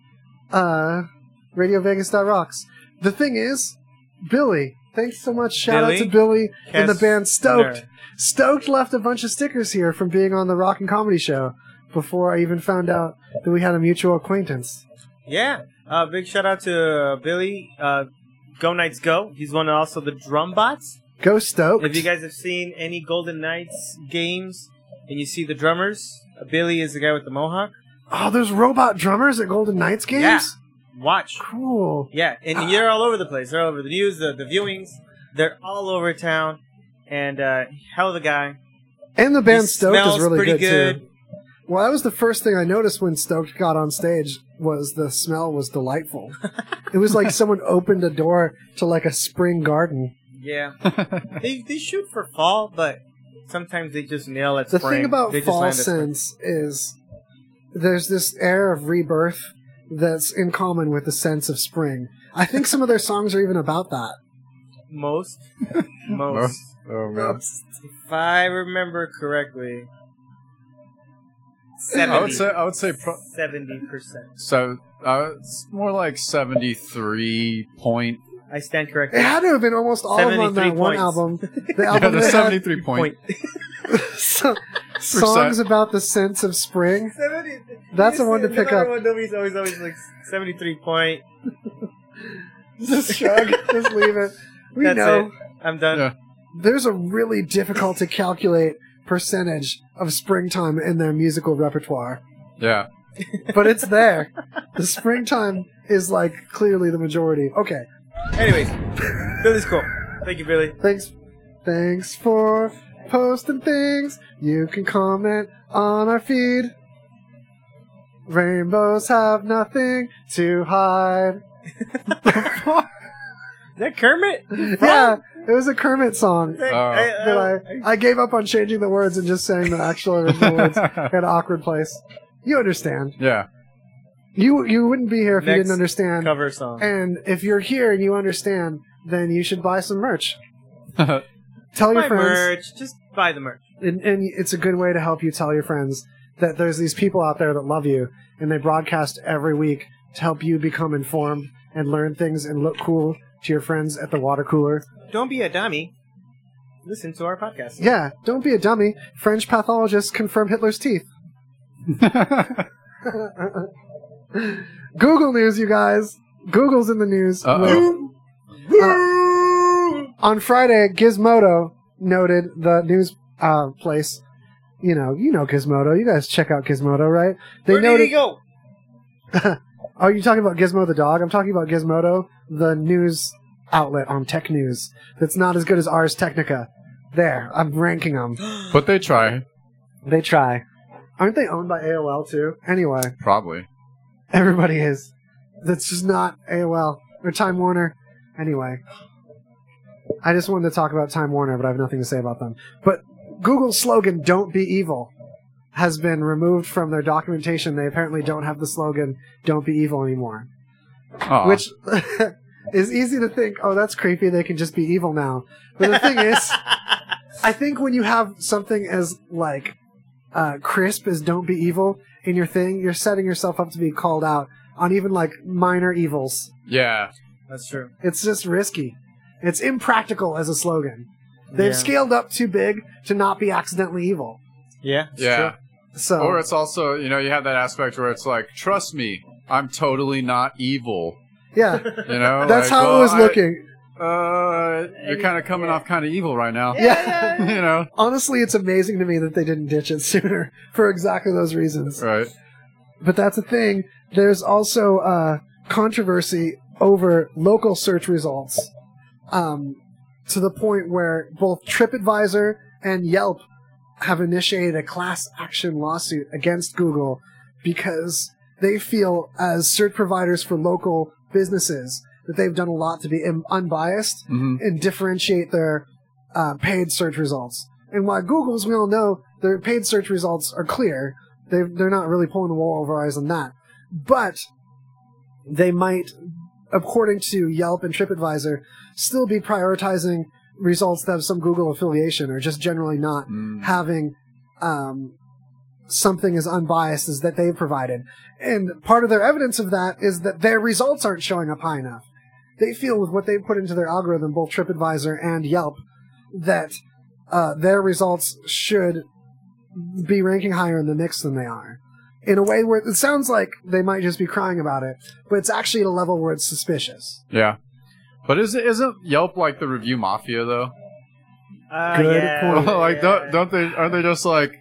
Uh, RadioVegas.rocks. The thing is, Billy, thanks so much. Shout out to Billy and the
Yes,
band Stoked.
nerd.
Stoked left a bunch of stickers here from being on the rock and comedy show before I even found out that we had a mutual acquaintance.
Yeah. Uh, big shout out to uh, Billy. Uh, go Knights Go. He's one of also the drum bots.
Go Stoked.
If you guys have seen any Golden Knights games and you see the drummers, uh, Billy is the guy with the mohawk.
Oh, there's robot drummers at Golden Knights games?
Yeah. Watch.
Cool.
Yeah, and they're all over the place. They're all over the news, the, the viewings. They're all over town. And uh, hell of a guy.
And the band
He
Stoked is
smells
really
pretty
good,
good.
too. Well, that was the first thing I noticed when Stoked got on stage was the smell was
<laughs>
delightful. it was like someone opened a door to like a spring garden. <laughs>
Yeah. they, they shoot for fall, but sometimes they just nail at
The
spring.
thing about
They just
fall
land at spring.
sense is there's this air of rebirth that's in common with the sense of spring. I think some of their songs are even about that. <laughs>
Most.
Oh,
Most.
oh, man.
If I remember correctly,
I would say I would say pro-
seventy percent.
so. Uh, it's more like seventy-three point.
I stand
It
corrected.
had to have been almost all of them on that
73
one
points. <laughs>
album. The
Yeah,
album
the
that had
seventy-three point.
so- songs about the sense of spring.
Seventy.
That's the one to pick up.
One Nobody's always always like seventy-three point.
Just shrug. just leave it. We
That's
know.
it. I'm done.
Yeah.
There's a really difficult to calculate percentage of springtime in their musical repertoire,
Yeah,
but it's there. the springtime is like clearly the majority. Okay.
Anyways, Billy's cool. Thank you, Billy.
Thanks. Thanks for posting things. You can comment on our feed. Rainbows have nothing to hide.
Is that Kermit?
<laughs> yeah, it was a Kermit song.
That-
Oh.
I,
that
I,
I, I gave up on changing the words and just saying the actual
<laughs>
original words at an awkward place. You understand.
yeah. <laughs>
You you wouldn't be here if you
Next
didn't understand.
cover song.
And if you're here and you understand, then you should buy some merch.
yeah,
Tell your
buy
friends.
merch. Just buy the merch.
and, and it's a good way to help you tell your friends that there's these people out there that love you and they broadcast every week to help you become informed and learn things and look cool to your friends at the water cooler.
Don't be a dummy. Listen to our podcast.
Yeah, don't be a dummy. French pathologists confirm Hitler's teeth. Google News, you guys. Google's in the news.
Uh-oh.
Uh, on Friday, Gizmodo noted the news uh, place. You know, you know Gizmodo. You guys check out Gizmodo, right? They
Where did
noted
he go?
Are you talking about Gizmo the dog? I'm talking about Gizmodo, the news outlet on Tech News. That's not as good as Ars Technica. There, I'm ranking them.
But they try.
They try. Aren't they owned by AOL too? Anyway,
Probably.
everybody is. That's just not AOL or Time Warner. Anyway, I just wanted to talk about Time Warner, but I have nothing to say about them. But Google's slogan "Don't be evil" has been removed from their documentation. They apparently don't have the slogan "Don't be evil" anymore,
Aw.
which <laughs> is easy to think. Oh, that's creepy. They can just be evil now. But the thing
<laughs>
is, I think when you have something as like uh, crisp as "Don't be evil" in your thing, you're setting yourself up to be called out on even like minor evils.
yeah,
That's true.
It's just risky. It's impractical as a slogan. They've
Yeah.
scaled up too big to not be accidentally evil.
Yeah.
yeah.
So
Or it's also, you know, you have that aspect where it's like, trust me, I'm totally not evil.
yeah,
You know,
<laughs> that's
<laughs> Like,
how
well,
it was
I-
looking.
Uh, you're kind of coming off kind of evil right now.
Yeah. <laughs>
<laughs> you know,
Honestly, it's amazing to me that they didn't ditch it <laughs> sooner for exactly those reasons.
right?
But that's a thing. There's also uh, controversy over local search results um, to the point where both TripAdvisor and Yelp have initiated a class action lawsuit against Google because they feel, as search providers for local businesses, that they've done a lot to be im- unbiased
Mhm.
and differentiate their uh, paid search results. And while Google's, we all know their paid search results are clear, they they're not really pulling the wool over our eyes on that. But they might, according to Yelp and TripAdvisor, still be prioritizing results that have some Google affiliation or just generally not having um, something as unbiased as that they've provided. And part of their evidence of that is that their results aren't showing up high enough. They feel with what they put into their algorithm, both TripAdvisor and Yelp, that uh, their results should be ranking higher in the mix than they are. In a way where it sounds like they might just be crying about it, but it's actually at a level where it's suspicious.
Yeah. But is isn't Yelp like the review mafia though?
Uh,
Good
yeah,
point.
yeah,
<laughs> Oh, like
yeah.
don't don't they aren't they just like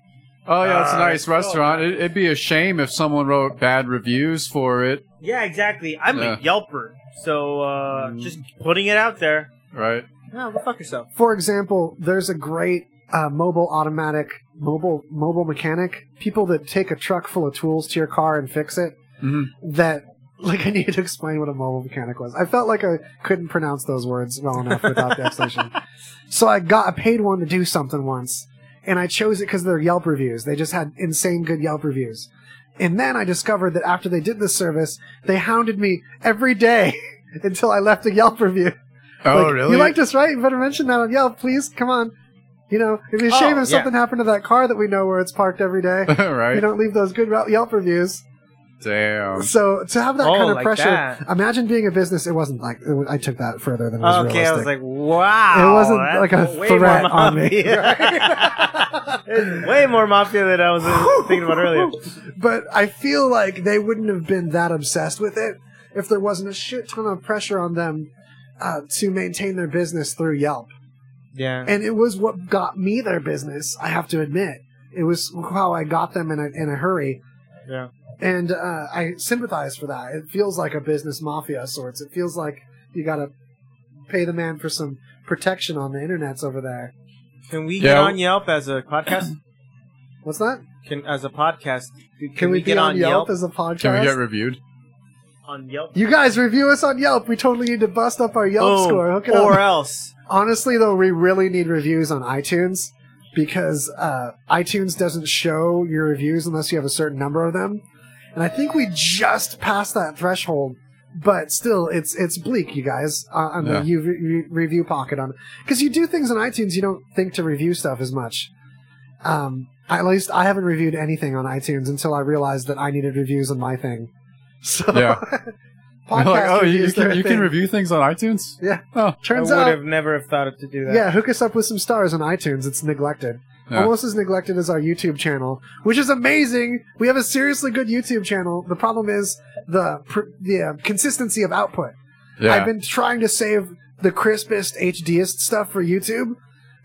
oh yeah it's a
Uh,
nice
it's cool.
restaurant it, it'd be a shame if someone wrote bad reviews for it
Yeah, exactly. I'm
Yeah. Mm.
a Yelper, so uh, just putting it out there.
right
No, go fuck yourself.
For example, there's a great uh, mobile automatic mobile mobile mechanic. People that take a truck full of tools to your car and fix it.
Mhm.
That <laughs> like I needed to explain what a mobile mechanic was. I felt like I couldn't pronounce those words well enough without the explanation. So I got I paid one to do something once, and I chose it because of their Yelp reviews. They just had insane good Yelp reviews. And then I discovered that after they did this service, they hounded me every day <laughs> until I left a Yelp review.
oh
Like,
really
You liked us, right? You better mention that on Yelp, please. Come on. You know, it'd be a shame
Oh,
if something happened to that car that we know where it's parked every
<laughs>
day.
<laughs> right
You don't leave those good Yelp- Yelp reviews.
damn
So to have that
Oh,
kind of
like
pressure,
that.
imagine being a business. It wasn't like it wa- I took that further than it was
Okay, I was
realistic.
like, wow.
It wasn't
that's
like a
way more
threat on me.
mafia. <laughs> It's way more mafia than I was uh, thinking about earlier.
but I feel like they wouldn't have been that obsessed with it if there wasn't a shit ton of pressure on them uh, to maintain their business through Yelp.
Yeah.
and it was what got me their business. I have to admit, it was how I got them in a in a hurry,
Yeah.
and uh, I sympathize for that. It feels like a business mafia of sorts. It feels like you gotta pay the man for some protection on the internet's over there.
Can we
Yeah,
get
w-
on Yelp as a podcast?
What's that?
Can as a podcast? Can,
Can, we,
get
be
on Yelp?
as a podcast?
can we get reviewed
on Yelp.
you guys review us on Yelp. We totally need to bust up our Yelp
Boom.
score. Hook it up.
Oh, or else.
Honestly, though, we really need reviews on iTunes because uh, iTunes doesn't show your reviews unless you have a certain number of them. And I think we just passed that threshold, but still, it's it's bleak, you guys, uh, on
Yeah.
the you re- review pocket on because you do things on iTunes, you don't think to review stuff as much. Um, at least I haven't reviewed anything on iTunes until I realized that I needed reviews on my thing. <laughs> So
Yeah.
<laughs> podcast
like oh you, you
reviews are
can,
a
you can
thing.
review things on itunes
Yeah.
oh
Turns
I would
out
have never have thought to do that.
yeah, hook us up with some stars on iTunes. It's neglected.
Yeah.
Almost as neglected as our YouTube channel, which is amazing. We have a seriously good YouTube channel. The problem is the pr- the uh, consistency of output. <laughs>
yeah
I've been trying to save the crispest, HDest stuff for YouTube,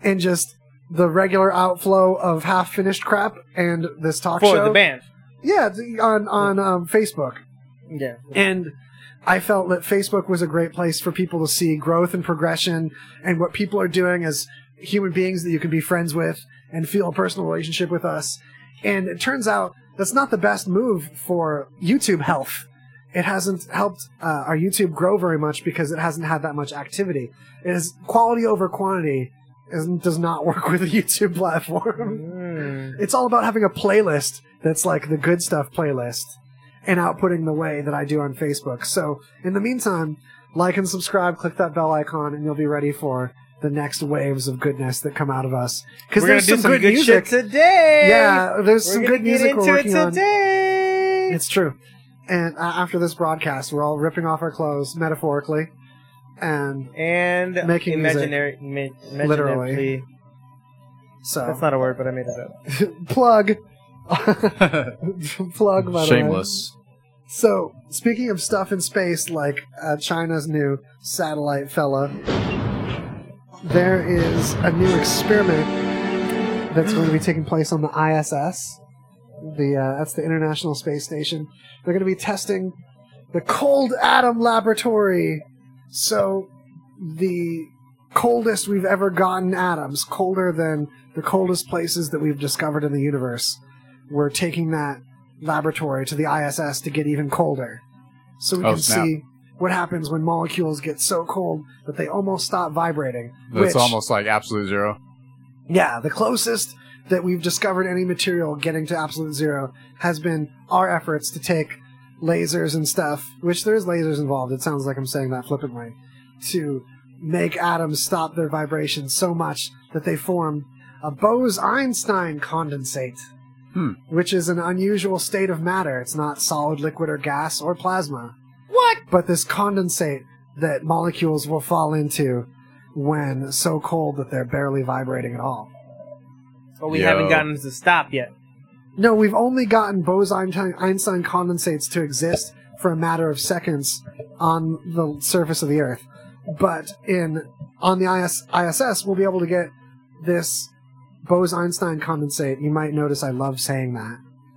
and just the regular outflow of half finished crap and this talk
For
show.
the band.
Yeah, th- on on um, Facebook.
Yeah.
And I felt that Facebook was a great place for people to see growth and progression and what people are doing as human beings that you can be friends with and feel a personal relationship with us. And it turns out that's not the best move for YouTube health. It hasn't helped uh, our YouTube grow very much because it hasn't had that much activity. It is quality over quantity is, does not <laughs> work with a YouTube
Hmm.
platform. It's all about having a playlist that's like the good stuff playlist and outputting the way that I do on Facebook. So, in the meantime, like and subscribe, click that bell icon, and you'll be ready for the next waves of goodness that come out of us. Because
We're gonna
there's
do
some, good
good
music
shit today.
Yeah, there's
We're
some
gonna
good
get
music we're
into it
working on.
today.
It's true. And uh, after this broadcast, we're all ripping off our clothes metaphorically and
and
making
imaginary,
music,
ma- imaginatively.
literally. So
That's not a word, but I made it up.
plug. <laughs> plug, by the way.
Shameless.
So, speaking of stuff in space, like uh, China's new satellite fella, there is a new experiment that's going to be taking place on the ISS. The uh, that's the International Space Station. They're going to be testing the Cold Atom Laboratory. So, the coldest we've ever gotten atoms, colder than the coldest places that we've discovered in the universe. We're taking that laboratory to the ISS to get even colder. So we
Oh,
can
snap.
see what happens when molecules get so cold that they almost stop vibrating.
That's
which,
almost like absolute zero.
yeah, the closest that we've discovered any material getting to absolute zero has been our efforts to take lasers and stuff, which there's lasers involved. It sounds like I'm saying that flippantly, to make atoms stop their vibration so much that they form a Bose-Einstein condensate,
Hmm.
which is an unusual state of matter. It's not solid, liquid, or gas or plasma.
What?
But this condensate that molecules will fall into when so cold that they're barely vibrating at all.
But we
Yo.
haven't gotten to stop
<laughs>
yet.
No, we've only gotten Bose-Einstein Einstein condensates to exist for a matter of seconds on the surface of the Earth, but in on the IS, ISS we'll be able to get this Bose-Einstein condensate. You might notice I love saying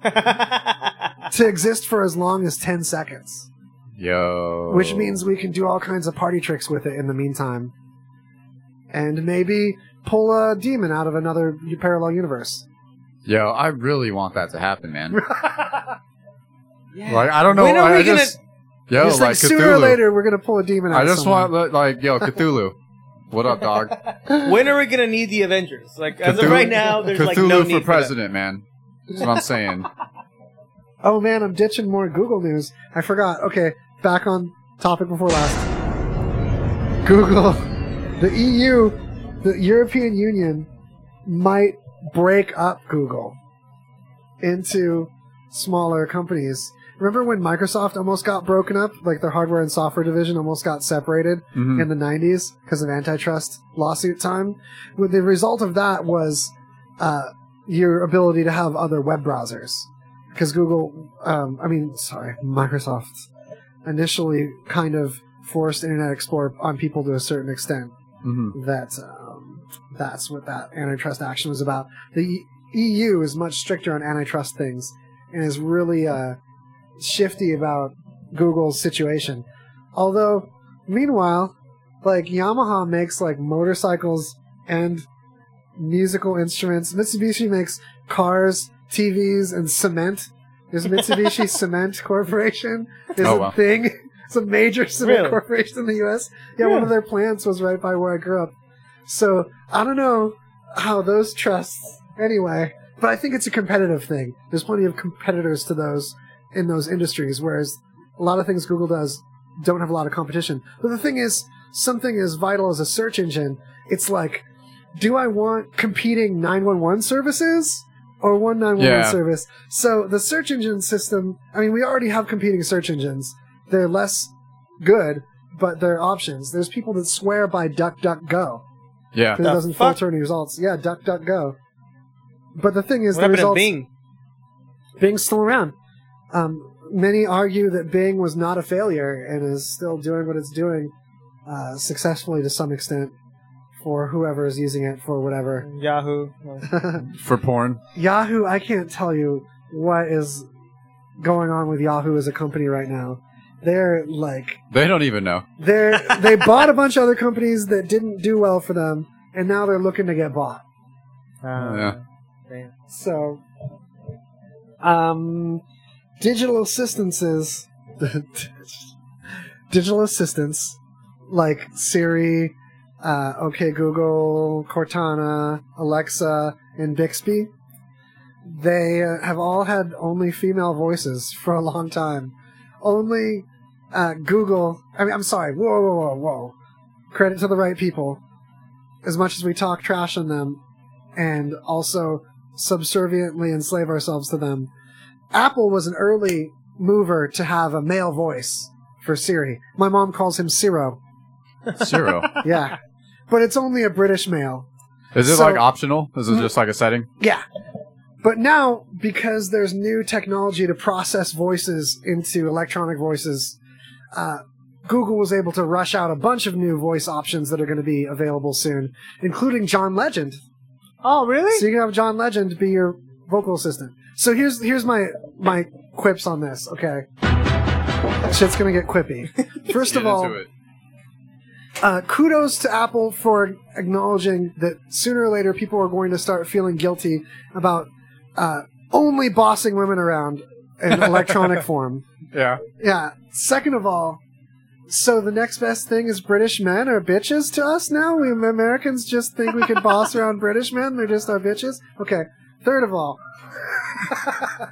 that to exist for as long as ten seconds,
Yo.
which means we can do all kinds of party tricks with it in the meantime, and maybe pull a demon out of another parallel universe.
Yo, I really want that to happen, man. <laughs> Like, I don't know.
When are
I,
we
I
gonna-
just, yo,
It's
like,
like sooner or
Cthulhu.
later we're gonna pull a demon out.
I
of
just
someone.
want li- like yo Cthulhu. What up, dog?
When are we gonna need the Avengers? Like as
Cthulhu-
of right now, there's
Cthulhu
like no
for
need for
president, man. That's what I'm saying.
Oh man, I'm ditching more Google news. I forgot. Okay, back on topic before last. Google, <laughs> the EU, the European Union might break up Google into smaller companies. Remember when Microsoft almost got broken up? Like their hardware and software division almost got separated
Mhm.
in the 90s because of antitrust lawsuit time? Well, the result of that was uh, your ability to have other web browsers. Because Google, um, I mean, sorry, Microsoft initially kind of forced Internet Explorer on people to a certain extent
hmm
that um, that's what that antitrust action was about. The E- EU is much stricter on antitrust things and is really uh, shifty about Google's situation. Although, meanwhile, like Yamaha makes like motorcycles and musical instruments. Mitsubishi makes cars, TVs, and cement. There's Mitsubishi Cement Corporation. Is
Oh,
a
wow.
thing. <laughs> It's a major cement
Really?
corporation in the U.S. Yeah, one of their plants was right by where I grew up. So I don't know how those trusts anyway, but I think it's a competitive thing. There's plenty of competitors to those in those industries, whereas a lot of things Google does don't have a lot of competition. But the thing is, something as vital as a search engine, it's like, do I want competing 911 services or one 911
Yeah.
service? So the search engine system, I mean, we already have competing search engines. They're less good, but they're options. There's people that swear by DuckDuckGo
Yeah.
because it doesn't
fuck?
filter any results. Yeah, DuckDuckGo. But the thing
that.
is,
What
the
happened
results.
to Bing?
Bing's still around. Um, many argue that Bing was not a failure and is still doing what it's doing uh, successfully to some extent for whoever is using it for whatever.
<laughs>
Yahoo.
For porn.
Yahoo, I can't tell you what is going on with Yahoo as a company right now. They're like
They don't even know.
they're they bought a bunch of other companies that didn't do well for them, and now they're looking to get bought.
Uh,
yeah.
So, um, digital assistances, <laughs> digital assistants like Siri, uh, OK Google, Cortana, Alexa, and Bixby, they uh, have all had only female voices <laughs> for a long time. Only uh, Google. I mean, I'm sorry. Whoa, whoa, whoa, whoa. Credit to the right people. As much as we talk trash on them, and also subserviently enslave ourselves to them. Apple was an early mover to have a male voice for Siri. My mom calls him Ciro.
Zero.
Yeah. but it's only a British male.
Is it
So-
like optional? Is it just like a setting?
Yeah. But now, because there's new technology to process voices into electronic voices, uh, Google was able to rush out a bunch of new voice options that are going to be available soon, including John Legend.
Oh, really?
So you can have John Legend be your vocal assistant. So here's here's my my quips on this. Okay, shit's gonna get quippy. First of
Get
all,
into it.
uh, kudos to Apple for acknowledging that sooner or later people are going to start feeling guilty about uh, only bossing women around in electronic form.
yeah.
Yeah. Second of all, so the next best thing is British men are bitches to us now. We Americans just think we could boss around British men. They're just our bitches. Okay. Third of all, <laughs> uh,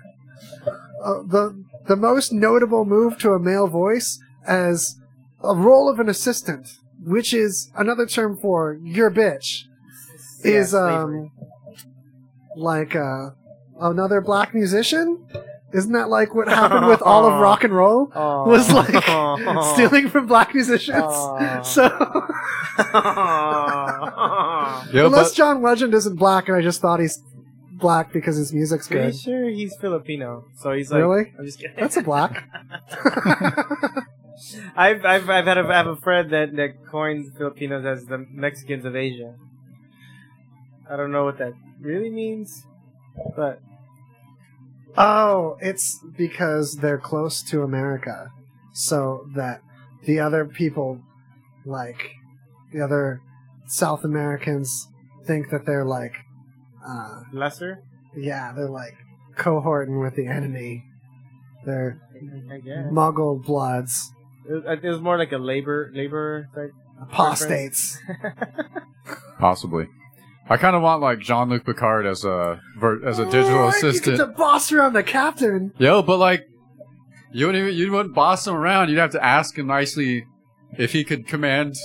the the most notable move to a male voice as a role of an assistant, which is another term for your bitch,
Yeah,
is um like uh, another black musician. Isn't that like what happened with all of rock and roll? Was
<laughs>
<laughs>
like <laughs> stealing from black musicians. So
Yeah,
unless
but
John Legend isn't black, and I just thought he's black because his music's
Pretty
good.
sure he's Filipino, so he's like.
Really?
I'm just kidding.
That's a black.
I've I've I've had a, I have a friend that that coins Filipinos as the Mexicans of Asia. I don't know what that really means, but
<laughs> Oh, it's because they're close to America, so that the other people, like the other South Americans, think that they're like, uh,
lesser.
yeah, they're like cohorting with the enemy. They're
I guess
Muggle bloods,
it was, it was more like a labor labor type.
apostates.
possibly. I kind of want like Jean Luc Picard as a ver- as a digital
Alright, You
assistant.
get to boss around the captain.
Yo, but like, you wouldn't even, you wouldn't boss him around. You'd have to ask him nicely if he could command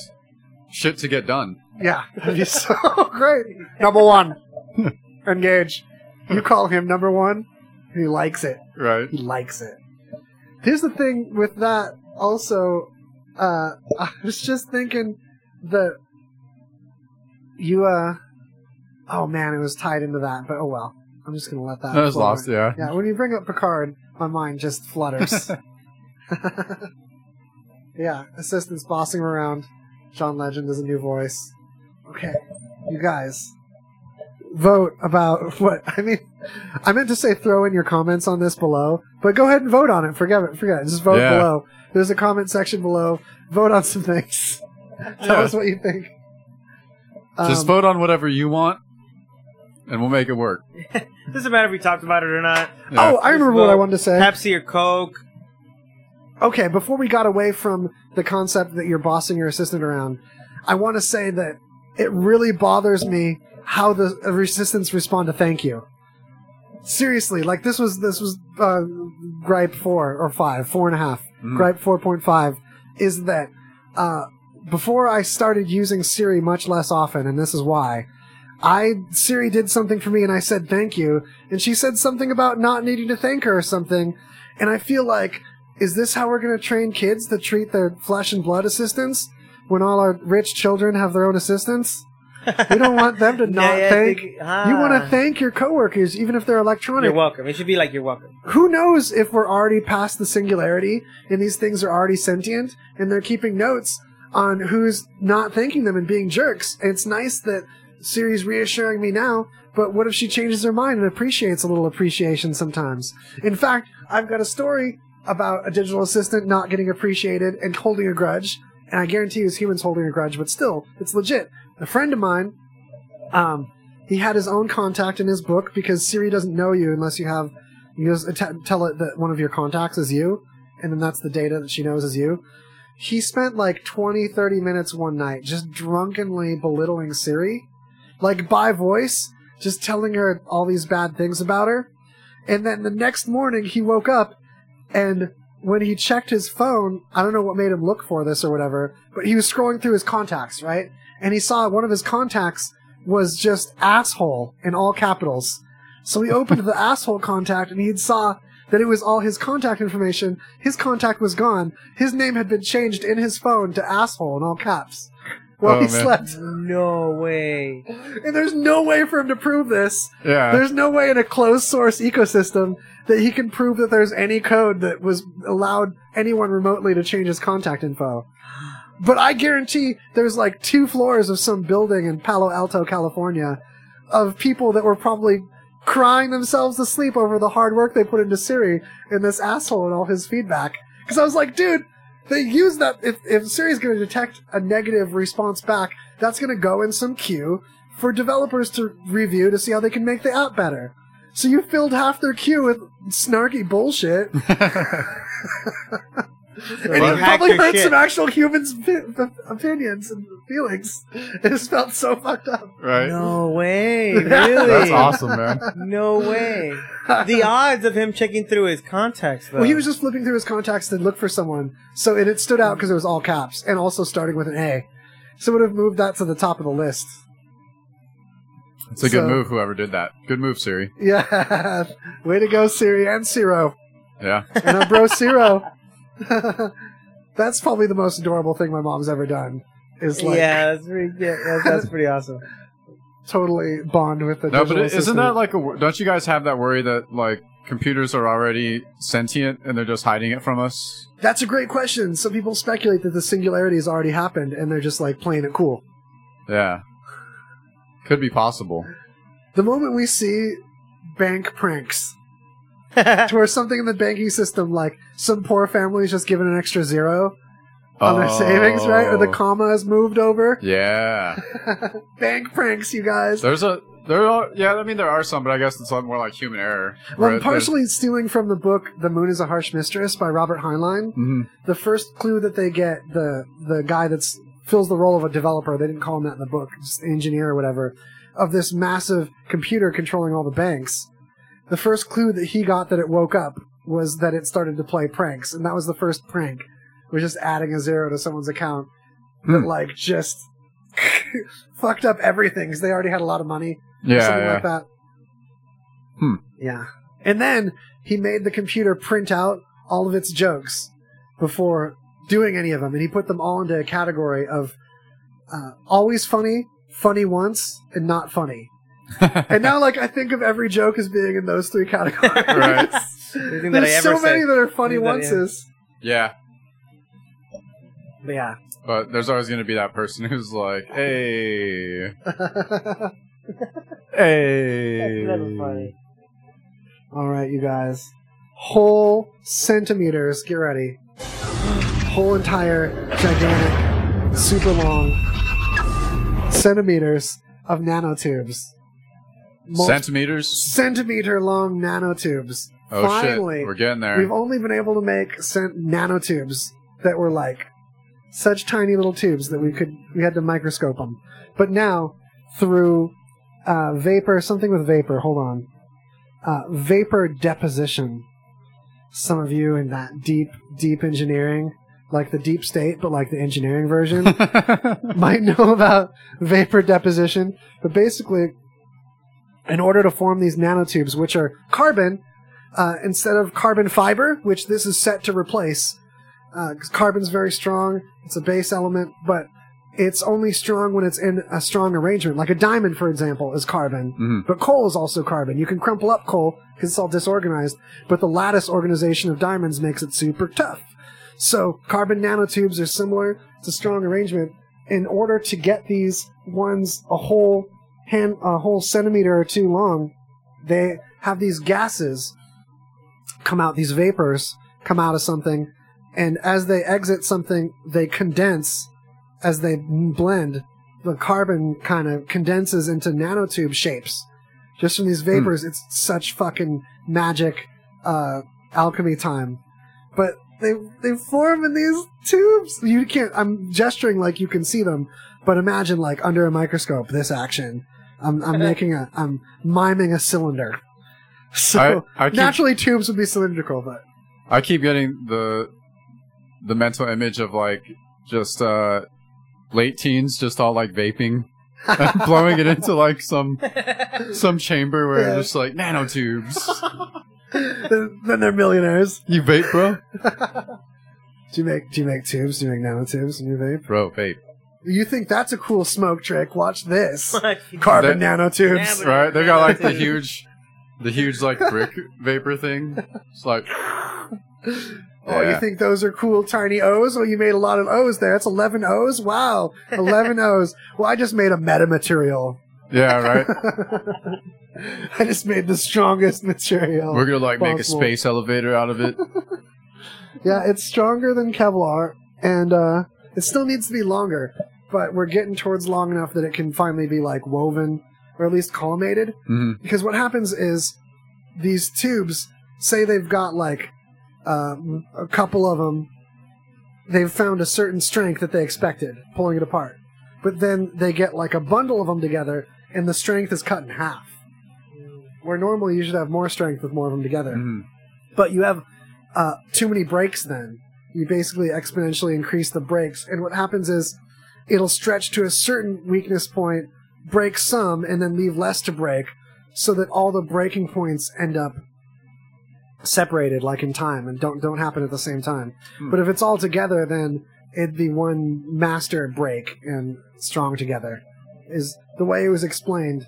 shit to get done. <laughs>
Yeah, that'd be so <laughs> great. Number one, <laughs> engage. You call him number one. He likes it.
Right.
He likes it. Here's the thing with that. Also, uh, <laughs> I was just thinking that you. uh Oh man, it was tied into that. But oh well, I'm just gonna let that.
That was
float.
lost. Yeah.
Yeah, when you bring up Picard, my mind just flutters. <laughs> yeah, assistants bossing around. John Legend is a new voice. Okay, you guys, vote about <laughs> what I mean. I meant to say throw in your comments on this below, but go ahead and vote on it. Forget it. Forget it. Just vote
Yeah.
below. There's a comment section below. Vote on some things. <laughs> Tell
Yeah.
us what you think.
Just
Um,
vote on whatever you want, and we'll make it work.
Doesn't matter if we talked about it or not.
Yeah.
Oh, I remember what I wanted to say.
Pepsi or Coke.
Okay, before we got away from the concept that you're bossing your assistant around, I want to say that it really bothers me how the uh, resistants respond to thank you. Seriously, like this was this was uh, gripe four or five, four and a half.
Mm.
Gripe four point five is that uh, before I started using Siri much less often, and this is why. I Siri did something for me, and I said thank you, and she said something about not needing to thank her or something, and I feel like is this how we're going to train kids to treat their flesh and blood assistants when all our rich children have their own
<laughs>
assistants? We don't want them to not
yeah,
thank.
they- ah.
You want to thank your coworkers, even if they're electronic.
You're welcome. It should be like you're welcome.
Who knows if we're already past the singularity and these things are already sentient and they're keeping notes on who's not thanking them and being jerks. It's nice that Siri's reassuring me now But what if she changes her mind and appreciates a little appreciation sometimes? In fact, I've got a story about a digital assistant not getting appreciated and holding a grudge. And I guarantee you, it's humans holding a grudge, but still, it's legit. A friend of mine, um, he had his own contact in his book because Siri doesn't know you unless you have you just att- tell it that one of your contacts is you, and then that's the data that she knows is you. He spent like 20, 30 minutes one night just drunkenly belittling Siri, like by voice, just telling her all these bad things about her. And then the next morning he woke up and when he checked his phone, I don't know what made him look for this or whatever, but he was scrolling through his contacts, right? And he saw one of his contacts was just asshole in all capitals. So he opened
<laughs>
the asshole contact and he saw that it was all his contact information. His contact was gone. His name had been changed in his phone to asshole in all caps while
Oh,
he
man.
slept.
No way.
And there's no way for him to prove this.
Yeah.
There's no way in a closed source ecosystem that he can prove that there's any code that was allowed anyone remotely to change his contact info. But I guarantee there's like two floors of some building in Palo Alto, California, of people that were probably crying themselves to sleep over the hard work they put into Siri and this asshole and all his feedback. Because I was like, dude, they use that. If, if Siri's going to detect a negative response back, that's going to go in some queue for developers to review to see how they can make the app better. So you filled half their queue with snarky
<laughs>
bullshit. <laughs> and
you
you
hacked
probably
their
hurt
shit.
some actual humans' fi- opinions and feelings. <laughs> It just felt so fucked up.
<laughs> Right.
No
<laughs>
way. Really?
That's awesome, man.
No way. The odds of him checking through his contacts, though.
Well, he was just flipping through his contacts to look for someone, so it, it stood
Mm.
out because it was all caps and also starting with an A. So it would have moved that to the top of the list. <laughs>
It's a good
So-
move, whoever did that. Good move, Siri.
Yeah, way to go, Siri and Ciro
Yeah.
and our bro Ciro. <laughs> That's probably the most adorable thing my mom's ever done. Is like
yeah, that's pretty, yeah, that's, that's pretty awesome.
totally bond with the.
No, but
digital
it, isn't
assistant.
that like a. wor- Don't you guys have that worry that, like, computers are already sentient and they're just hiding it from us?
That's a great question. Some people speculate that the singularity has already happened, and they're just like playing it cool.
Yeah. Could be possible.
The moment we see bank pranks, to where something in the banking system, like some poor family's just given an extra zero on their savings, right? Or the
Oh.
comma is moved over.
Yeah.
Bank pranks, you guys.
There's a. There are. Yeah, I mean, there are some, but I guess it's a lot more like human error.
Well,
where
I'm
it- <laughs>
partially stealing from the book "The Moon Is a Harsh Mistress" by Robert Heinlein.
Mhm.
The first clue that they get, the the guy that's fills the role of a developer, they didn't call him that in the book, just engineer or whatever, of this massive computer controlling all the banks. The first clue that he got that it woke up was that it started to play pranks, and that was the first prank. Was just adding a zero to someone's account that like just <laughs> fucked up everything because they already had a lot of money. or
Yeah,
something
yeah.
like that.
Hmm.
Yeah. And then he made the computer print out all of its jokes before doing any of them, and he put them all into a category of uh, always funny, funny once, and not funny. and now, like, I think of every joke as being in those three categories.
<laughs>
<laughs>
Right.
Anything that I
There's
ever
so many
said.
that are funny
Anything that I ever-
onces.
<laughs> Yeah.
But yeah.
But there's always going to be that person who's like, hey.
<laughs>
hey.
never funny.
All right, you guys. Whole centimeters. Get ready. Whole entire gigantic, super long centimeters of nanotubes. Mul-
Centimeters?
centimeter long nanotubes.
Oh,
Finally,
shit. We're getting there.
We've only been able to make cent- nanotubes that were like such tiny little tubes that we could we had to microscope them. But now through uh, vapor, something with vapor. Hold on, uh, vapor deposition. Some of you in that deep, deep engineering, like the deep state, but like the engineering version,
<laughs>
might know about vapor deposition. But basically, in order to form these nanotubes, which are carbon, uh, instead of carbon fiber, which this is set to replace, because carbon's very strong, it's a base element, but it's only strong when it's in a strong arrangement. Like a diamond, for example, is carbon,
Mhm.
but coal is also carbon. You can crumple up coal because it's all disorganized, but the lattice organization of diamonds makes it super tough. So carbon nanotubes are similar. It's a strong arrangement. In order to get these ones a whole hand a whole centimeter or two long, they have these gases come out, these vapors come out of something, and as they exit something, they condense as they blend. The carbon kind of condenses into nanotube shapes just from these vapors. It's such fucking magic uh, alchemy time. But they they form in these tubes. You can't. I'm gesturing like you can see them, but imagine like under a microscope this action. I'm I'm making a I'm miming a cylinder. <laughs> <laughs> So
I- I keep-
naturally tubes would be cylindrical, but
I keep getting the the mental image of like just uh late teens just all like vaping <laughs> and blowing it into like some some chamber where
Yeah.
it's just like nanotubes.
then then they're millionaires.
you vape, bro?
Do you make do you make tubes? Do you make nanotubes in your vape?
Bro, vape.
You think that's a cool smoke trick? Watch
<laughs>
this.
Carbon
Carbon nanotubes.
Right? They've got like the huge the huge like brick vapor thing. It's like
Oh, you
Yeah.
think those are cool tiny O's? Oh, you made a lot of O's there. That's 11 O's? Wow.
<laughs>
11 O's. Well, I just made a meta material.
Yeah,
<laughs>
right.
I just made the strongest material.
We're gonna like make a
possible.
space elevator out of it.
Yeah, it's stronger than Kevlar, and uh, it still needs to be longer, but we're getting towards long enough that it can finally be like woven or at least collimated.
Mhm.
Because what happens is these tubes, say they've got like um, a couple of them, they've found a certain strength that they expected, pulling it apart. But then they get like a bundle of them together, and the strength is cut in half. Where normally you should have more strength with more of them together. But you have uh, too many breaks then. You basically exponentially increase the breaks. And what happens is it'll stretch to a certain weakness point, break some, and then leave less to break, so that all the breaking points end up separated like in time and don't don't happen at the same time.
Hmm.
But if it's all together then it'd be one master break and strong together is the way it was explained.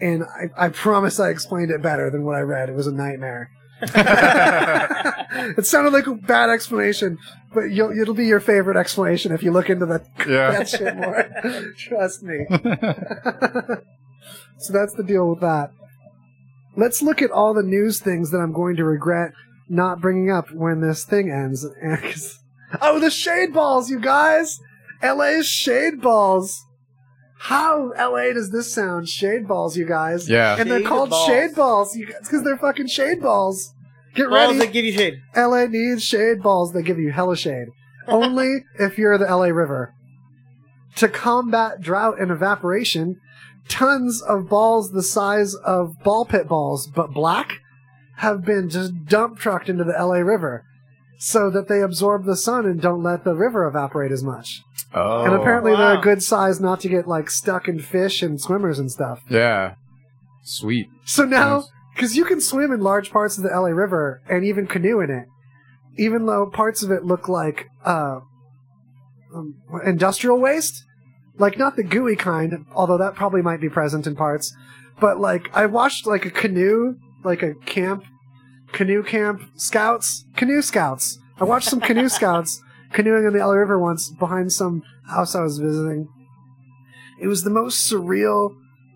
And I, I promise I explained it better than what I read. It was a nightmare. <laughs> it sounded like a bad explanation, but you'll, it'll be your favorite explanation if you look into the
Yeah.
that shit more. Trust me. <laughs> so that's the deal with that. Let's look at all the news things that I'm going to regret not bringing up when this thing ends. <laughs> oh, the shade balls, you guys! LA's shade balls. How LA does this sound? Shade balls, you guys.
Yeah.
And they're
Shade
called
balls.
shade balls because they're fucking shade balls. Get
Balls
ready.
that give you shade.
LA needs shade balls that give you hella shade. Only if you're the LA River. To combat drought and evaporation, tons of balls the size of ball pit balls, but black, have been just dump trucked into the LA River so that they absorb the sun and don't let the river evaporate as much.
Oh
And apparently they're
Wow.
a good size not to get like stuck in fish and swimmers and stuff.
Yeah. Sweet.
So now,
Nice.
because you can swim in large parts of the LA River and even canoe in it, even though parts of it look like uh, um, industrial waste, like not the gooey kind, although that probably might be present in parts. But like I watched like a canoe, like a camp, canoe camp, scouts, canoe scouts. I watched some canoe scouts canoeing in the LA River once behind some house I was visiting. It was the most surreal,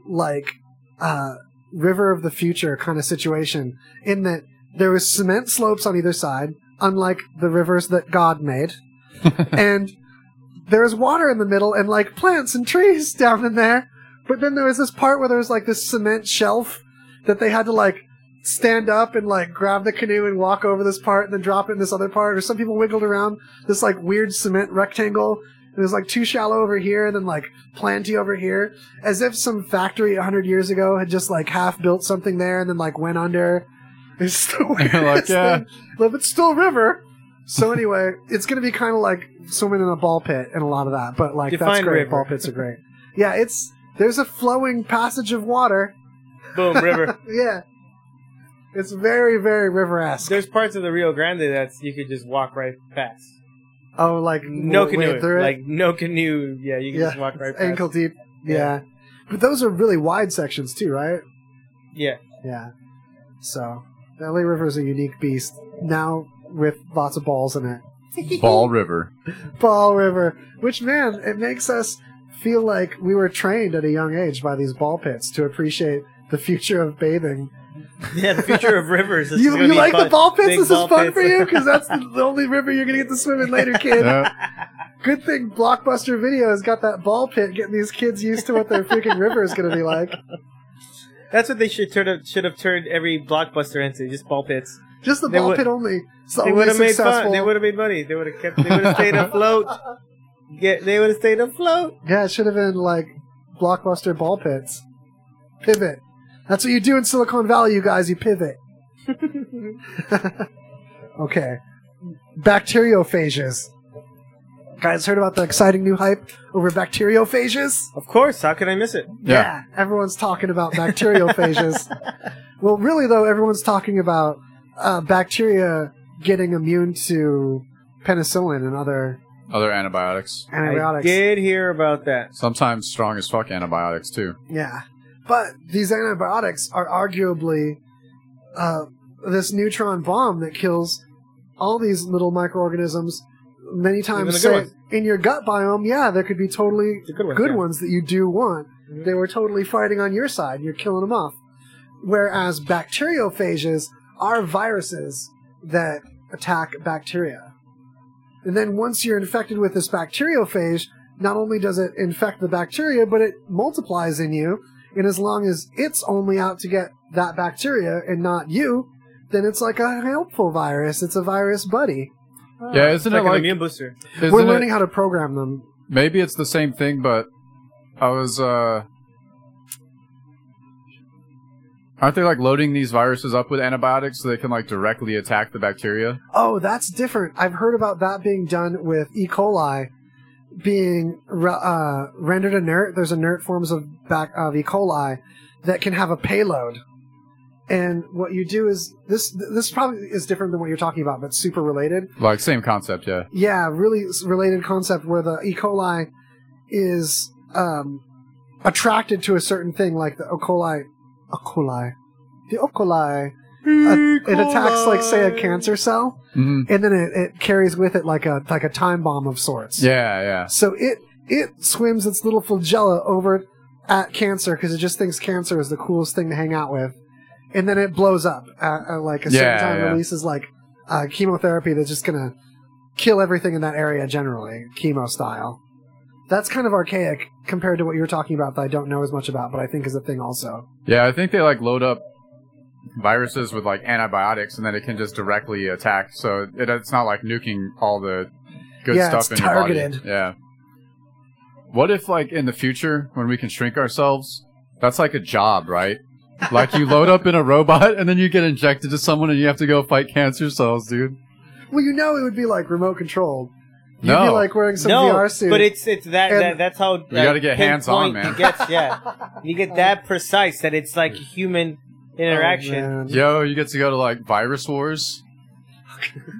like, uh, river of the future kind of situation in that there was cement slopes on either side, unlike the rivers that God made,
<laughs>
and there was water in the middle and like plants and trees <laughs> down in there. But then there was this part where there was like this cement shelf that they had to like stand up and like grab the canoe and walk over this part and then drop it in this other part. Or some people wiggled around this like weird cement rectangle. It was like too shallow over here and then like planty over here, as if some factory 100 years ago had just like half built something there and then like went under. <laughs> It's the
Like,
weirdest
yeah.
thing. But it's still a river. So anyway, it's going to be kind of like swimming in a ball pit and a lot of that. But like that's
Define
great.
river.
Ball pits are great. Yeah, it's there's a flowing passage of water.
<laughs> Boom, <laughs> river.
Yeah, it's very very river esque.
There's parts of the Rio Grande that's you could just walk right past.
Oh, like
No
w- wade
canoe.
through it?
Like no canoe. Yeah, you can
yeah,
just walk right
it's
past.
ankle deep. Yeah.
Yeah.
but those are really wide sections too, right?
Yeah.
Yeah. So the LA River is a unique beast now with lots of balls in it. <laughs>
Ball River.
Ball River, which man, it makes us feel like we were trained at a young age by these ball pits to appreciate the future of bathing.
<laughs> Yeah, the future of rivers. Is
you
gonna
you
be
like
fun.
the ball pits?
Big
this
ball
is fun
pits.
for you
<laughs>
because that's the the only river you're going to get to swim in later, kid.
Yeah.
Good thing Blockbuster Video has got that ball pit getting these kids used to what their freaking river is going to be like.
That's what they should turn up, should have turned every blockbuster into just ball pits.
Just the
They
ball
would-
pit only. It's the
they
only
would have made fun.
successful.
They would have made money. They would have kept. They would have
<laughs>
stayed afloat. Get. They would have stayed afloat.
Yeah, it should have been like Blockbuster ball pits. Pivot. That's what you do in Silicon Valley, you guys. You pivot. okay. Bacteriophages. Guys, heard about the exciting new hype over bacteriophages?
Of course. How could I miss it?
Yeah.
Everyone's talking about bacteriophages. well, really, though, everyone's talking about uh, bacteria getting immune to penicillin and other
Other antibiotics.
antibiotics.
I did hear about that.
Sometimes strong as fuck antibiotics too.
Yeah. But these antibiotics are arguably uh, this neutron bomb that kills all these little microorganisms many times.
the good
say,
ones.
in your gut biome, yeah, there could be totally
The
good,
good ones,
ones,
yeah.
that you do want. They were totally fighting on your side. You're killing them off. Whereas bacteriophages are viruses that attack bacteria. And then once you're infected with this bacteriophage, not only does it infect the bacteria, but it multiplies in you. And as long as it's only out to get that bacteria and not you, then it's like a helpful virus. It's a virus buddy.
yeah, isn't
It's
it
like, an
like
immune booster?
isn't
Uh, We're
it-
learning how to program them.
maybe it's the same thing, but I was uh Aren't they like loading these viruses up with antibiotics so they can like directly attack the bacteria?
Oh, that's different. I've heard about that being done with E. coli being re- uh, rendered inert. There's inert forms of back of E. coli that can have a payload. And what you do is this. This probably is different than what you're talking about, but super related.
Like same concept, yeah.
Yeah, really s- related concept where the E. coli is um, attracted to a certain thing, like the E. coli. E. coli. The E. coli. uh, it attacks, like, say, a cancer cell,
hmm
and then it, it carries with it like a like a time bomb of sorts.
Yeah, yeah.
So it it swims its little flagella over at cancer because it just thinks cancer is the coolest thing to hang out with, and then it blows up at, at, like a certain
Yeah,
time
yeah.
releases like uh, chemotherapy that's just gonna kill everything in that area generally chemo style. That's kind of archaic compared to what you're talking about that I don't know as much about, but I think is a thing also.
Yeah, I think they like load up viruses with like antibiotics, and then it can just directly attack. So it, it's not like nuking all the good
Yeah,
stuff
it's
in your
targeted.
body. Yeah. What if like in the future when we can shrink ourselves, that's like a job, right? like you load up in a robot and then you get injected to someone and you have to go fight cancer cells, dude.
Well, you know, it would be like remote controlled. You'd
No.
be like wearing some
no,
VR suit.
but it's it's that,
And-
that that's how you
gotta get hands on, man.
It
<laughs>
gets, yeah, you get that precise that it's like human interaction.
Oh, man.
Yo, you get to go to like
<laughs>
virus wars.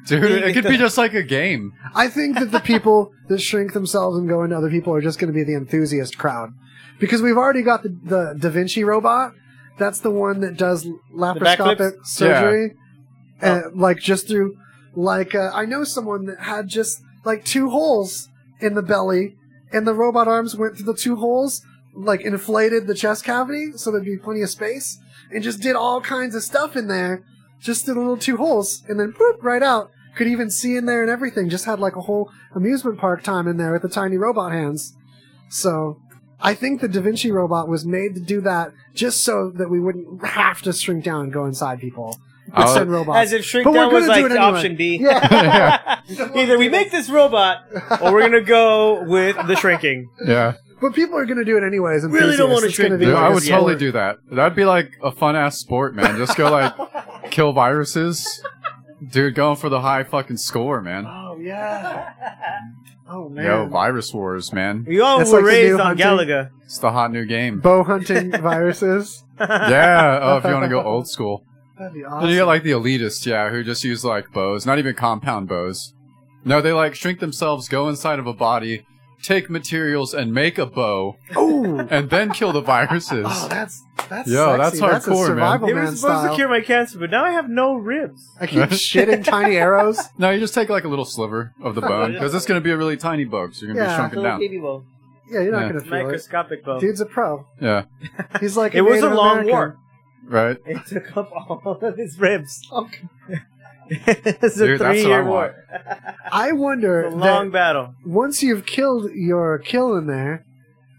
Dude, it could be just like a game.
I think that the people that shrink themselves and go into other people are just going to be the enthusiast crowd. Because we've already got the, the Da Vinci robot. That's the one that does laparoscopic
backflips?
surgery. Uh, Like, just through, like, uh, I know someone that had just, like, two holes in the belly, and the robot arms went through the two holes, like, inflated the chest cavity, so there'd be plenty of space, and just did all kinds of stuff in there, just through the little two holes, and then boop, right out. Could even see in there and everything. Just had like a whole amusement park time in there with the tiny robot hands. So I think the Da Vinci robot was made to do that just so that we wouldn't have to shrink down and go inside people.
I
Let's
was-
send robots.
As if shrink
But we're
down was
gonna do
like
it anyway.
option B.
Yeah.
<laughs> Either we make this robot, or we're gonna go with the shrinking.
Yeah.
but people are going to do it anyways. And
Really don't wanna shrink
Dude, I would
Yeah.
totally do that. That'd be like a fun ass sport, man. Just
<laughs>
go like kill viruses. Dude, going for the high fucking score, man.
<laughs> Oh yeah. Oh man.
Yo, virus wars, man.
We all
That's
were
like the new
raised on
hunting.
Galaga.
It's the hot new
<laughs>
game.
Bow hunting viruses.
Yeah. Oh, if you want to go old school.
That'd be
And you
awesome.
get like the elitists, yeah, who just use like bows, not even compound bows. No, they like shrink themselves, go inside of a body, take materials, and make a bow,
Ooh.
and then kill the
<laughs>
viruses.
Oh, that's that's
Yo, that's
sexy. that's a
hardcore, man.
survival
They
man,
were supposed
style.
to cure my cancer, but now I have no ribs.
I
<laughs>
keep shitting tiny arrows. <laughs>
No, you just take like a little sliver of the bone because it's going to be a really tiny bug, so you're going to
Yeah.
be shrunken
Little
down.
baby bone.
Yeah, you're not
Yeah.
gonna feel
Microscopic
it.
bone.
Dude's a pro.
Yeah.
He's like
it was a
Native
long
American.
war.
Right.
It took up all of his ribs. <laughs> it's a
Dude, that's what I
three-year
want.
war.
I wonder.
It's a long
that
battle.
Once you've killed your kill in there,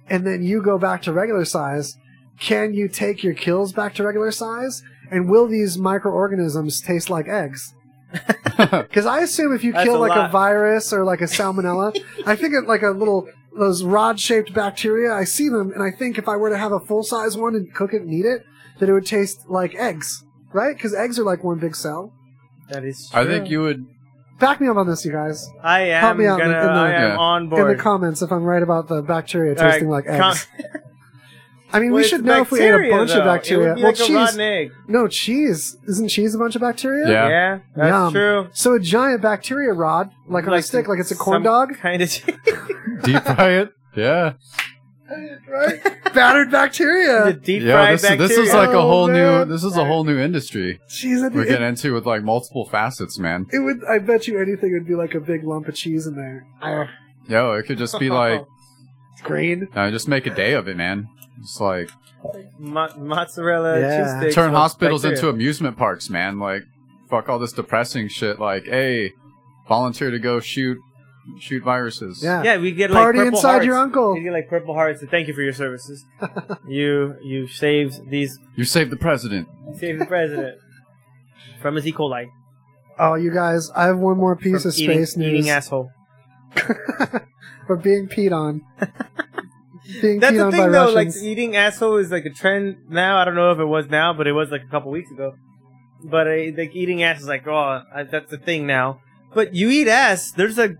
and then you go back to regular size, can you take your kills back to regular size? And will these microorganisms taste like eggs? Because I assume if you
That's
kill
a
like a
lot.
virus or like a
<laughs>
salmonella, I think it like a little those rod-shaped bacteria. I see them, and I think if I were to have a full-size one and cook it and eat it, that it would taste like eggs, right? Because eggs are like one big cell.
That is. True.
I think you would.
Back me up on this, you guys.
I am
Help me out in
gonna.
the- in the-
I am
Yeah.
on
In the
board.
comments, if I'm right about the bacteria
All right,
tasting like
com-
eggs. I mean,
Well,
we
it's
should know if we ate a
bacteria,
bunch
though.
of bacteria.
It would be
well,
like a
cheese.
rotten egg.
No, cheese. Isn't cheese a bunch of bacteria?
Yeah.
Yeah, that's
Yum.
true.
So a giant bacteria rod, like, on a
Like
stick, like it's a
some
corn dog,
<laughs>
<laughs>
Kind of.
Deep fry it. Yeah.
right? <laughs> Battered
The
bacteria.
<laughs> deep
yeah.
fried
This, is-
bacteria.
this is like a
Oh,
whole new.
man.
This is a whole new
<laughs>
industry
Cheese. It,
we're
it,
getting into with like multiple facets, man.
it would. I bet you anything would be like a big lump of cheese in there. <laughs> Ah,
Yo, it could
<laughs>
just be like,
it's green.
uh, just make a day of it, man. Just like
Mo- mozzarella
Yeah.
cheese sticks.
turn hospitals into amusement parks, man. Like, fuck all this depressing shit. Like, hey, volunteer to go shoot shoot viruses.
Yeah.
Yeah, we get like
Party
purple
inside
hearts.
your uncle.
We get like purple hearts. And thank you for
<laughs>
your services. you you saved these.
You saved the president.
Saved the president from his E. coli.
Oh, you guys, I have one more piece
from
of
eating,
space news.
Eating asshole.
We're being peed
<laughs>
on. being
That's
peed
the
on
thing
by
though.
Russians.
Like eating asshole is like a trend now. I don't know if it was now, but it was like a couple weeks ago. But uh, like eating ass is like oh I, that's the thing now. But you eat ass, there's a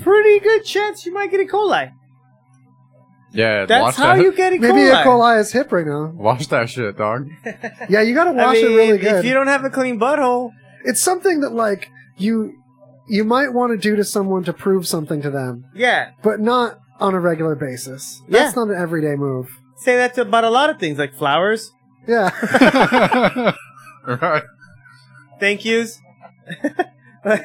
pretty good chance you might get E. coli.
Yeah.
That's
watch
how
that.
you get E.
Maybe E.
coli.
coli is hip right now.
<laughs> watch that shit,
<laughs>
dog. <laughs>
Yeah, you gotta wash
I mean,
it really good.
If you don't have a clean butthole,
it's something that like you you might want to do to someone to prove something to them,
yeah.
but not on a regular basis.
Yeah.
That's not an everyday move.
Say that to- about a lot of things, like flowers,
Yeah. <laughs>
right.
thank yous. <laughs> You're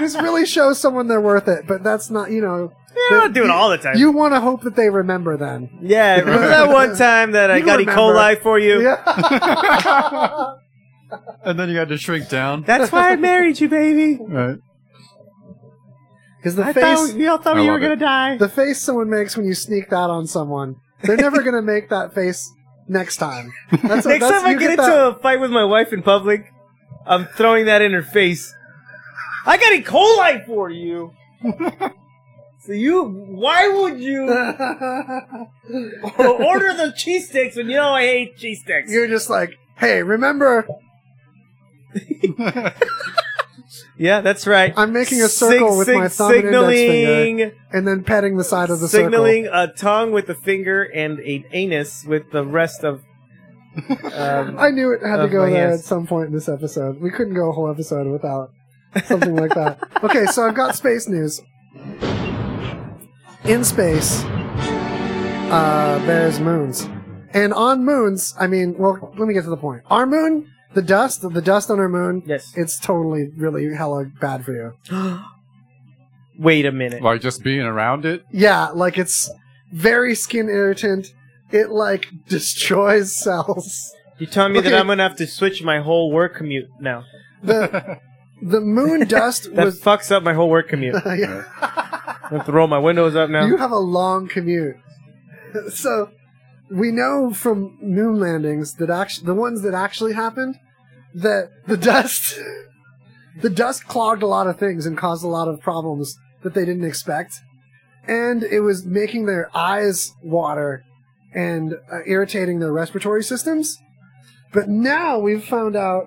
Just really show someone they're worth it, but that's not you know
not doing it all the time.
you wanna hope that they remember then.
yeah, remember that one time that I
You
got E.
remember.
coli for
<laughs> <laughs>
you?
Yeah.
<laughs> And then you had to shrink down.
That's why I married
<laughs>
you, baby.
Right.
Because the
I
face
thought we all thought
I
you were
love
gonna
it.
die.
the face someone makes when you sneak that on someone, they're never gonna make that face next time.
<laughs>
That's
Next
that's-
time I
you
get into
that-
a fight with my wife in public, I'm throwing that in her face. I got E. coli
<laughs>
for you. so you, why
<laughs>
would you order the cheese sticks when you know I hate cheese sticks?
You're just like, hey, remember
Yeah, that's right.
I'm making a circle with my thumb and index
signaling,
finger. and then petting the side of the circle.
signaling a tongue with a finger and an anus with the rest of.
<laughs>
Um,
I knew it had to
Of
go
my
there
ass.
at some point in this episode. We couldn't go a whole episode without something like
<laughs>
that. Okay, so I've got space news. In space, uh, there's moons. And on moons, I mean, well, let me get to the point. Our moon, the dust, the dust on our moon,
yes.
it's totally, really hella bad for you.
Wait a minute.
Like just being around it.
Yeah, like it's very skin irritant. It, like, destroys <laughs> cells.
You telling me
Okay.
that I'm gonna have to switch my whole work commute now?
The, the
<laughs>
moon dust
That
was. <laughs>
fucks up my whole work commute. I
Yeah.
have to roll my windows up now.
You have a long commute. <laughs> so we know from moon landings that actually the ones that actually happened that the <laughs> dust the dust clogged a lot of things and caused a lot of problems that they didn't expect and it was making their eyes water and uh, irritating their respiratory systems but now we've found out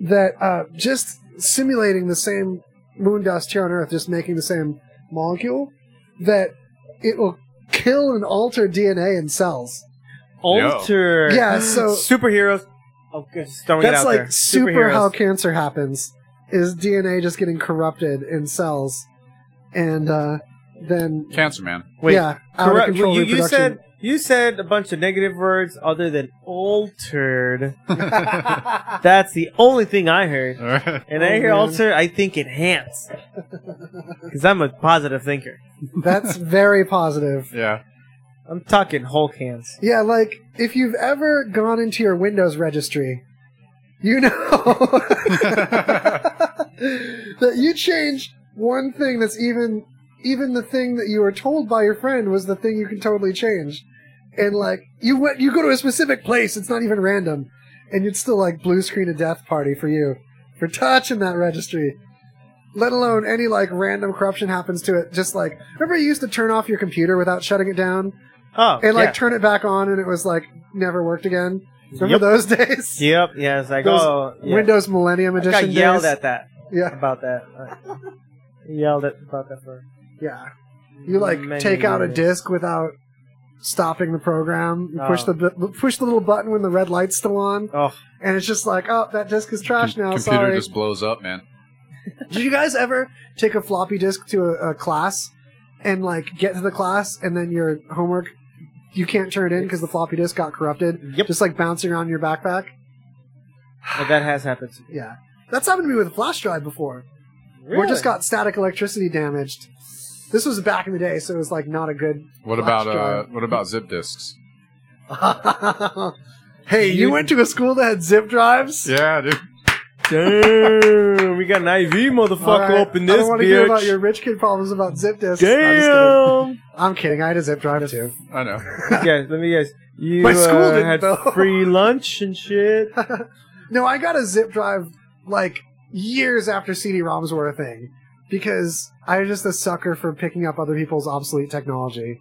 that uh, just simulating the same moon dust here on earth just making the same molecule that it will kill and alter DNA in cells.
Alter.
Yeah, so-
<gasps> superheroes. Oh, good. Just throwing it
That's
out
like
there.
super
Superheroes.
how cancer happens is DNA just getting corrupted in cells and uh, then
Cancer man. <laughs>
Wait,
yeah, out of
Correct.
control
Well, you, you
reproduction.
said you said a bunch of negative words other than altered. That's the only thing I heard.
Alright.
And
Oh,
I hear
man. <laughs>
alter, I think enhance. Because I'm a positive thinker.
That's very positive.
Yeah.
I'm talking Hulk hands.
Yeah, like if you've ever gone into your Windows registry, you know <laughs> that you changed one thing that's even even the thing that you were told by your friend was the thing you can totally change. And like you went you go to a specific place, it's not even random, and you'd still like blue screen a death party for you for touching that registry. Let alone any like random corruption happens to it. Just like remember you used to turn off your computer without shutting it down?
Oh,
and like
yeah.
turn it back on and it was like never worked again. Remember those days?
Yep. Yeah, it's like
Those
oh, yeah.
Windows Millennium
I
Edition.
got yelled
days.
at that.
Yeah.
about that. Uh, yelled at about that for
Yeah. You like
Many
take out a
years.
disc without stopping the program. You push
Oh.
the bu- push the little button when the red light's still on,
Oh,
and it's just like, oh, that disc is trash now.
Computer
Sorry.
just blows up, man.
Did you guys ever take a floppy disk to a, a class and like get to the class and then your homework you can't turn it in because the floppy disk got corrupted?
Yep.
Just like bouncing around in your backpack.
but that has happened.
Yeah, that's happened to me with a flash drive before. Or just got static electricity damaged. This was back in the day, so it was like not a good. <laughs>
What
flash
about uh, what about zip discs?
drive. hey, you went to a school that had zip drives?
Yeah, dude.
Damn, we got an IV
All
motherfucker
right,
up in this
I don't want to
bitch.
hear about your rich kid problems about zip discs. No, I'm just
Damn.
kidding. I'm kidding. I had a zip drive too.
I know.
<laughs> yeah, let me guess. You
My school
uh,
didn't,
had
though.
free lunch and shit.
<laughs> No, I got a zip drive like years after CD-ROMs were a thing because I was just a sucker for picking up other people's obsolete technology.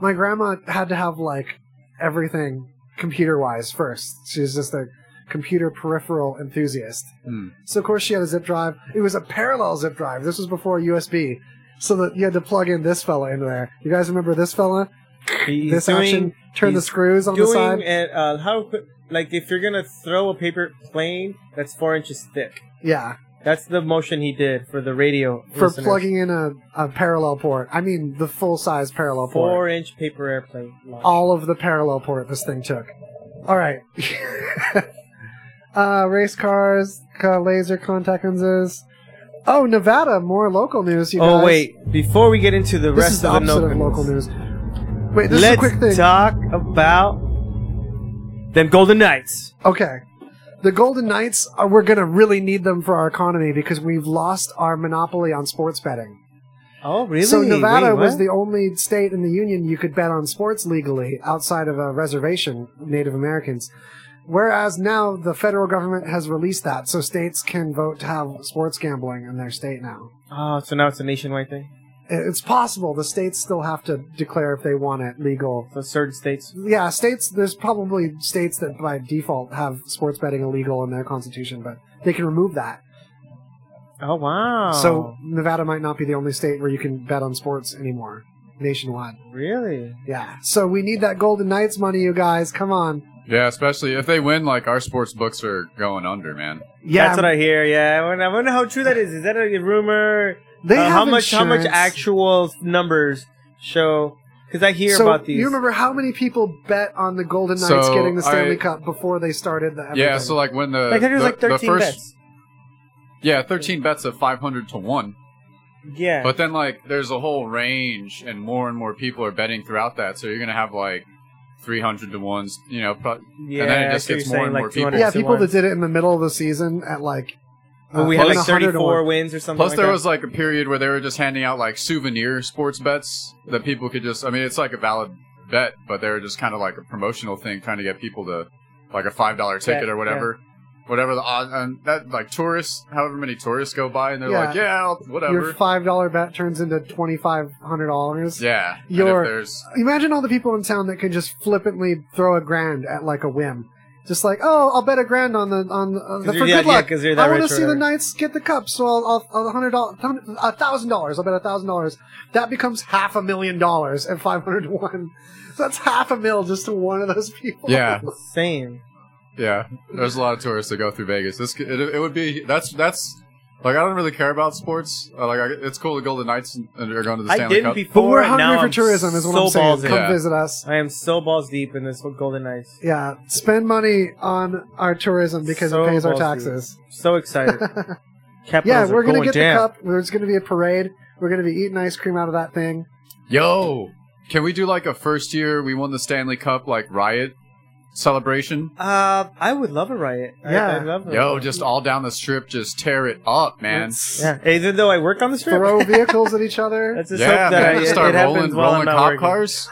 My grandma had to have like everything computer-wise first. She was just a computer peripheral enthusiast.
Hmm.
So of course she had a zip drive. It was a parallel zip drive. This was before USB, so that you had to plug in this fella into there. You guys remember this fella?
He's
this action, turn the
he's
screws on the
doing
side.
At, uh, how qu- like if you're gonna throw a paper plane that's four inches thick.
yeah,
That's the motion he did for the radio
for
listeners.
plugging in a, a parallel port. I mean the full size parallel port.
four inch paper airplane. launch.
All of the parallel port this thing took. All right. <laughs> uh, race cars, ca- laser contact lenses. Oh, Nevada, more local news. You
oh
guys.
wait, before we get into the
this
rest
is the
of the
opposite
no-
of local news. Wait, this
let's
is a quick thing.
talk about them Golden Knights.
Okay. The Golden Knights, are, we're going to really need them for our economy because we've lost our monopoly on sports betting.
Oh really?
So Nevada
Wait,
was
what?
the only state in the union you could bet on sports legally outside of a reservation, Native Americans. Whereas now the federal government has released that, so states can vote to have sports gambling in their state now.
Oh, so now it's a nationwide thing.
I- It's possible the states still have to declare if they want it legal.
So certain states.
Yeah, states. There's probably states that by default have sports betting illegal in their constitution, but they can remove that.
Oh wow.
So Nevada might not be the only state where you can bet on sports anymore nationwide.
really?
Yeah. So we need that Golden Knights money, you guys. Come on.
Yeah, especially if they win, like our sports books are going under, man.
Yeah.
That's what I hear. Yeah, I wonder, I wonder how true that is. Is that a rumor?
They
Uh,
have
how much? How much
insurance.
actual numbers show? Because I hear
so
about these.
You remember how many people bet on the Golden
So
Knights getting the Stanley
I-
Cup before they started the?
Yeah,
everything?
so like when the
like there's
Uh, the,
like
the
thirteen
first
bets.
yeah thirteen bets at five hundred to one,
Yeah.
but then like there's a whole range, and more and more people are betting throughout that. So you're gonna have like three hundred to ones, you know, pro-
yeah,
and then it
I
just
see what
gets
you're
more and
saying,
more
like
people.
200
yeah,
to
people
one.
that did it in the middle of the season at like.
When we
uh,
had like
100 to 1.
thirty-four wins or something.
Plus,
like
there
that.
was like a period where they were just handing out like souvenir sports bets that people could just. I mean, it's like a valid bet, but they were just kind of like a promotional thing, trying to get people to like a five dollar ticket or whatever, whatever the odds. And that like tourists, however many tourists go by, and they're
Yeah.
like, yeah, I'll-
Your
whatever,
five dollar bet turns into twenty five hundred dollars.
yeah. And if
your-
there's
Imagine all the people in town that can just flippantly throw a grand at like a whim. Just like, oh, I'll bet a grand on the on uh, the, for
you're that-
good
yeah,
luck.
'cause you're that
I want
rich
to
or
see the
whatever.
knights get the cup, so I'll, I'll a hundred dollars, a thousand dollars. I'll bet a thousand dollars. That becomes half a million dollars at five hundred to one. <laughs> So that's half a mil just to one of those people. <laughs>
yeah,
insane.
yeah. There's a lot of tourists that go through Vegas. This could- it, it would be that's that's. Like I don't really care about sports. Uh, like I, it's cool the Golden Knights and and they're going to the
I
Stanley
didn't
Cup.
before.
but we're
and
hungry
now
for
I'm
tourism, is what
so
I'm saying.
balls
Come
in.
Yeah.
visit us.
I am so balls deep in this Golden Knights.
Yeah, spend money on our tourism because
So
it pays our
ballsy.
taxes. <laughs>
So excited. Capitals
Yeah,
are
we're gonna
going
get
down.
the cup. There's gonna be a parade. We're gonna be eating ice cream out of that thing.
Yo, can we do like a first year we won the Stanley Cup like riot celebration?
Uh, I would love a riot. I-
Yeah.
I, love a
Yo, just all down the strip, just tear it up, man.
Yeah, even though I work on the strip.
Throw vehicles at each other.
Let's just
Yeah,
hope that
man,
it,
start
it happens
rolling,
while
rolling
I'm not
cop
working. <laughs>
cars.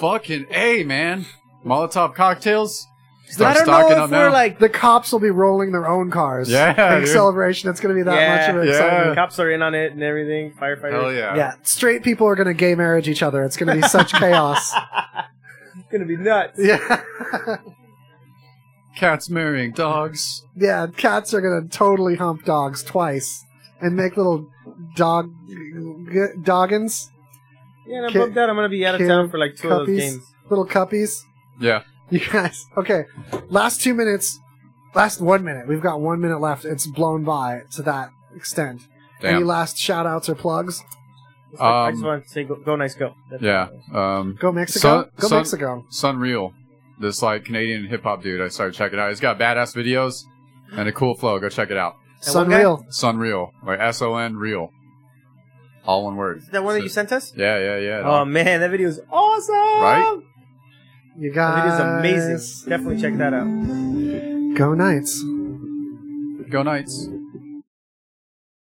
Fucking a man, Molotov cocktails. Start
I don't know
stocking
if
up
we're
now.
like <laughs>
The cops will be rolling their own cars.
Yeah,
<laughs> Big
dude.
celebration. It's gonna be that much of an
Yeah.
excitement.
Cops are in on it and everything. Firefighters.
Hell yeah.
Yeah, straight people are gonna gay marriage each other. It's gonna be
<laughs>
such chaos.
It's gonna be nuts.
Yeah,
Cats marrying dogs.
yeah. Cats are gonna totally hump dogs twice and make little dog g- doggins,
Yeah, and I'm
Ki-
bummed out. I'm gonna be out of
ki-
town for like two of those
cuppies.
games.
little cuppies.
Yeah.
You guys, okay. Last two minutes, last one minute. We've got one minute left. It's blown by to that extent. Any
Damn.
last shout outs or plugs?
I just
Um,
want to say go, go nice go. That's-
Yeah. Um,
Go Mexico.
Sun-
Go
Sun-
Mexico.
Sunreal, this like Canadian hip hop dude. I started checking out. He's got badass videos and a cool flow. Go check it out.
And what
Sunreal.
Sunreal, like S O N real, all one word.
Is that one that you sent us?
Yeah, yeah, yeah.
Oh man, that video is awesome.
Right?
You
That
guys.
video is amazing. Definitely check that out.
Go Knights.
Go Knights.